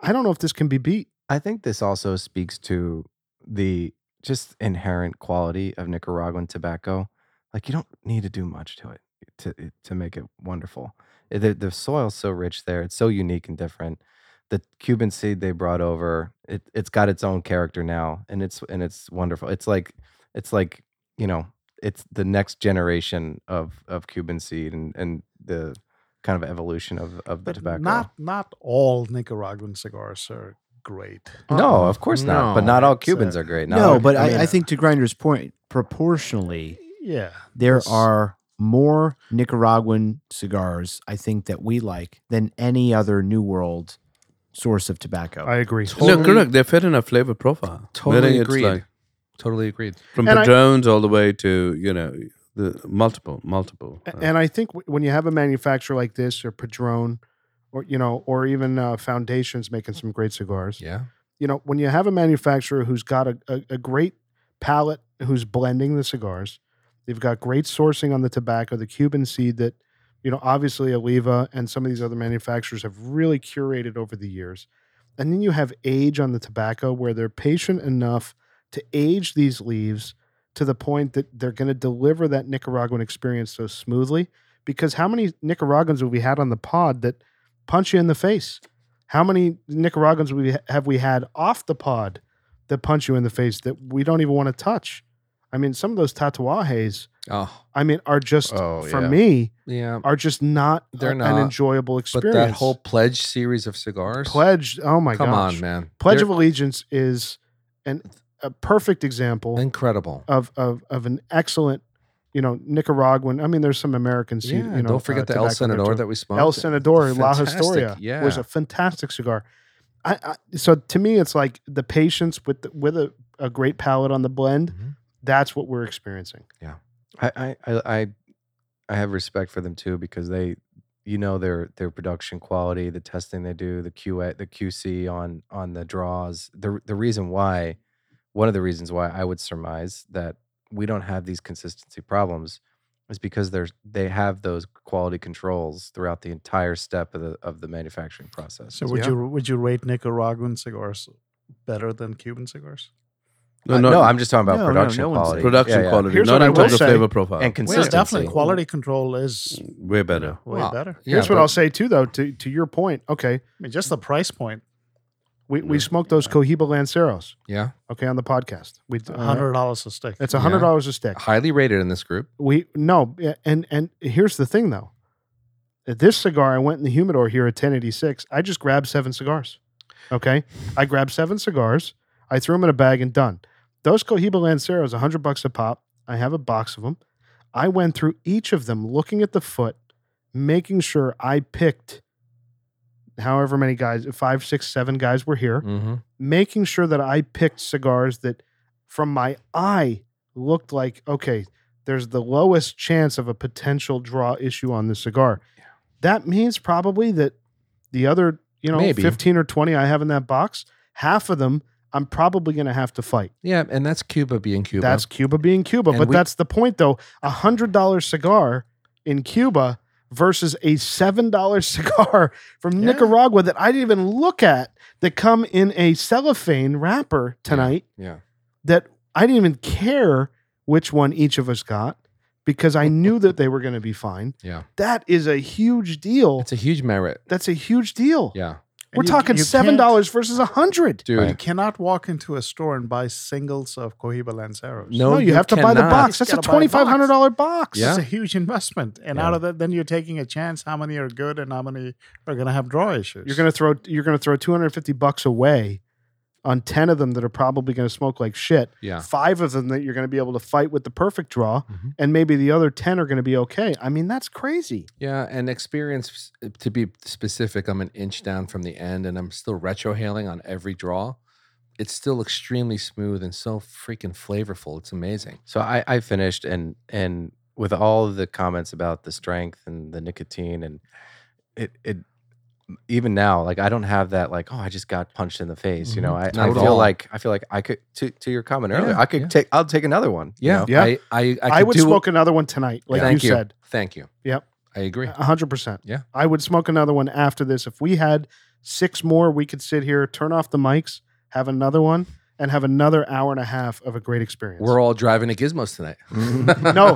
A: i don't know if this can be beat
D: I think this also speaks to the just inherent quality of Nicaraguan tobacco. Like you don't need to do much to it to eh, to make it wonderful. Eh, The the soil's so rich there. It's so unique and different. The Cuban seed they brought over, it it's got its own character now, and it's and it's wonderful. It's like it's like you know, it's the next generation of of Cuban seed and and the kind of evolution of of the
C: But
D: tobacco.
C: not not all Nicaraguan cigars are great.
D: no, of course not. But
B: no,
D: not all
C: it's, uh,
D: Cubans are great. Not
E: No,
D: all-
E: but I,
C: mean-
E: I think to Grinder's point, proportionally,
C: Yeah,
E: there
C: Yes.
E: are more Nicaraguan cigars I think that we like than any other New World source of tobacco.
A: i agree
F: no, correct. They fit in a flavor profile.
B: Totally
F: Really, it's
B: agreed.
F: like
B: totally agreed.
F: from
A: And I-
F: Padrones all the way to you know the multiple, multiple.
A: A- And I think w- when you have a manufacturer like this, or Padron, or you know, or even uh, Foundations making some great cigars,
B: Yeah.
A: you know, when you have a manufacturer who's got a, a, a great palate, who's blending the cigars, they've got great sourcing on the tobacco, the Cuban seed that, you know, obviously Oliva and some of these other manufacturers have really curated over the years. And then you have age on the tobacco where they're patient enough to age these leaves to the point that they're going to deliver that Nicaraguan experience so smoothly. Because how many Nicaraguans have we had on the pod that punch you in the face? How many Nicaraguans we have we had off the pod that punch you in the face that we don't even want to touch? I mean, some of those tatuajes,
B: Oh
A: I mean, are just
D: Oh,
A: for
D: yeah.
A: me
B: yeah.
A: are just not
B: They're
A: a-
B: not,
A: an enjoyable
B: But
A: experience.
B: that whole pledge series of cigars.
A: pledge, oh my
B: come
A: gosh,
B: on, man.
A: Pledge
B: They're
A: of Allegiance is an a perfect example
B: incredible.
A: of of of an excellent, you know, Nicaraguan. I mean, there's some American seed.
B: yeah,
A: you know,
B: don't forget
A: uh,
B: the El
A: tobacco in there,
B: Senador
A: too.
B: that we smoked.
A: El Senador La
B: Fantastic,
A: Historia
B: yeah.
A: was a fantastic cigar. I, I so to me, it's like the patience with the, with a, a great palate on the blend.
B: Mhm.
A: That's what we're experiencing.
D: I, I I I I have respect for them too because they you know their their production quality, the testing they do, the QA, the QC on on the draws. The the reason why one of the reasons why I would surmise that we don't have these consistency problems is because there's they have those quality controls throughout the entire step of the of the manufacturing process.
C: So would
A: Yeah.
C: you would you rate Nicaraguan cigars better than Cuban cigars?
D: Uh, no, I'm just talking about
E: No, no,
D: production
E: no one's-
D: quality.
F: production
D: Yeah, yeah.
F: quality,
A: Here's
F: not
A: what I
F: in
A: will
F: terms of
A: say.
F: flavor profile.
D: and
C: Well,
D: consistency.
C: definitely quality control is
F: Way better.
C: way
B: Wow.
C: better.
B: Yeah,
A: Here's what
B: but-
A: I'll say too, though, to to your point. Okay,
C: I mean, just the price point,
A: we, we smoked those Cohiba Lanceros.
B: Yeah,
A: Okay, on the podcast, we
C: a hundred dollars a stick.
A: It's a hundred
B: Yeah.
A: dollars a stick.
B: highly rated in this group.
A: We no, yeah, and and here's the thing though. This cigar, I went in the humidor here at 1086. I just grabbed seven cigars. Okay, I grabbed seven cigars. I threw them in a bag and done. Those Cohiba Lanceros, 100 bucks a pop. I have a box of them. I went through each of them, looking at the foot, making sure I picked however many guys, five, six, seven guys were here,
B: Mm-hmm.
A: making sure that I picked cigars that from my eye looked like, okay, there's the lowest chance of a potential draw issue on the cigar. That means probably that the other, you know,
B: Maybe.
A: 15 or 20 I have in that box, half of them I'm probably going to have to fight.
B: Yeah, and that's Cuba being Cuba.
A: That's Cuba being Cuba.
B: And
A: but
B: we-
A: that's the point, though. A hundred dollar cigar in Cuba versus a seven dollar cigar from
B: Yeah.
A: Nicaragua that I didn't even look at that come in a cellophane wrapper tonight
B: yeah.
A: that I didn't even care which one each of us got because I knew that they were going to be fine.
B: Yeah.
A: That is a huge deal.
B: It's a huge merit.
A: That's a huge deal.
B: Yeah,
A: We're
C: And you-
A: talking
C: you
A: seven
C: can't-
A: dollars versus a hundred.
B: dude.
C: You cannot walk into a store and buy singles of Cohiba Lanceros.
B: No,
A: No, you, have to buy the
B: cannot.
A: box.
C: You
A: That's a
C: gotta buy
A: twenty
C: a box.
A: five hundred dollar box.
B: Yeah.
C: It's a huge investment. And
B: Yeah.
C: out of that, then you're taking a chance how many are good and how many are going to have draw issues.
A: You're gonna throw you're gonna throw 250 bucks away on 10 of them that are probably gonna smoke like shit.
B: Yeah.
A: Five of them that you're gonna be able to fight with the perfect draw,
B: Mhm.
A: and maybe the other 10 are gonna be okay. I mean, that's crazy.
B: Yeah, and experience uh, to be specific, I'm an inch down from the end and I'm still retrohaling on every draw. It's still extremely smooth and so freaking flavorful. It's amazing.
D: So I, I finished and and with all of the comments about the strength and the nicotine and it it even now like I don't have that like oh I just got punched in the face you know I,
B: Mm-hmm. Not
D: I
B: at
D: feel
B: all.
D: like I feel like I could to to your comment earlier
B: Yeah,
D: I could
B: yeah.
D: take I'll take another one you know?
A: Yeah.
B: I I, I,
A: I,
B: could
A: would
B: do-
A: smoke another one tonight, like
B: Thank
A: you, said.
B: Thank you.
A: Yep. Uh,
B: I agree.
A: 100%.
B: Yeah.
A: I would smoke another one after this. If we had six more, we could sit here, turn off the mics, have another one, and have another hour and a half of a great experience.
B: We're all driving to Gizmos tonight.
A: No.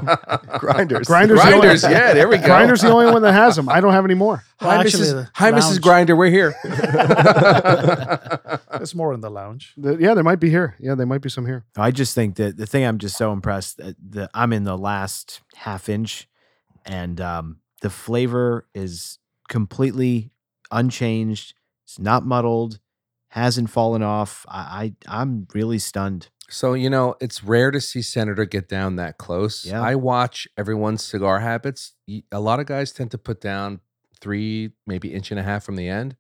D: grinders
A: Grinders, the only-
B: Mm-hmm. Grinders, yeah, there we go.
A: Grinders the only one that has them. I don't have any more.
C: Well,
B: hi,
C: actually,
B: Mrs.
C: the
B: Hi, Mrs.
C: lounge-
B: Grinder. We're here.
C: It's more in the lounge.
A: The- yeah, there might be here. Yeah, there might be some here.
E: I just think that the thing I'm just so impressed that the, I'm in the last half inch, and um, the flavor is completely unchanged. It's not muddled, hasn't fallen off. I, I I'm really stunned.
B: So, you know, it's rare to see Senator get down that close.
E: Yeah.
B: I watch everyone's cigar habits. Y- A lot of guys tend to put down three, maybe inch and a half from the end.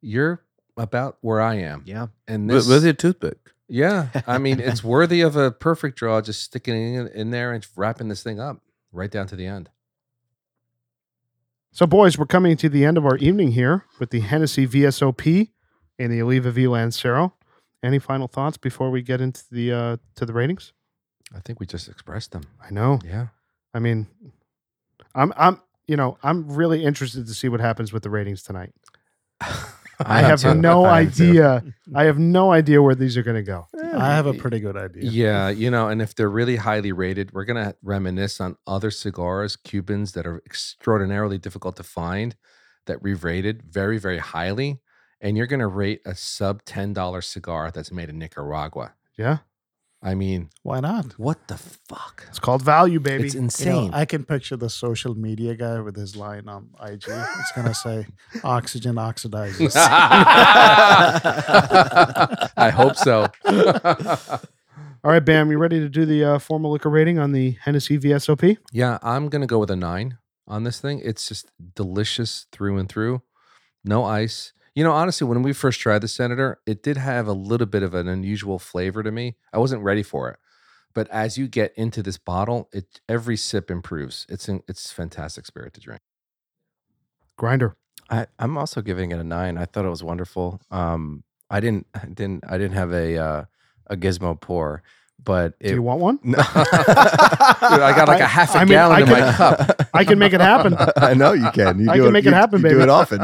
B: You're about where I am.
E: Yeah,
B: And
F: With,
B: this,
F: with your toothpick.
B: yeah, I mean, it's worthy of a perfect draw, just sticking it in, in there and wrapping this thing up right down to the end.
A: So, boys, we're coming to the end of our evening here with the Hennessy VSOP and the Oliva V Lancero. Any final thoughts before we get into the uh, to the ratings?
B: I think we just expressed them.
A: I know.
B: Yeah.
A: I mean, I'm I'm you know I'm really interested to see what happens with the ratings tonight. I,
D: am
A: have
D: too.
A: no
D: I am too.
A: idea. I have no idea where these are going to go.
C: I have a pretty good idea.
B: Yeah, you know, and if they're really highly rated, we're gonna reminisce on other cigars, Cubans that are extraordinarily difficult to find, that we've rated very, very highly, and you're gonna rate a sub ten dollar cigar that's made in Nicaragua.
A: Yeah,
B: I mean,
C: Why not?
B: what the fuck?
A: it's called value, baby.
B: It's
C: You know,
B: insane.
C: I can picture the social media guy with his line on IG. It's going to say, oxygen oxidizes.
B: I hope so.
A: All right, Bam, you ready to do the uh, formal liquor rating on the Hennessy VSOP?
B: Yeah, I'm gonna go with a nine on this thing. It's just delicious through and through. No ice. You know, honestly, when we first tried the Senator, it did have a little bit of an unusual flavor to me. I wasn't ready for it, but as you get into this bottle, it every sip improves. It's an, it's fantastic spirit to drink.
A: Grinder.
D: I, I'm also giving it a nine. I thought it was wonderful. Um, I didn't, I didn't, I didn't have a uh, a gizmo pour, but it,
A: Do you want one?
D: No.
B: I got like a half a
A: I mean,
B: gallon
A: I
B: in
A: could-
B: my cup.
A: I can make it happen.
D: I know you can. You
A: I
D: do
A: can make it
D: you-
A: happen,
D: you
A: baby.
D: Do it often.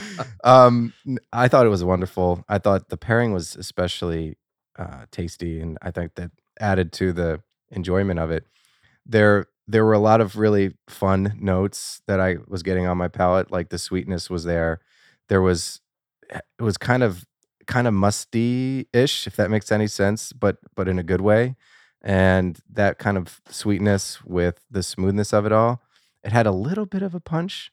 D: um, n- I thought it was wonderful. I thought the pairing was especially uh, tasty, and I think that added to the enjoyment of it. There, there were a lot of really fun notes that I was getting on my palate. Like the sweetness was there. There was, eh, it was kind of, kind of musty ish, if that makes any sense, but but in a good way. And that kind of sweetness with the smoothness of it all it had a little bit of a punch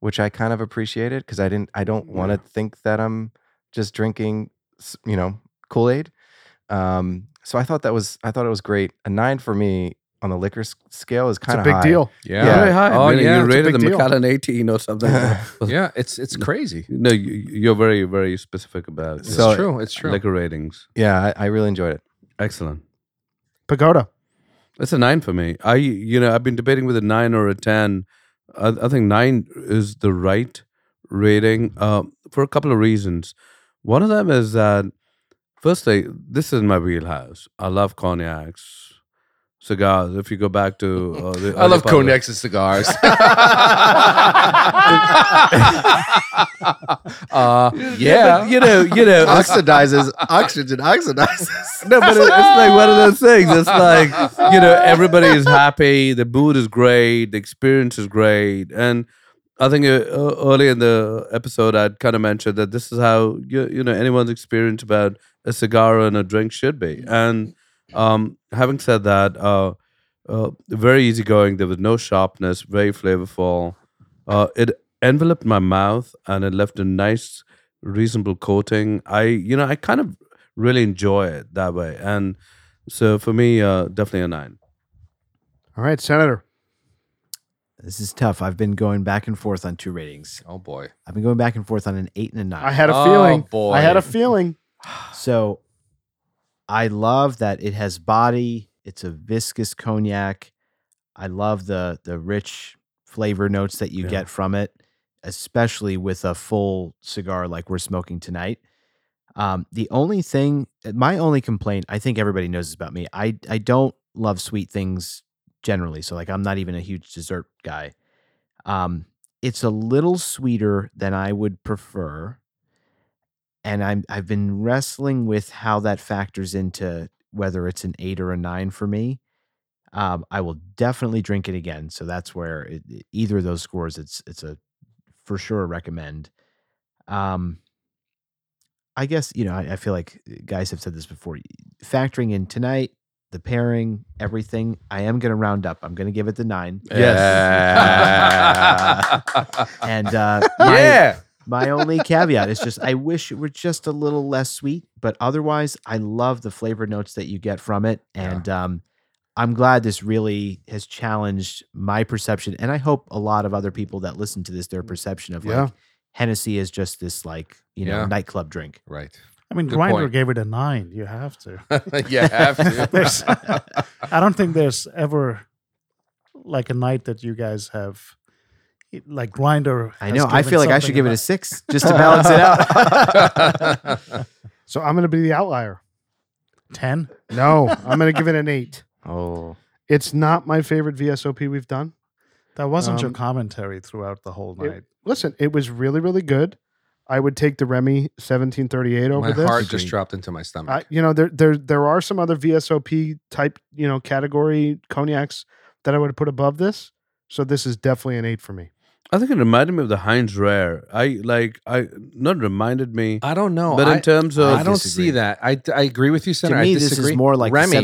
D: which i kind of appreciated because i didn't i don't
A: Mm-hmm.
D: want to think that i'm just drinking s- you know kool-aid um so I thought that was I thought it was great. A nine for me on the liquor s- scale is
A: It's
D: kind
A: a
D: of
A: big deal.
B: Yeah.
F: Very high.
B: Oh,
F: Meaning
B: yeah.
A: it's
F: You
A: a
F: rated the
A: big deal.
F: Macallan 18 or something.
B: Yeah. It's it's crazy.
F: No, you, you're very, very specific about
B: It's
D: So-
B: true. It's true.
F: liquor ratings.
D: Yeah, I, I really enjoyed it.
F: Excellent.
A: Pagoda.
F: That's a nine for me. I, you know, I've been debating with a nine or a ten. I, I think nine is the right rating uh, for a couple of reasons. One of them is that, firstly, this is my wheelhouse. I love cognacs, cigars. If you go back to, uh, the
B: I
F: early
B: love
F: part of the-
B: cognacs and cigars. uh,
F: but,
B: yeah.
F: you know, you know, it's-
D: Oxidizes, oxygen oxidizes.
F: No, but it- it's like one of those things. It's like you know, everybody is happy. The mood is great. The experience is great. And I think uh, uh, early in the episode, I'd kind of mentioned that this is how you, you know anyone's experience about a cigar and a drink should be. And um, having said that, uh, uh, very easygoing. There was no sharpness. Very flavorful. Uh, it enveloped my mouth and it left a nice, reasonable coating. I, you know, I kind of really enjoy it that way. And so for me, uh, definitely a nine.
A: All right, Senator.
E: This is tough. I've been going back and forth on two ratings.
B: Oh boy.
E: I've been going back and forth on an eight and a nine.
A: I had a
B: Oh,
A: feeling.
B: boy.
A: I had a feeling.
E: So I love that it has body. It's a viscous cognac. I love the the rich flavor notes that you
F: Yeah.
E: get from it, especially with a full cigar like we're smoking tonight. Um, the only thing, uh, my only complaint, I think everybody knows this about me. I I don't love sweet things generally. So like I'm not even a huge dessert guy. Um, it's a little sweeter than I would prefer. And I'm I've been wrestling with how that factors into whether it's an eight or a nine for me. Um, I will definitely drink it again. So that's where it, it- either of those scores, it's it's a for sure recommend. Um, I guess you know I, I feel like uh, guys have said this before. Factoring in tonight, the pairing, everything. I am going to round up. I'm going to give it the nine.
B: Yeah.
E: And uh, my,
B: yeah.
E: my only caveat is just I wish it were just a little less sweet, but otherwise I love the flavor notes that you get from it,
B: Yeah.
E: and um, I'm glad this really has challenged my perception, and I hope a lot of other people that listen to this their
B: Mm.
E: perception of
A: Yeah.
E: like Hennessy is just this like you know
B: Yeah.
E: nightclub drink.
B: Right.
C: I mean,
B: Good
C: Grinder
B: point.
C: gave it a nine. You have to.
B: you have
C: There's-
B: to.
C: I don't think there's ever like a night that you guys have like Grinder.
E: I know. I feel like I should give it a six just to balance it out.
A: So I'm going to be the outlier.
C: ten.
A: No, I'm going to give it an eight.
D: Oh,
A: It's not my favorite VSOP we've done.
C: That wasn't your
A: Um,
C: commentary throughout the whole
A: It-
C: night.
A: listen, it was really, really good. I would take the Remy 1738 over
B: My
A: this.
B: heart just dropped into my stomach.
A: I, you know, there there there are some other VSOP type, you know, category cognacs that I would put above this. So this is definitely an eight for me.
F: I think it reminded me of the Heinz Rare. I like, I not reminded me,
B: I don't know.
F: but
B: Oh, I,
F: in terms of
B: I don't
E: disagree.
B: see that. I, I agree with you,
E: to
B: Senator.
E: me,
B: I
E: this
B: disagree.
E: is more like the
B: Remy.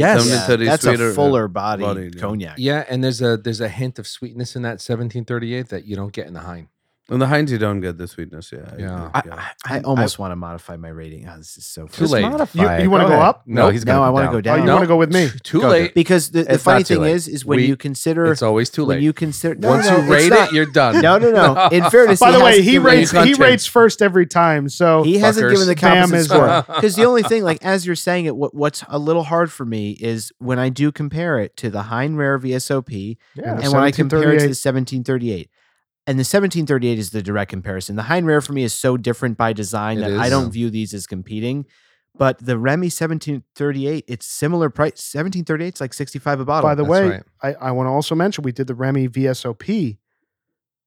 B: Yes.
E: Yeah,
F: 1738
E: that's
F: sweeter,
E: a
F: uh,
E: fuller body,
F: body, yeah.
E: cognac.
B: Yeah, and there's a there's a hint of sweetness in that 1738 that you don't get in the Hein.
F: and the Heinz you don't get the sweetness. Yeah, I
B: Yeah.
F: agree,
E: I, I, I almost want to modify my rating. Oh, this is so
B: Too
E: frustrating.
B: late.
A: You,
D: Fine.
A: want to
D: Go
A: go
D: ahead.
A: up?
D: no,
E: Nope.
D: he's
E: No,
D: gonna
E: I
D: go
E: wanna
D: down.
E: go down.
A: Oh, you
B: No.
A: want to go with me?
B: Too
D: Go
B: late.
E: because the, the
D: It's
E: funny
D: not too
E: thing
D: late.
E: is, is when
B: We-
E: you consider
B: It's always too
E: when
B: late.
E: you consider no,
B: Once
E: no,
B: you
E: it's
B: rate
E: not-
B: it, you're done.
E: No, no, no. In fairness,
A: By the way,
E: hasn't
A: he
E: given
A: rates
E: the-
A: he
B: content.
A: rates first every time. So
E: he hasn't
B: Fuckers.
E: given the
A: Bam
E: composite
A: is
E: score
A: one.
E: because the only thing, like as you're saying it, what what's a little hard for me is when I do compare it to the Hein Rare VSOP
A: yeah,
E: and when I compare it to the
A: 1738.
E: 1738. And the 1738 is the direct comparison. The Hein Rare for me is so different by design
B: It
E: that
B: is.
E: I don't view these as competing. But the Remy 1738, it's similar price. 1738 is like 65 a bottle.
A: by the
B: That's
A: way,
B: right.
A: I, I want to also mention we did the Remy VSOP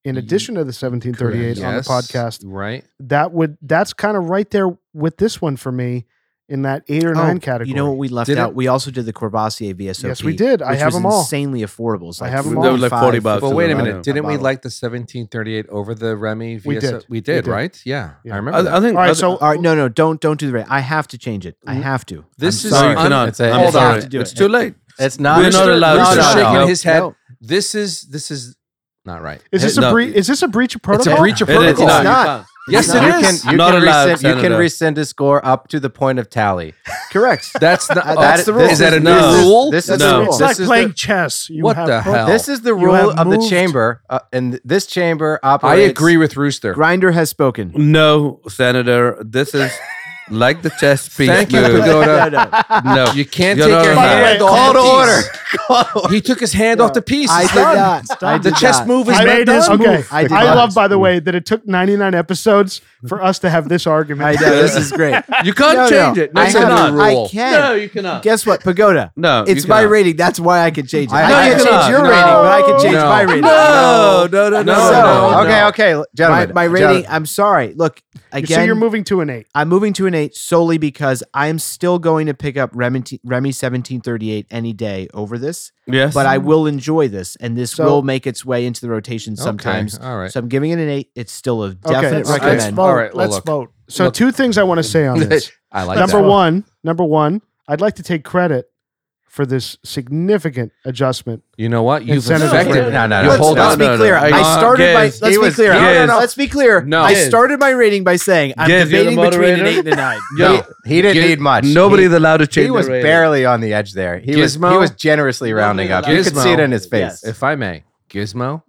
A: in
B: Ye-
A: addition to the 1738 on the
B: Yes,
A: podcast.
B: right?
A: that would that's kind of right there with this one for me in that eight or
E: Oh,
A: nine category.
E: You know what we left
B: Did
E: out?
B: it-
E: We also did the Corvassier VSOP.
A: Yes, we did. I
E: which
A: have
E: was
A: them all.
E: Insanely affordable. It's
A: I
E: like
A: have 'em all.
E: $45
A: They
F: were like 40 bucks
E: for
B: But
F: So
B: wait a
F: then I
B: minute,
F: don't-
B: didn't we
E: bottle.
B: like the 1738 over the Remy? VSO?
A: We did.
B: We did,
A: did.
B: right? Yeah,
A: Yeah.
B: I remember.
E: Uh,
F: I,
B: that.
F: I think.
A: All right,
F: I-
A: so
E: All right, no, no, don't don't do the rate. I have to change it. I
A: Mm.
E: have to.
B: this
E: I'm
B: is
F: no,
E: sorry.
F: you cannot.
D: It's a-
F: I'm
B: Hold
F: sorry.
B: on.
E: Do
F: It's
E: it.
F: too late.
D: It's not.
F: We're not
B: Mr.
F: allowed
B: Mr.
F: to
D: no,
B: shaking
D: no.
B: his head.
E: No.
B: This is this is not right.
A: is this a
F: No.
A: breach? Is this a breach of protocol?
B: breach of
F: It is
B: protocol.
E: It's not.
B: Yes,
D: you
B: it
D: can-
B: is.
D: you
F: Not
D: can
F: allowed,
D: rescind, you can
F: Senator.
D: rescind a score up to the point of tally. Correct.
B: That's not.
D: Uh,
B: that's
D: that-
B: the
D: this
B: rule. Is that a
F: no.
B: new
F: this is-
B: rule?
D: this is
F: No.
D: the rule.
C: It's
D: This
C: like
D: is
C: playing
D: the-
C: chess. You
B: What
C: have
B: the
C: pro-
B: hell?
D: This is the
C: You
D: rule
C: have
D: of the
C: moved.
D: chamber, uh, and this chamber
B: I
D: operates.
B: agree with Rooster.
E: Grinder has spoken.
F: No, Senator, this is like the chess piece.
B: Thank you,
F: move.
B: Pagoda.
F: No.
B: You can't
F: You're
B: take
F: not
B: your
F: allowed.
B: hand
C: By the way,
B: off
D: Call
B: the
D: to order.
B: piece. He took his hand off the piece.
E: I
B: It's
E: did
B: done.
E: not. I
B: The
E: did
B: chess
E: not.
B: move is
A: I
B: not
A: made
B: done.
A: this move.
E: I
A: I,
E: did not.
A: love, by the way, that it took 99 episodes for us to have this argument.
E: I know this is great.
F: You can't
E: No, no.
F: change it. No,
E: I
B: That's
F: you
B: a
E: have-
F: cannot.
B: new rule.
E: I can.
F: No, you cannot.
E: Guess what, Pagoda?
F: No,
E: it's
F: you
E: my
F: cannot.
E: rating. That's why I can change it.
D: I-
E: I,
D: No,
E: can't
F: you
E: change
F: cannot.
E: your
F: No.
E: rating, but I can change
B: No.
E: my rating.
F: No, no, no, no,
D: So,
F: no, no.
D: okay, okay,
E: My,
D: gentlemen.
E: my
D: gen-
E: rating. I'm sorry. Look
A: You
E: again.
A: see, you're moving to an eight.
E: I'm moving to an eight solely because I'm still going to pick up Remy, Remy 1738 any day over this,
F: Yes.
E: but I will enjoy this, and this
A: So-
E: will make its way into the rotation
B: Okay,
E: sometimes.
B: all right.
E: So I'm giving it an eight. It's still a definite
A: let's, let's
E: recommend.
A: vote.
B: All right, well,
A: let's
B: look.
A: vote. So,
B: Look.
A: two things I want to say on this.
B: I like
A: number
B: that.
A: one, number one, I'd like to take credit for this significant adjustment.
B: You know what? You've
A: Senator
B: affected.
A: Clinton.
D: No, no,
B: You
D: no.
E: Let's,
B: hold
E: let's
B: on.
E: be
F: no, no,
E: clear.
F: I-
E: I
F: uh,
E: started my.
F: Giz,
E: Let's
D: he
E: be
D: was-
E: clear. No, no, no.
F: Giz.
E: Let's be clear.
B: No.
E: I
B: Giz.
E: started my rating by saying I'm
F: Giz, you're the
E: debating between an
F: moderator?
E: eight and a nine.
F: Yo,
D: he didn't need much.
F: Nobody's allowed to change
D: He was
F: the rating.
D: barely on the edge there. He was he
B: Gizmo?
D: was generously rounding up. You could
B: Gizmo.
D: see it in his face.
E: Yes.
B: If I may, Gizmo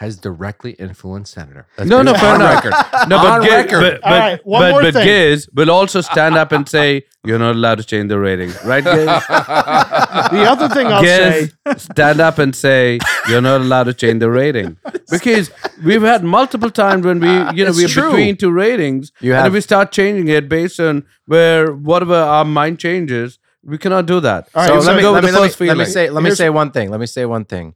B: has directly influenced Senator. That's
F: No,
B: been
F: no, fair
B: on
F: enough.
B: record.
F: No, but
B: On
F: Giz,
B: record.
F: but, but,
A: All right, one
F: but,
A: more
F: but
A: thing.
F: Giz will also stand up and say, "You're not allowed to change the rating, right,
A: The
F: Giz?"
A: other thing I'll say
F: Giz, stand up and say, "You're not allowed to change the rating," because we've had multiple times when we, you
B: It's
F: know, we're
B: true.
F: between two ratings,
D: You
F: and
D: have-
F: if we start changing it based on where whatever our mind changes, we cannot do that.
A: All right,
D: So
A: so
D: let me,
F: go
D: let,
F: with
D: me,
F: the
D: let,
F: first
D: me, let me
F: feeling.
D: say let me
A: Here's-
D: say one thing. Let me say one thing.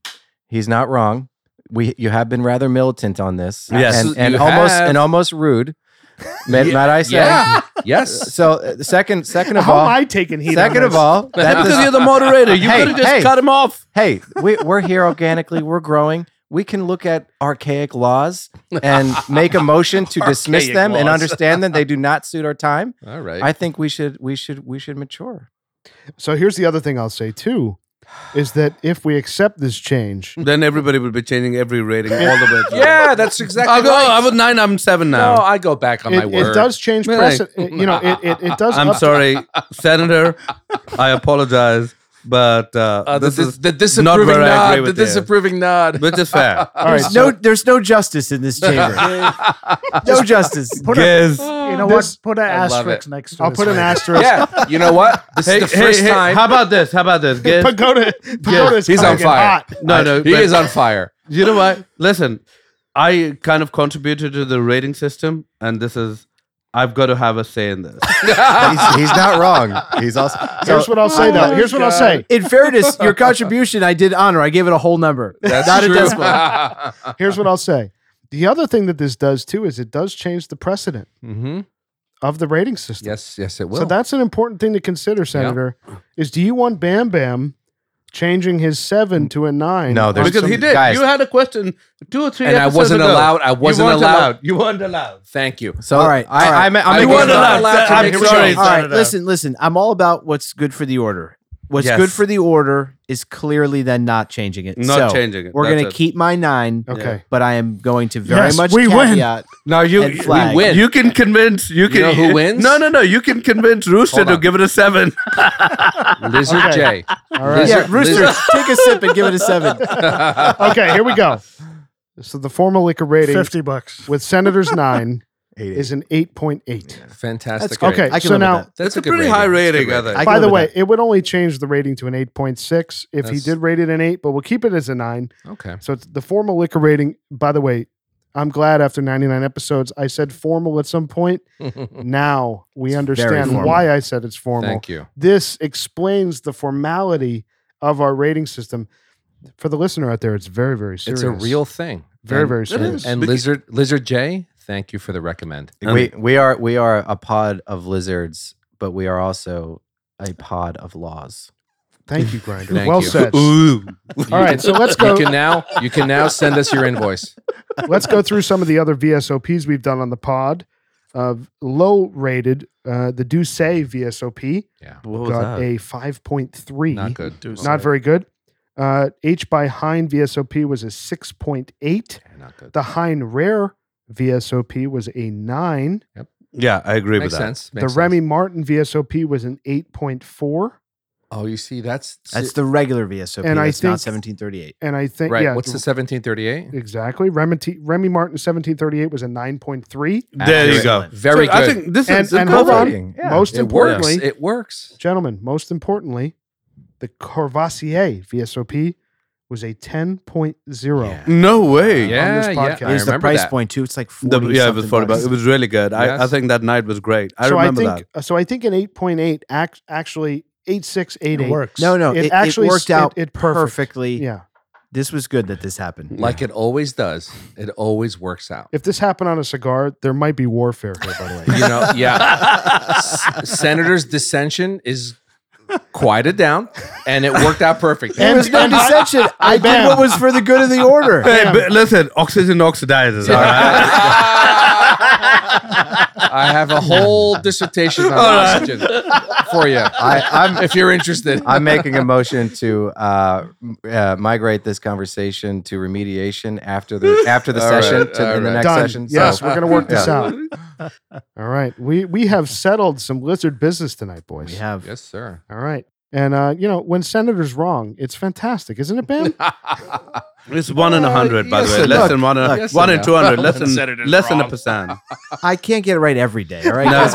D: He's not wrong. We you have been rather militant on this.
F: Yes,
D: and, and
B: you
D: almost
B: have.
D: and almost rude. Might might I say?
B: Yeah. yes.
D: So uh, second second of
A: how am
D: all
A: I taking heat? on
D: second of
A: this?
D: all that
F: because
D: does-
F: you're the moderator, you
D: Hey,
F: could have just
D: hey.
F: cut him off.
D: hey, we, we're here organically. We're growing. We can look at archaic laws and make a motion to dismiss
F: Archaic
D: them and
F: laws.
D: understand that they do not suit our time.
B: All right.
D: I think we should we should we should mature.
A: So here's the other thing I'll say too, is that if we accept this change,
F: Then everybody will be changing every rating all the way. through.
B: yeah, that's exactly.
F: I'll go.
B: right.
F: I was nine. I'm seven now.
B: No, I go back on
A: it,
B: my
A: it
B: word.
A: does change
F: Really?
A: precedent. eh, You know, it, it, it does.
F: I'm
A: up-
F: sorry, Senator. I apologize, but uh,
B: Uh, the,
F: this
B: dis-
F: is
B: the
F: not
B: disapproving
F: where I
B: nod.
F: agree
B: The
F: with you.
B: disapproving nod.
F: Which is fair.
A: All right, so
E: no, there's no justice in this chamber. no justice.
A: put a,
F: Yes.
C: You know
A: This-
C: what? Put an
B: I love
C: asterisk
B: it.
C: next to
A: I'll
C: this
A: put an
C: rating.
A: asterisk.
B: yeah. You know what? This
F: Hey,
B: is the
F: hey,
B: first
F: hey,
B: time.
F: how about this? How about this? Guess,
A: Pagoda, Pagoda is
B: He's on
A: fucking
B: fire.
A: hot.
F: No, no,
B: He
F: but-
B: is on fire.
F: you know what? Listen, I kind of contributed to the rating system, and this is I've got to have a say in this.
D: He's, he's not wrong. He's also
A: Here's what I'll say though. Here's what I'll say.
E: In fairness, your contribution I did honor. I gave it a whole number.
B: That's
E: Not
B: true.
E: a decimal.
A: Here's what I'll say. The other thing that this does too is it does change the precedent
B: hmm
A: of the rating system.
B: Yes, yes, it will.
A: So that's an important thing to consider, Senator. Is do you want Bam Bam changing his seven to a nine?
D: No, there's-
A: on
F: because
A: some-
F: he did.
D: guys-
F: you had a question two or three
B: and I
F: episodes
B: wasn't
F: ago.
B: allowed. I wasn't
F: you weren't
B: allowed.
F: You weren't allowed.
B: Thank you.
D: so
E: All right, all
D: I,
E: right.
D: I'm, I'm
B: You
D: making-
B: weren't allowed. to
F: I'm
B: make a
F: sorry.
B: choice.
E: All right,
F: Senator.
E: listen, listen. I'm all about what's good for the order. What's
F: Yes.
E: good for the order is clearly then not changing it.
F: Not
E: so
F: changing it.
E: We're
F: That's
E: going to
F: it.
E: keep my nine,
A: Okay.
E: but I am going to very
C: Yes,
E: much
C: we win.
E: caveat.
F: No, you
E: And flag.
F: we win. You can convince. You can.
B: know who wins?
F: No, no, no. You can convince Rooster
B: Hold
F: to
B: on.
F: give it a seven.
B: Lizard J.
A: All right.
E: Yeah, Rooster, take a sip and give it a seven.
A: okay, here we go. So the formal liquor rating
C: Fifty bucks.
A: with Senators nine
D: Eighty.
A: is an eight point eight.
B: Fantastic.
E: That's
A: Okay,
E: I can
A: so
E: live with
A: now
E: that.
B: That's
F: It's a
B: good
F: pretty high
B: It's a
F: rating,
B: good
F: I think.
E: I
A: by
E: can
A: the
E: live with
A: way, it would only change the rating to an eight point six if he
B: That's-
A: did rate it an eight, but we'll keep it as a nine.
B: Okay.
A: So it's the formal liquor rating. By the way, I'm glad after 99 episodes I said formal at some point. Now we understand
E: formal.
A: why I said it's formal.
B: Thank you.
A: This explains the formality of our rating system. For the listener out there, it's very, very serious.
B: It's a real thing.
A: very,
B: And-
A: very
F: It
A: serious.
F: is.
B: And
F: Beca-
B: Lizard Lizard J, thank you for the recommend.
D: we we are we are a pod of lizards, but we are also a pod of laws.
A: Thank you, Grinder.
B: Thank
A: well
B: you.
A: said. All
F: Ooh.
A: right, so let's go.
B: You can now you can now send us your invoice.
A: let's go through some of the other VSOPs we've done on the pod. Of low rated, uh, the Do Say VSOP
B: Yeah.
F: What was
A: got
F: that?
A: a five point three.
B: Not good.
A: Not very good. Uh, H by Hein VSOP was a 6.8.
B: Yeah, not good.
A: The Hein Rare VSOP was a nine.
F: Yeah, I agree
B: Makes
F: with that.
B: sense.
A: The
B: makes sense.
A: Remy Martin VSOP was an 8.4.
B: Oh, you see, that's
E: That's the regular VSOP.
A: And I
E: that's not
A: think-
E: 1738.
A: And I think,
B: right.
A: yeah.
B: What's the seventeen thirty eight?
A: Exactly. Remy, T- Remy Martin 1738 was a 9.3.
F: There you go.
E: Excellent.
B: Very
F: So
B: good.
F: I think this
A: And-
F: is this
A: and hold
F: perfect.
A: on.
D: Rating, yeah.
A: Most
B: it works.
A: importantly,
B: It works.
A: gentlemen, most importantly, the Corvassier VSOP was a 10.0.
E: Yeah.
F: No way.
B: Yeah,
A: this
B: yeah.
A: podcast.
B: I
A: Is
E: Is the
B: remember
E: price
B: that.
E: point too? It's like
F: The-
E: 40
F: yeah, it was
E: something
F: forty bucks.
E: bucks.
F: It was really good. I, I
B: Yes.
F: think that night was great. I
A: so
F: remember
A: I think, uh, So I think an 8.8 act, actually 8688.
C: It works.
E: No, no,
A: It
E: it,
A: actually
E: actually
A: s-
E: worked
A: it-
E: out
A: it perfect.
E: perfectly.
A: Yeah.
E: This was good that this happened.
B: Like it always does. It always works out.
A: If this happened on a cigar, there might be warfare here, by the way.
B: You know, yeah. S- Senator's dissension is quieted down, and it worked out perfect.
E: There was no
A: And I-
E: dissension. I did
A: bam.
E: what was for the good of the order.
F: that. Hey, but listen, oxygen oxidizes. All right.
B: I have a whole dissertation on oxygen for you,
D: I, I'm
B: if you're interested.
D: I'm making a motion to uh, m- uh, migrate this conversation to remediation after the after the
B: All right,
D: session to
B: all
D: the
B: right.
D: next
A: Done.
D: session. So-
A: Yes, we're gonna work this
D: Yeah.
A: out. All right, we we have settled some lizard business tonight, boys.
E: We have.
B: yes, sir.
A: All right, and uh, you know when senator's wrong, it's fantastic, isn't it, Ben?
F: It's one in a
B: Uh,
F: hundred, by the way.
B: yes,
F: Less
B: look,
F: than one, in a
B: look.
F: one in
B: Yes,
F: two hundred.
B: no.
F: Less than
B: Senator's
F: less than a
B: wrong.
F: percent.
E: I can't get it right every day. All right.
F: No.
E: That's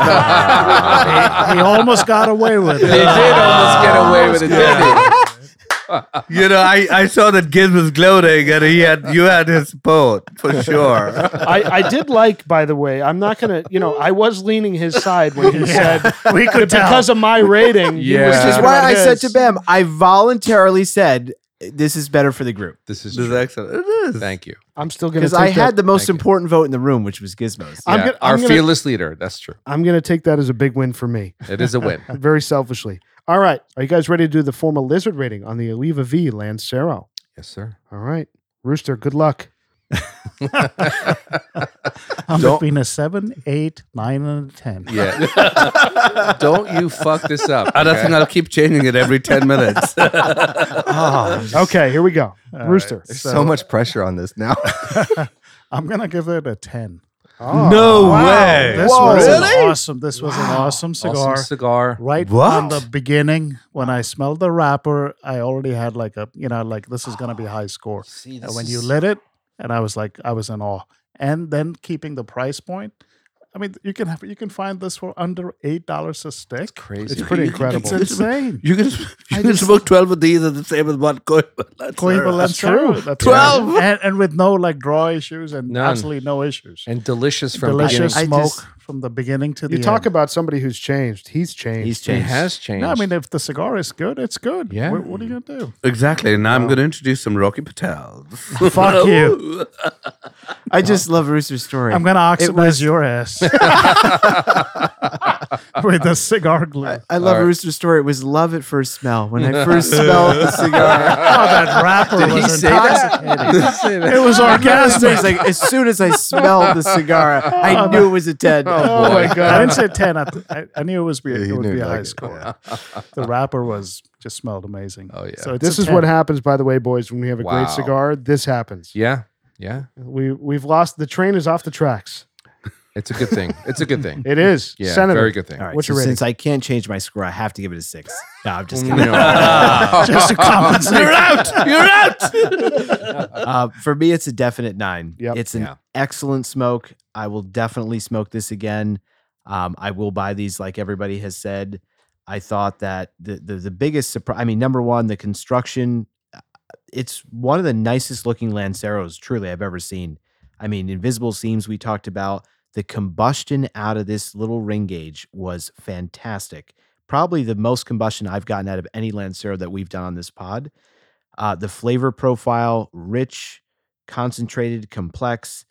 E: my-
C: he almost got away with it.
B: They did almost get away with it, didn't they?
F: You know, I, I saw that Giz was gloating, and he had you had his boat for sure.
A: I, I did like, by the way, I'm not gonna, you know, I was leaning his side when he said
C: We could tell.
A: because of my rating. he
B: Yeah.
A: was
E: Which is
A: talking
E: why
A: about
E: I
A: his.
E: said to Bam, I voluntarily said this is better for the group
B: This is
F: This is
B: true.
F: excellent. It is.
B: Thank you.
A: I'm still gonna.
E: because
A: Take
E: I had
A: that,
E: the most
B: Thank you.
E: important vote in the room, which was Gizmos.
A: I'm
B: Yeah,
A: gonna- I'm
B: our
A: gonna-
B: fearless leader. That's true.
A: I'm gonna take that as a big win for me,
B: It is a win.
A: very selfishly. All right, are you guys ready to do the formal lizard rating on the Oliva V Lancero?
B: yes, sir.
A: All right, Rooster, good luck.
C: I'm
B: Don't-
C: between a seven, eight, nine, and a ten.
B: Yeah. Ah, Don't you fuck this up.
F: And I
B: okay?
F: think I'll keep changing it every ten minutes.
A: Okay, here we go.
C: All
A: Rooster.
C: right,
D: There's so, much pressure on this now.
C: I'm gonna give it a ten.
F: no way.
C: This
E: Whoa.
C: was an
F: Really?
C: awesome. This was an awesome cigar.
B: Awesome cigar.
C: Right from
F: What?
C: the beginning, when I smelled the wrapper, I already had like a you know like this is gonna be high score.
B: See,
C: And
B: this
C: when you
B: is-
C: lit it, and I was like, I was in awe. And then keeping the price point, I mean, you can have, you can find this for under eight dollars a stick.
B: crazy.
A: It's pretty
C: It's
A: incredible.
C: insane.
F: You can you can
C: just-
F: smoke twelve of these at the same as one coin.
C: That's
A: true.
C: That's
F: 12.
C: right. and, and with no like draw issues and
B: None.
C: absolutely no issues.
B: and delicious from
C: Delicious
B: beginning.
E: I
C: smoke
E: just-
C: from the beginning to the
A: You talk
C: end.
A: about somebody who's changed. He's changed.
E: He's
B: It
E: changed.
B: has changed.
C: No, I mean if the cigar is good, it's good.
B: Yeah.
C: What, what are you gonna do?
F: Exactly. And now I'm going to introduce some Rocky Patels.
C: Fuck you.
E: I just love Rooster's story.
C: I'm gonna
E: It
C: oxidize
E: was-
C: your ass with a cigar glue.
E: I, I love
B: All right.
E: Rooster's story. It was love at first smell. When I first smelled the
C: oh,
E: cigar,
C: that wrapper
B: he
C: was
B: say that?
C: intoxicating.
B: Say that.
C: it was
E: Rooster
C: orgasmic.
E: was like, as soon as I smelled the cigar, I knew it was a ten.
B: Oh,
A: Oh
B: boy.
A: my
C: I
A: god.
C: didn't say ten. I, I, I knew it was be,
D: Yeah,
C: it
D: you
C: would
D: knew
C: be
D: you
C: a
D: liked
C: high
D: it,
C: score. The wrapper was just smelled amazing.
B: Oh, yeah.
C: So it's
A: this
C: a
A: is
C: 10.
A: what happens, by the way, boys. When we have a
B: Wow.
A: great cigar, this happens.
B: yeah, yeah.
A: We we've lost. The train is off the tracks.
B: It's a good thing. It's a good thing.
A: It is.
B: Yeah,
A: Senator.
B: very good thing.
E: All right.
A: What's
E: so
A: your rating?
E: since I can't change my score, I have to give it a six. No, I'm just kidding.
B: No.
C: just to compensate.
F: You're out. You're out.
E: uh, for me, it's a definite nine.
A: Yep.
E: It's an
B: Yeah.
E: excellent smoke. I will definitely smoke this again. Um, I will buy these, like everybody has said. I thought that the the, the biggest surprise. I mean, number one, the construction. uh, It's one of the nicest looking Lanceros truly I've ever seen. I mean, invisible seams we talked about. The combustion out of this little ring gauge was fantastic. Probably the most combustion I've gotten out of any Lancero that we've done on this pod. Uh, the flavor profile, rich, concentrated, complex.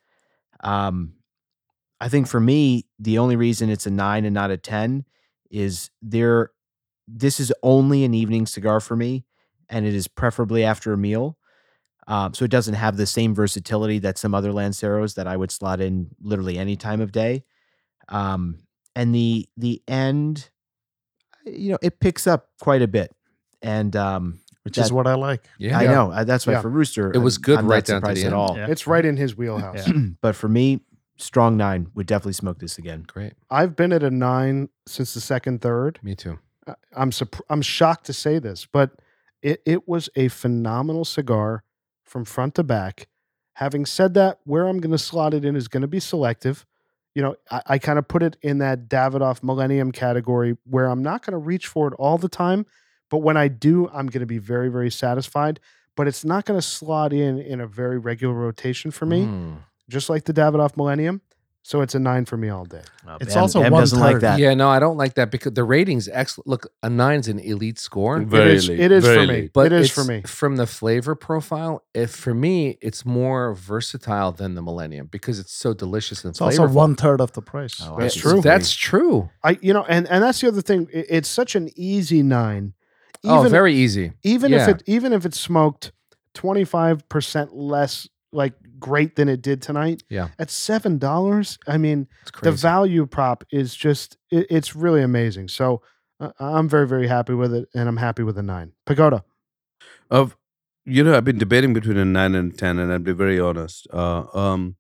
E: Um, I think for me, the only reason it's a nine and not a 10 is there, this is only an evening cigar for me, and it is preferably after a meal. Um, so it doesn't have the same versatility that some other Lanceros that I would slot in literally any time of day. Um, and the the end, you know, it picks up quite a bit, and um,
C: Which is
E: That-
C: what I like.
B: Yeah.
E: I know. uh, That's why
A: Yeah.
E: for Rooster,
B: It was
E: I'm-
B: good
E: I'm
B: right
E: not
B: down to
E: surprised
B: the
E: at
B: end.
E: all.
C: Yeah.
A: It's right in his wheelhouse.
C: Yeah.
E: But for me, strong nine. Would definitely smoke this again.
B: Great.
A: I've been at a nine since the second third.
B: Me too.
A: I- I'm surp- I'm shocked to say this, but it, it was a phenomenal cigar from front to back. Having said that, where I'm going to slot it in is going to be selective. You know, I, I kind of put it in that Davidoff Millennium category where I'm not going to reach for it all the time, but when I do, I'm going to be very, very satisfied. But it's not going to slot in in a very regular rotation for
F: Mm-hmm.
A: me,
B: Mm.
A: just like the Davidoff Millennium. So it's a nine for me all day.
C: It's also
E: Bam doesn't like
C: one-third.
E: that.
B: Yeah, no, I don't like that because the rating's excellent. Look, a nine's an elite score.
A: it
F: Very
A: is,
F: late,
A: it is
F: very
A: for me. it
F: late.
A: is for
B: it's-
A: me.
B: From the flavor profile, if for me, it's more versatile than the Millennium because it's so delicious and
C: It's
B: flavorful.
C: also one third of the price.
E: Oh, I
A: That's
E: see.
A: true.
B: That's true.
A: I you know, and and that's the other thing. i- it's such an easy nine. Even,
B: oh, very easy.
A: even if
B: yeah.
A: it even if it's smoked twenty five percent less like great than it did tonight.
B: Yeah.
A: At seven dollars, I mean
B: It's crazy.
A: the value prop is just it, it's really amazing. So uh, I'm very very happy with it, and I'm happy with a nine. Pagoda.
F: of you know i've been debating between a 9 and 10 and i'll be very honest uh, um,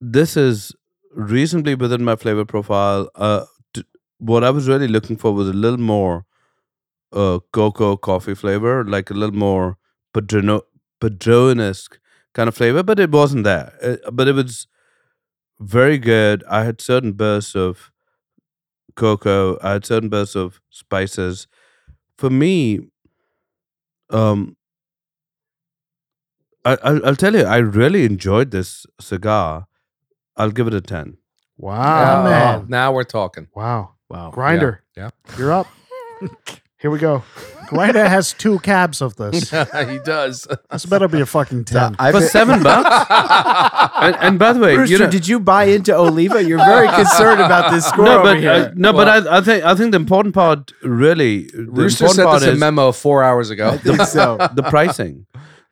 F: this is reasonably within my flavor profile uh, t- what i was really looking for was a little more uh, cocoa coffee flavor like a little more padrono- padronesque kind of flavor but it wasn't there Uh, but it was very good i had certain bursts of cocoa i had certain bursts of spices for me um I, I'll, I'll tell you i really enjoyed this cigar i'll give it a 10
A: Wow,
B: Oh,
A: man.
B: Now we're talking.
A: Wow,
E: Wow.
A: grinder.
B: Yeah.
A: You're up. Here we go.
C: Grinder has two cabs of this.
B: he does.
C: This better be a fucking ten.
F: for seven bucks and, and by the way
E: Brewster,
F: you know,
E: did you buy into Oliva? You're very concerned about this score
F: no
E: over
F: but uh,
E: here.
F: no but I, I think i think the important part really the
B: Rooster
F: important
B: sent
F: part
B: us a
F: is
B: memo four hours ago.
E: I think so.
F: the pricing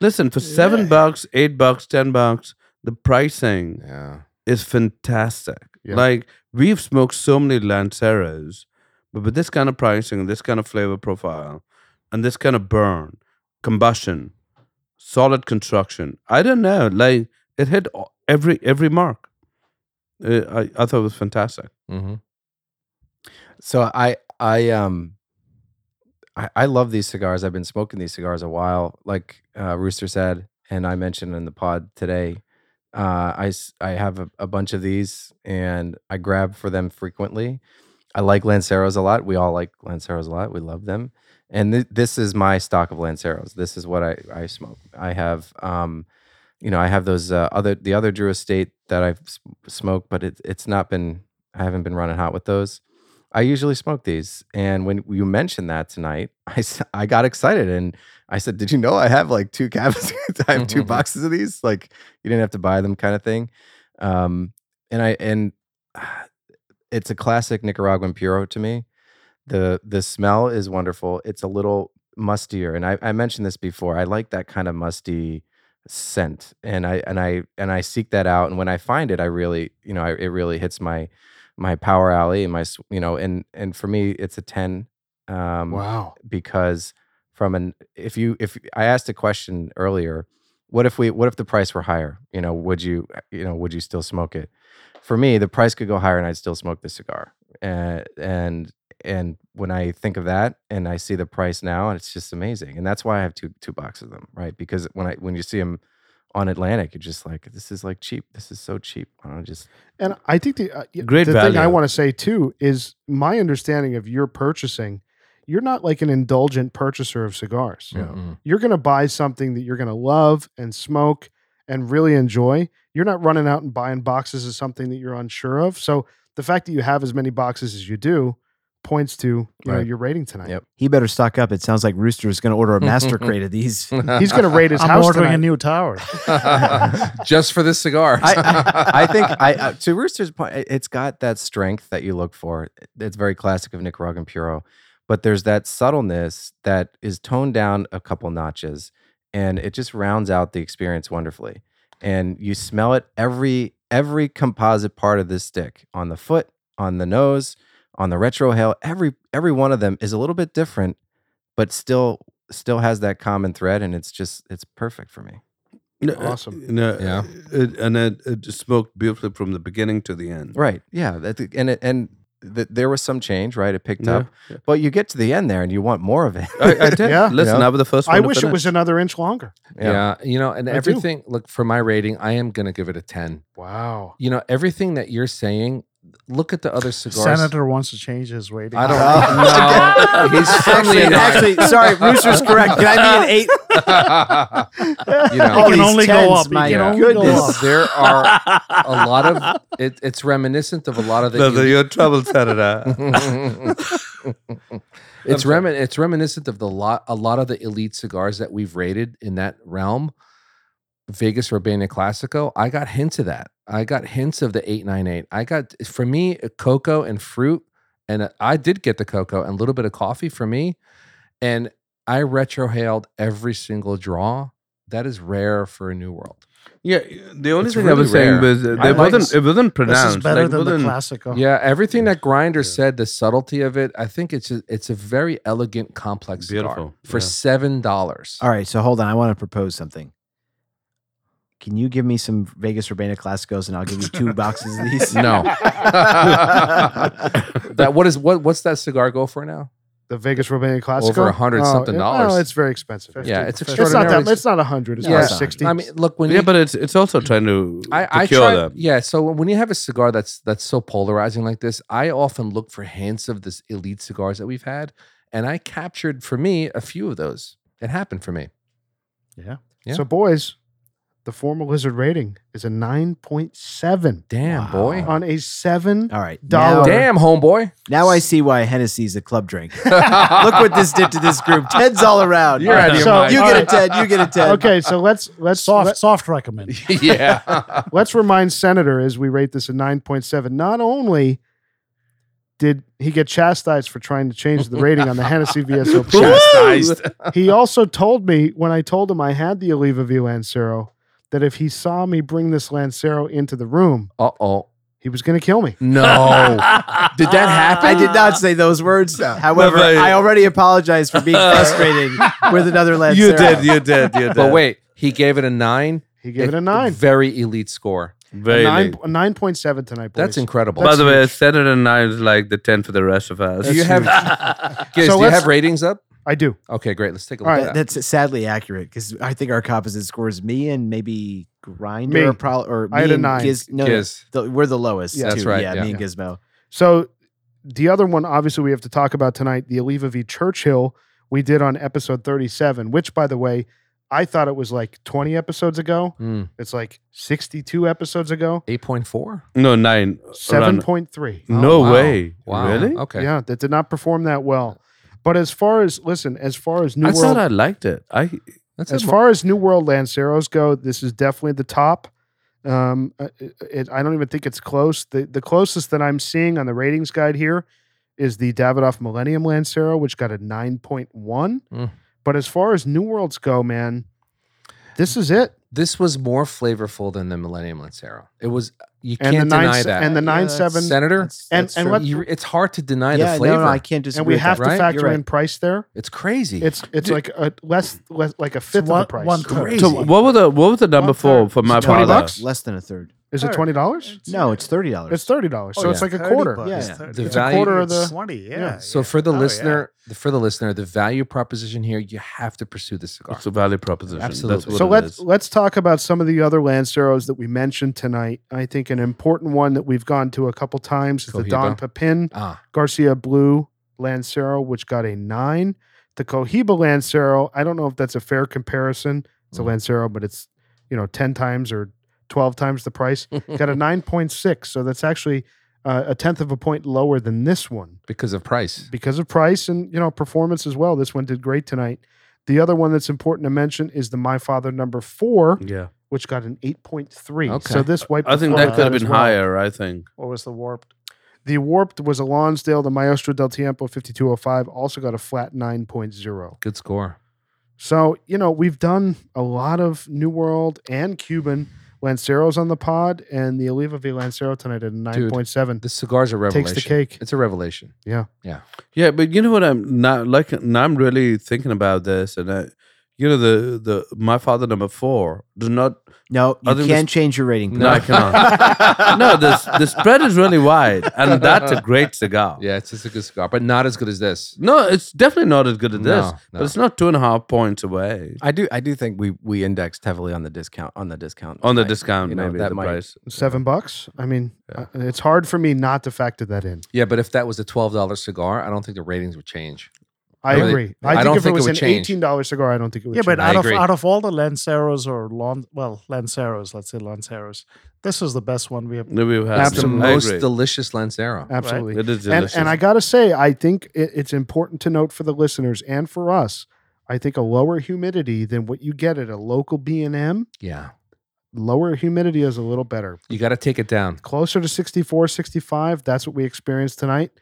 F: listen for seven bucks eight bucks ten bucks the pricing
B: yeah.
F: is fantastic.
A: Yeah.
F: Like we've smoked so many Lanceros, but with this kind of pricing, this kind of flavor profile, and this kind of burn, combustion, solid construction. I don't know. Like it hit all- every every mark. Uh, I I thought it was fantastic.
B: hmm
D: So I I um I, I love these cigars. I've been smoking these cigars a while, like uh, Rooster said, and I mentioned in the pod today. Uh, I s- I have a, a bunch of these, and I grab for them frequently. I like Lanceros a lot. We all like Lanceros a lot. We love them, and th- this is my stock of Lanceros. This is what I I smoke. I have um, you know, I have those uh, other the other Drew Estate that I've s- smoked, but it, it's not been. I haven't been running hot with those. I usually smoke these. And when you mentioned that tonight, I, s- I got excited and I said, Did you know I have like two cabinets? I have two boxes of these. Like you didn't have to buy them kind of thing. Um, and I, and ah, it's a classic Nicaraguan Puro to me. The, the smell is wonderful. It's a little mustier. And I, I mentioned this before. I like that kind of musty scent and I, and I, and I seek that out. And when I find it, I really, you know, I, it really hits my, my power alley and my s- you know and and for me it's a 10 um
A: Wow.
D: because from an if you if i asked a question earlier what if we what if the price were higher you know would you uh, you know would you still smoke it for me the price could go higher and i'd still smoke the cigar and and and when i think of that and i see the price now it's just amazing and that's why i have two two boxes of them right because when i when you see them on atlantic you're just like this is like cheap this is so cheap why don't i just
A: And I think the uh, y-
F: Great
A: the thing I
F: value.
A: want to say too is my understanding of your purchasing. You're not like an indulgent purchaser of cigars.
B: Mhm.
A: You're going to buy something that you're going to love and smoke and really enjoy. You're not running out and buying boxes of something that you're unsure of. So the fact that you have as many boxes as you do points to you know
D: Right.
A: your rating tonight.
D: Yep.
E: He better stock up. It sounds like Rooster is going to order a master crate of
B: Oh,
E: these.
A: Mm-hmm. He's going to rate his
C: I'm
A: house
C: ordering
A: tonight.
C: a new tower.
B: Just for this cigar.
D: I, I, I think I, I to Rooster's point, it- it's got that strength that you look for. It's very classic of Nicaraguan Puro, but there's that subtleness that is toned down a couple notches, and it just rounds out the experience wonderfully. And you smell it every every composite part of this stick on the foot, on the nose, on the retrohale. Every every one of them is a little bit different, but still still has that common thread, and it's just it's perfect for me.
F: No,
A: Awesome.
F: uh, No,
B: Yeah.
F: It, and it, it just smoked beautifully from the beginning to the end.
D: Right. Yeah. That, and it, and th- there was some change, right? It picked
F: Yeah.
D: up, but you get to the end there and you want more of it.
F: I, I did.
A: Yeah.
F: Listen,
D: Yeah.
F: I was the first one.
A: I
F: to
A: wish it
F: finish.
A: was another inch longer.
B: Yeah. You know, and
A: I do.
B: everything, look, for my rating, I am going to give it a 10.
A: Wow.
B: You know, everything that you're saying, look at the other cigars.
C: Senator wants to change his rating.
B: I don't know. He's
E: Actually,
B: firmly in
E: actually, sorry, Rooster's correct. Can I be an eight?
B: you know,
C: Oh,
E: At
C: can
E: least
C: only go
E: 10s,
C: up.
E: my
C: You can only go
E: goodness.
C: up.
B: there are a lot of it, it's reminiscent of a lot of the
F: Listen, you're in trouble, Senator.
B: it's remin it's reminiscent of the lot a lot of the elite cigars that we've rated in that realm. Vegas Urbana Classico. I got hints of that. I got hints of the 898. I got for me a cocoa and fruit and a- I did get the cocoa and a little bit of coffee for me and I retrohaled every single draw. That is rare for a new world.
F: yeah, the only
B: It's
F: thing I
B: really
F: was
B: rare.
F: saying was uh,
B: I
F: there
B: like
F: wasn't it wasn't pronounced.
C: This is better
F: like,
C: than the
F: wasn't-
E: Oh,
C: Classico.
B: Yeah, everything that Grinder
F: Yeah.
B: said, the subtlety of it, I think it's a, it's a very elegant, complex cigar
F: Beautiful,
B: for
F: yeah.
B: seven dollars.
E: All right, so hold on. I want to propose something. Can you give me some Vegas Urbana Classicos and I'll give you two boxes of these?
B: No, that what is what what's that cigar go for now?
A: The Vegas Romanian Classico.
B: Over a hundred something
A: it-
B: dollars.
A: No, Oh, it's very expensive.
B: Yeah, it's
A: It's not that.
B: extraordinarily-
A: It's not a hundred. It's
B: Yeah.
A: yeah, sixty.
B: I mean, look when
F: yeah,
B: you,
F: but it's it's also trying to,
B: I,
F: to
B: I
F: cure
B: try,
F: them.
B: yeah. So when you have a cigar that's that's so polarizing like this, I often look for hints of this elite cigars that we've had, and I captured for me a few of those. It happened for me. yeah.
A: So, boys, the formal lizard rating is a nine point seven
B: Damn
E: Wow.
B: boy,
A: on a seven.
E: All right.
A: Dollar.
E: Now,
B: damn homeboy.
E: now I see why Hennessy's a club drink. Look
B: Look
E: what this did to this group. Ted's all around.
B: You're out of your
A: So-
B: mind.
E: You
A: All
E: get a
A: right.
E: Ted. You get a Ted.
A: Okay, so let's let's
C: soft,
A: let-
C: soft recommend.
B: yeah.
A: let's remind Senator as we rate this a nine point seven. Not only did he get chastised for trying to change the rating on the Hennessy VSOP,
B: Chastised.
A: he also told me when I told him I had the Oliva V Lancero that if he saw me bring this Lancero into the room,
B: Uh oh.
A: he was going to kill me.
B: No. Did that happen?
E: I did not say those words. However,
F: but-
E: I already apologize for being frustrated with another Lancero.
F: You did, you did, you did.
B: But wait, he gave it a nine.
A: He gave it a
B: A
A: nine.
B: Very elite score.
F: very
A: nine,
F: late.
A: a 9.7 tonight, boys.
B: That's incredible.
F: By the way, Senator Nine is like the ten for the rest of us.
B: do you have guys,
A: So
B: do you
A: let's-
B: have ratings up?
A: I do.
B: Okay, great. Let's take a look
A: All
B: at that.
E: That- That's sadly accurate because I think our composite scores me and maybe Grinder
A: Me.
E: or, pro- or me
A: I had a
E: and
A: nine.
E: Giz- no, no,
B: Giz.
E: the- we're the lowest.
A: Yeah,
E: too.
B: that's right,
E: Yeah,
B: yeah.
E: me and Gizmo.
A: So the other one, obviously, we have to talk about tonight, the Oliva v. Churchill we did on episode 37, which, by the way, I thought it was like 20 episodes ago.
B: Hmm,
A: It's like 62 episodes ago.
B: 8.4?
F: no nine? Around-
A: 7.3.
F: No
B: Oh, wow.
F: way.
B: Wow.
F: Really?
B: Okay.
A: Yeah, that did not perform that well. But as far as listen, as far as New
F: I
A: World,
F: thought I liked it. I
B: That's
A: as
B: a-
A: far as New World Lanceros go, this is definitely the top. Um, uh, it, I don't even think it's close. The the closest that I'm seeing on the ratings guide here is the Davidoff Millennium Lancero, which got a 9.1.
B: Mm.
A: But as far as New Worlds go, man, this is it.
B: this was more flavorful than the Millennium Lancero. It was you
A: And
B: can't
A: the nine
B: deny
A: se-
B: that.
A: and the
E: Yeah,
A: nine
E: that's-
A: seven,
B: Senator,
E: That's-
A: And-
E: that's
A: and
E: true.
A: what-
B: you, it's hard to deny
E: yeah,
B: the flavor.
E: No, no, I can't disagree.
A: and we
E: with
A: have
E: that.
A: to
B: right?
A: factor
E: You're
A: in price there.
B: it's crazy.
A: It's it's like a less, less like a fifth
C: one-
A: of the price.
C: one third.
F: so.
B: Crazy.
F: What was the what was the number
C: One
F: four
C: third.
F: for my
A: 20
F: father?
A: bucks?
E: Less than a third.
A: Is it twenty dollars?
E: No, it's thirty dollars.
A: It's thirty dollars. So
B: Oh,
A: it's
B: yeah.
A: like a quarter.
E: bucks. Yeah.
B: The
A: It's a
B: value-
A: quarter of the.
C: twenty. Yeah.
A: yeah.
B: so
C: yeah.
B: for the
C: Oh, yeah.
B: listener, the- for the listener, the value proposition here, you have to pursue the cigar.
F: It's a value proposition. That's
B: Absolutely.
F: what
A: So
F: it
A: let's
F: is.
A: let's talk about some of the other Lanceros that we mentioned tonight. I think an important one that we've gone to a couple times is the Don
B: Cohiba.
A: Pepin
B: Ah,
A: Garcia Blue Lancero, which got a nine. The Cohiba Lancero, I don't know if that's a fair comparison. It's a
B: Mhm.
A: Lancero, but it's you know ten times or twelve times the price. got a nine point six, so that's actually uh, a tenth of a point lower than this one.
B: because of price.
A: because of price and you know performance as well. This one did great tonight. The other one that's important to mention is the My Father number four,
F: Yeah,
A: which got an eight point three.
B: Okay.
A: So this wiped.
F: Mm. I think
A: the floor
F: that
A: with
F: could have
A: as
F: been
A: well.
F: higher. I think.
C: What was the warped?
A: The warped was a Lonsdale. The Maestro del Tiempo fifty two oh five also got a flat nine point zero.
B: Good score.
A: So you know we've done a lot of New World and Cuban Lanceros on the pod, and the Oliva V Lancero tonight at a nine point seven.
B: The cigar's a revelation.
A: Takes the cake.
B: It's a revelation.
F: Yeah, but you know what I'm not like. Now I'm really thinking about this, and I, you know the the my father number four does not.
E: No, you
F: Other than
E: can't
F: this-
E: change your rating.
F: No, I cannot. no, this the spread is really wide, and that's a great cigar.
B: Yeah, it's, it's a good cigar, but not as good as this.
F: No, it's definitely not as good as this,
B: No,
F: but
B: no.
F: it's not two and a half points away
D: I do. I do think we we indexed heavily on the discount on the discount
F: on the
D: side.
F: discount.
D: You know,
F: maybe
D: that
F: the
D: might-
F: price.
A: Seven bucks. I mean, uh, it's hard for me not to factor that in.
B: Yeah, but if that was a twelve dollar cigar, I don't think the ratings would change.
A: I
B: Really?
A: agree.
B: I
A: I think
B: don't
A: if it
B: think it
A: was
B: would
A: an
B: change.
A: eighteen dollar cigar, I don't think it would.
C: Yeah, but
A: change.
B: I
C: out of
B: agree.
C: out of all the Lanceros or Lon, well, Lanceros, let's say Lanceros, this is the best one we have.
F: No, we've had
B: It's the
A: Absolutely.
F: I
B: most
F: agree.
B: delicious Lancero.
A: absolutely.
F: It is
A: And,
F: delicious.
A: and I gotta say, I think it, it's important to note for the listeners and for us. I think a lower humidity than what you get at a local B and M.
B: Yeah,
A: Lower humidity is a little better.
B: you got to take it down.
A: Closer to 64, 65. That's what we experienced tonight.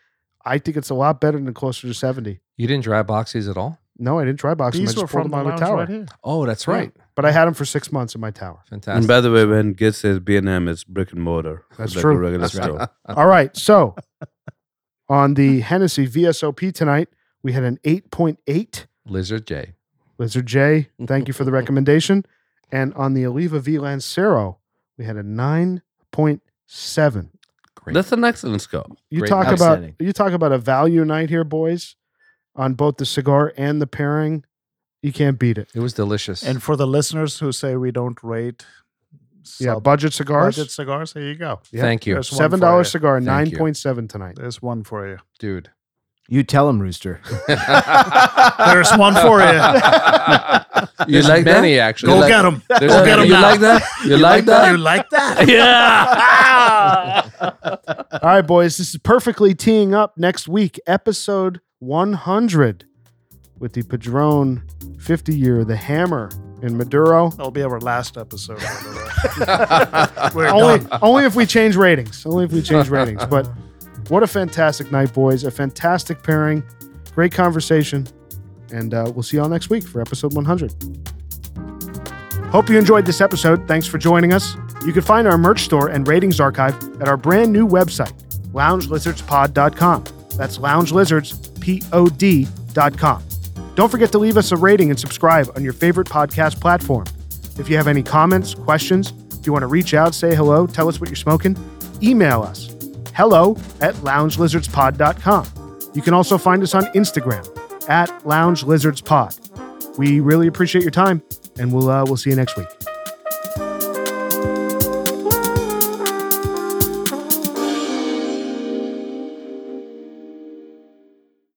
A: I think it's a lot better than closer to 70.
B: You didn't dry box these at all.
A: No, I didn't try box them. I
C: These
A: just
C: were
A: poured
C: from
A: them
C: the
A: out of
C: lounge
A: a tower.
C: right here.
B: Oh, that's
A: Yeah.
B: right.
A: But I had them for six months in my tower.
B: Fantastic.
F: and by the way, when Git says B and M, it's brick and mortar.
A: That's
F: like
A: true.
F: A regular
B: That's
F: store.
B: right.
A: All right. So on the Hennessy VSOP tonight, we had an 8.8.
B: Lizard J.
A: Lizard J, thank you for the recommendation. And on the Oliva V Lancero, we had a 9.7.
B: Great.
F: That's an excellent scope.
A: You
B: Great.
A: talk about
E: Outstanding.
A: you talk about a value night here, boys, on both the cigar and the pairing. You can't beat it.
B: it was delicious.
C: And for the listeners who say we don't rate,
A: Yeah,
C: sub-
A: budget cigars.
C: budget cigars, here you go.
A: yeah,
B: thank you,
C: there's-
A: Seven dollar cigar,
B: Thank
A: nine
B: you.
A: point seven tonight.
C: There's one for you.
B: dude.
E: You tell him, Rooster.
B: There's
C: There's one for you.
F: You like that?
B: many actually.
F: Go
B: Like-
F: get
C: him.
F: There's
B: Go
F: a-
B: get 'em
F: you
B: now.
F: like that? You, like that?
C: like that?
F: yeah.
A: All right, boys, this is perfectly teeing up next week, episode 100, with the Padron 50 year, the Hammer in Maduro.
C: That'll be our last episode. by the way. We're
A: Only,
C: done.
A: only if we change ratings. Only if we change ratings. But what a fantastic night, boys! A fantastic pairing, great conversation, and uh, we'll see y'all next week for episode 100. Hope you enjoyed this episode. Thanks for joining us. You can find our merch store and ratings archive at our brand new website, loungelizardspod.com. That's loungelizardspod.com. Don't forget to leave us a rating and subscribe on your favorite podcast platform. If you have any comments, questions, if you want to reach out, say hello, tell us what you're smoking, email us hello at loungelizardspod.com. You can also find us on Instagram at loungelizardspod. We really appreciate your time, and we'll uh, we'll see you next week.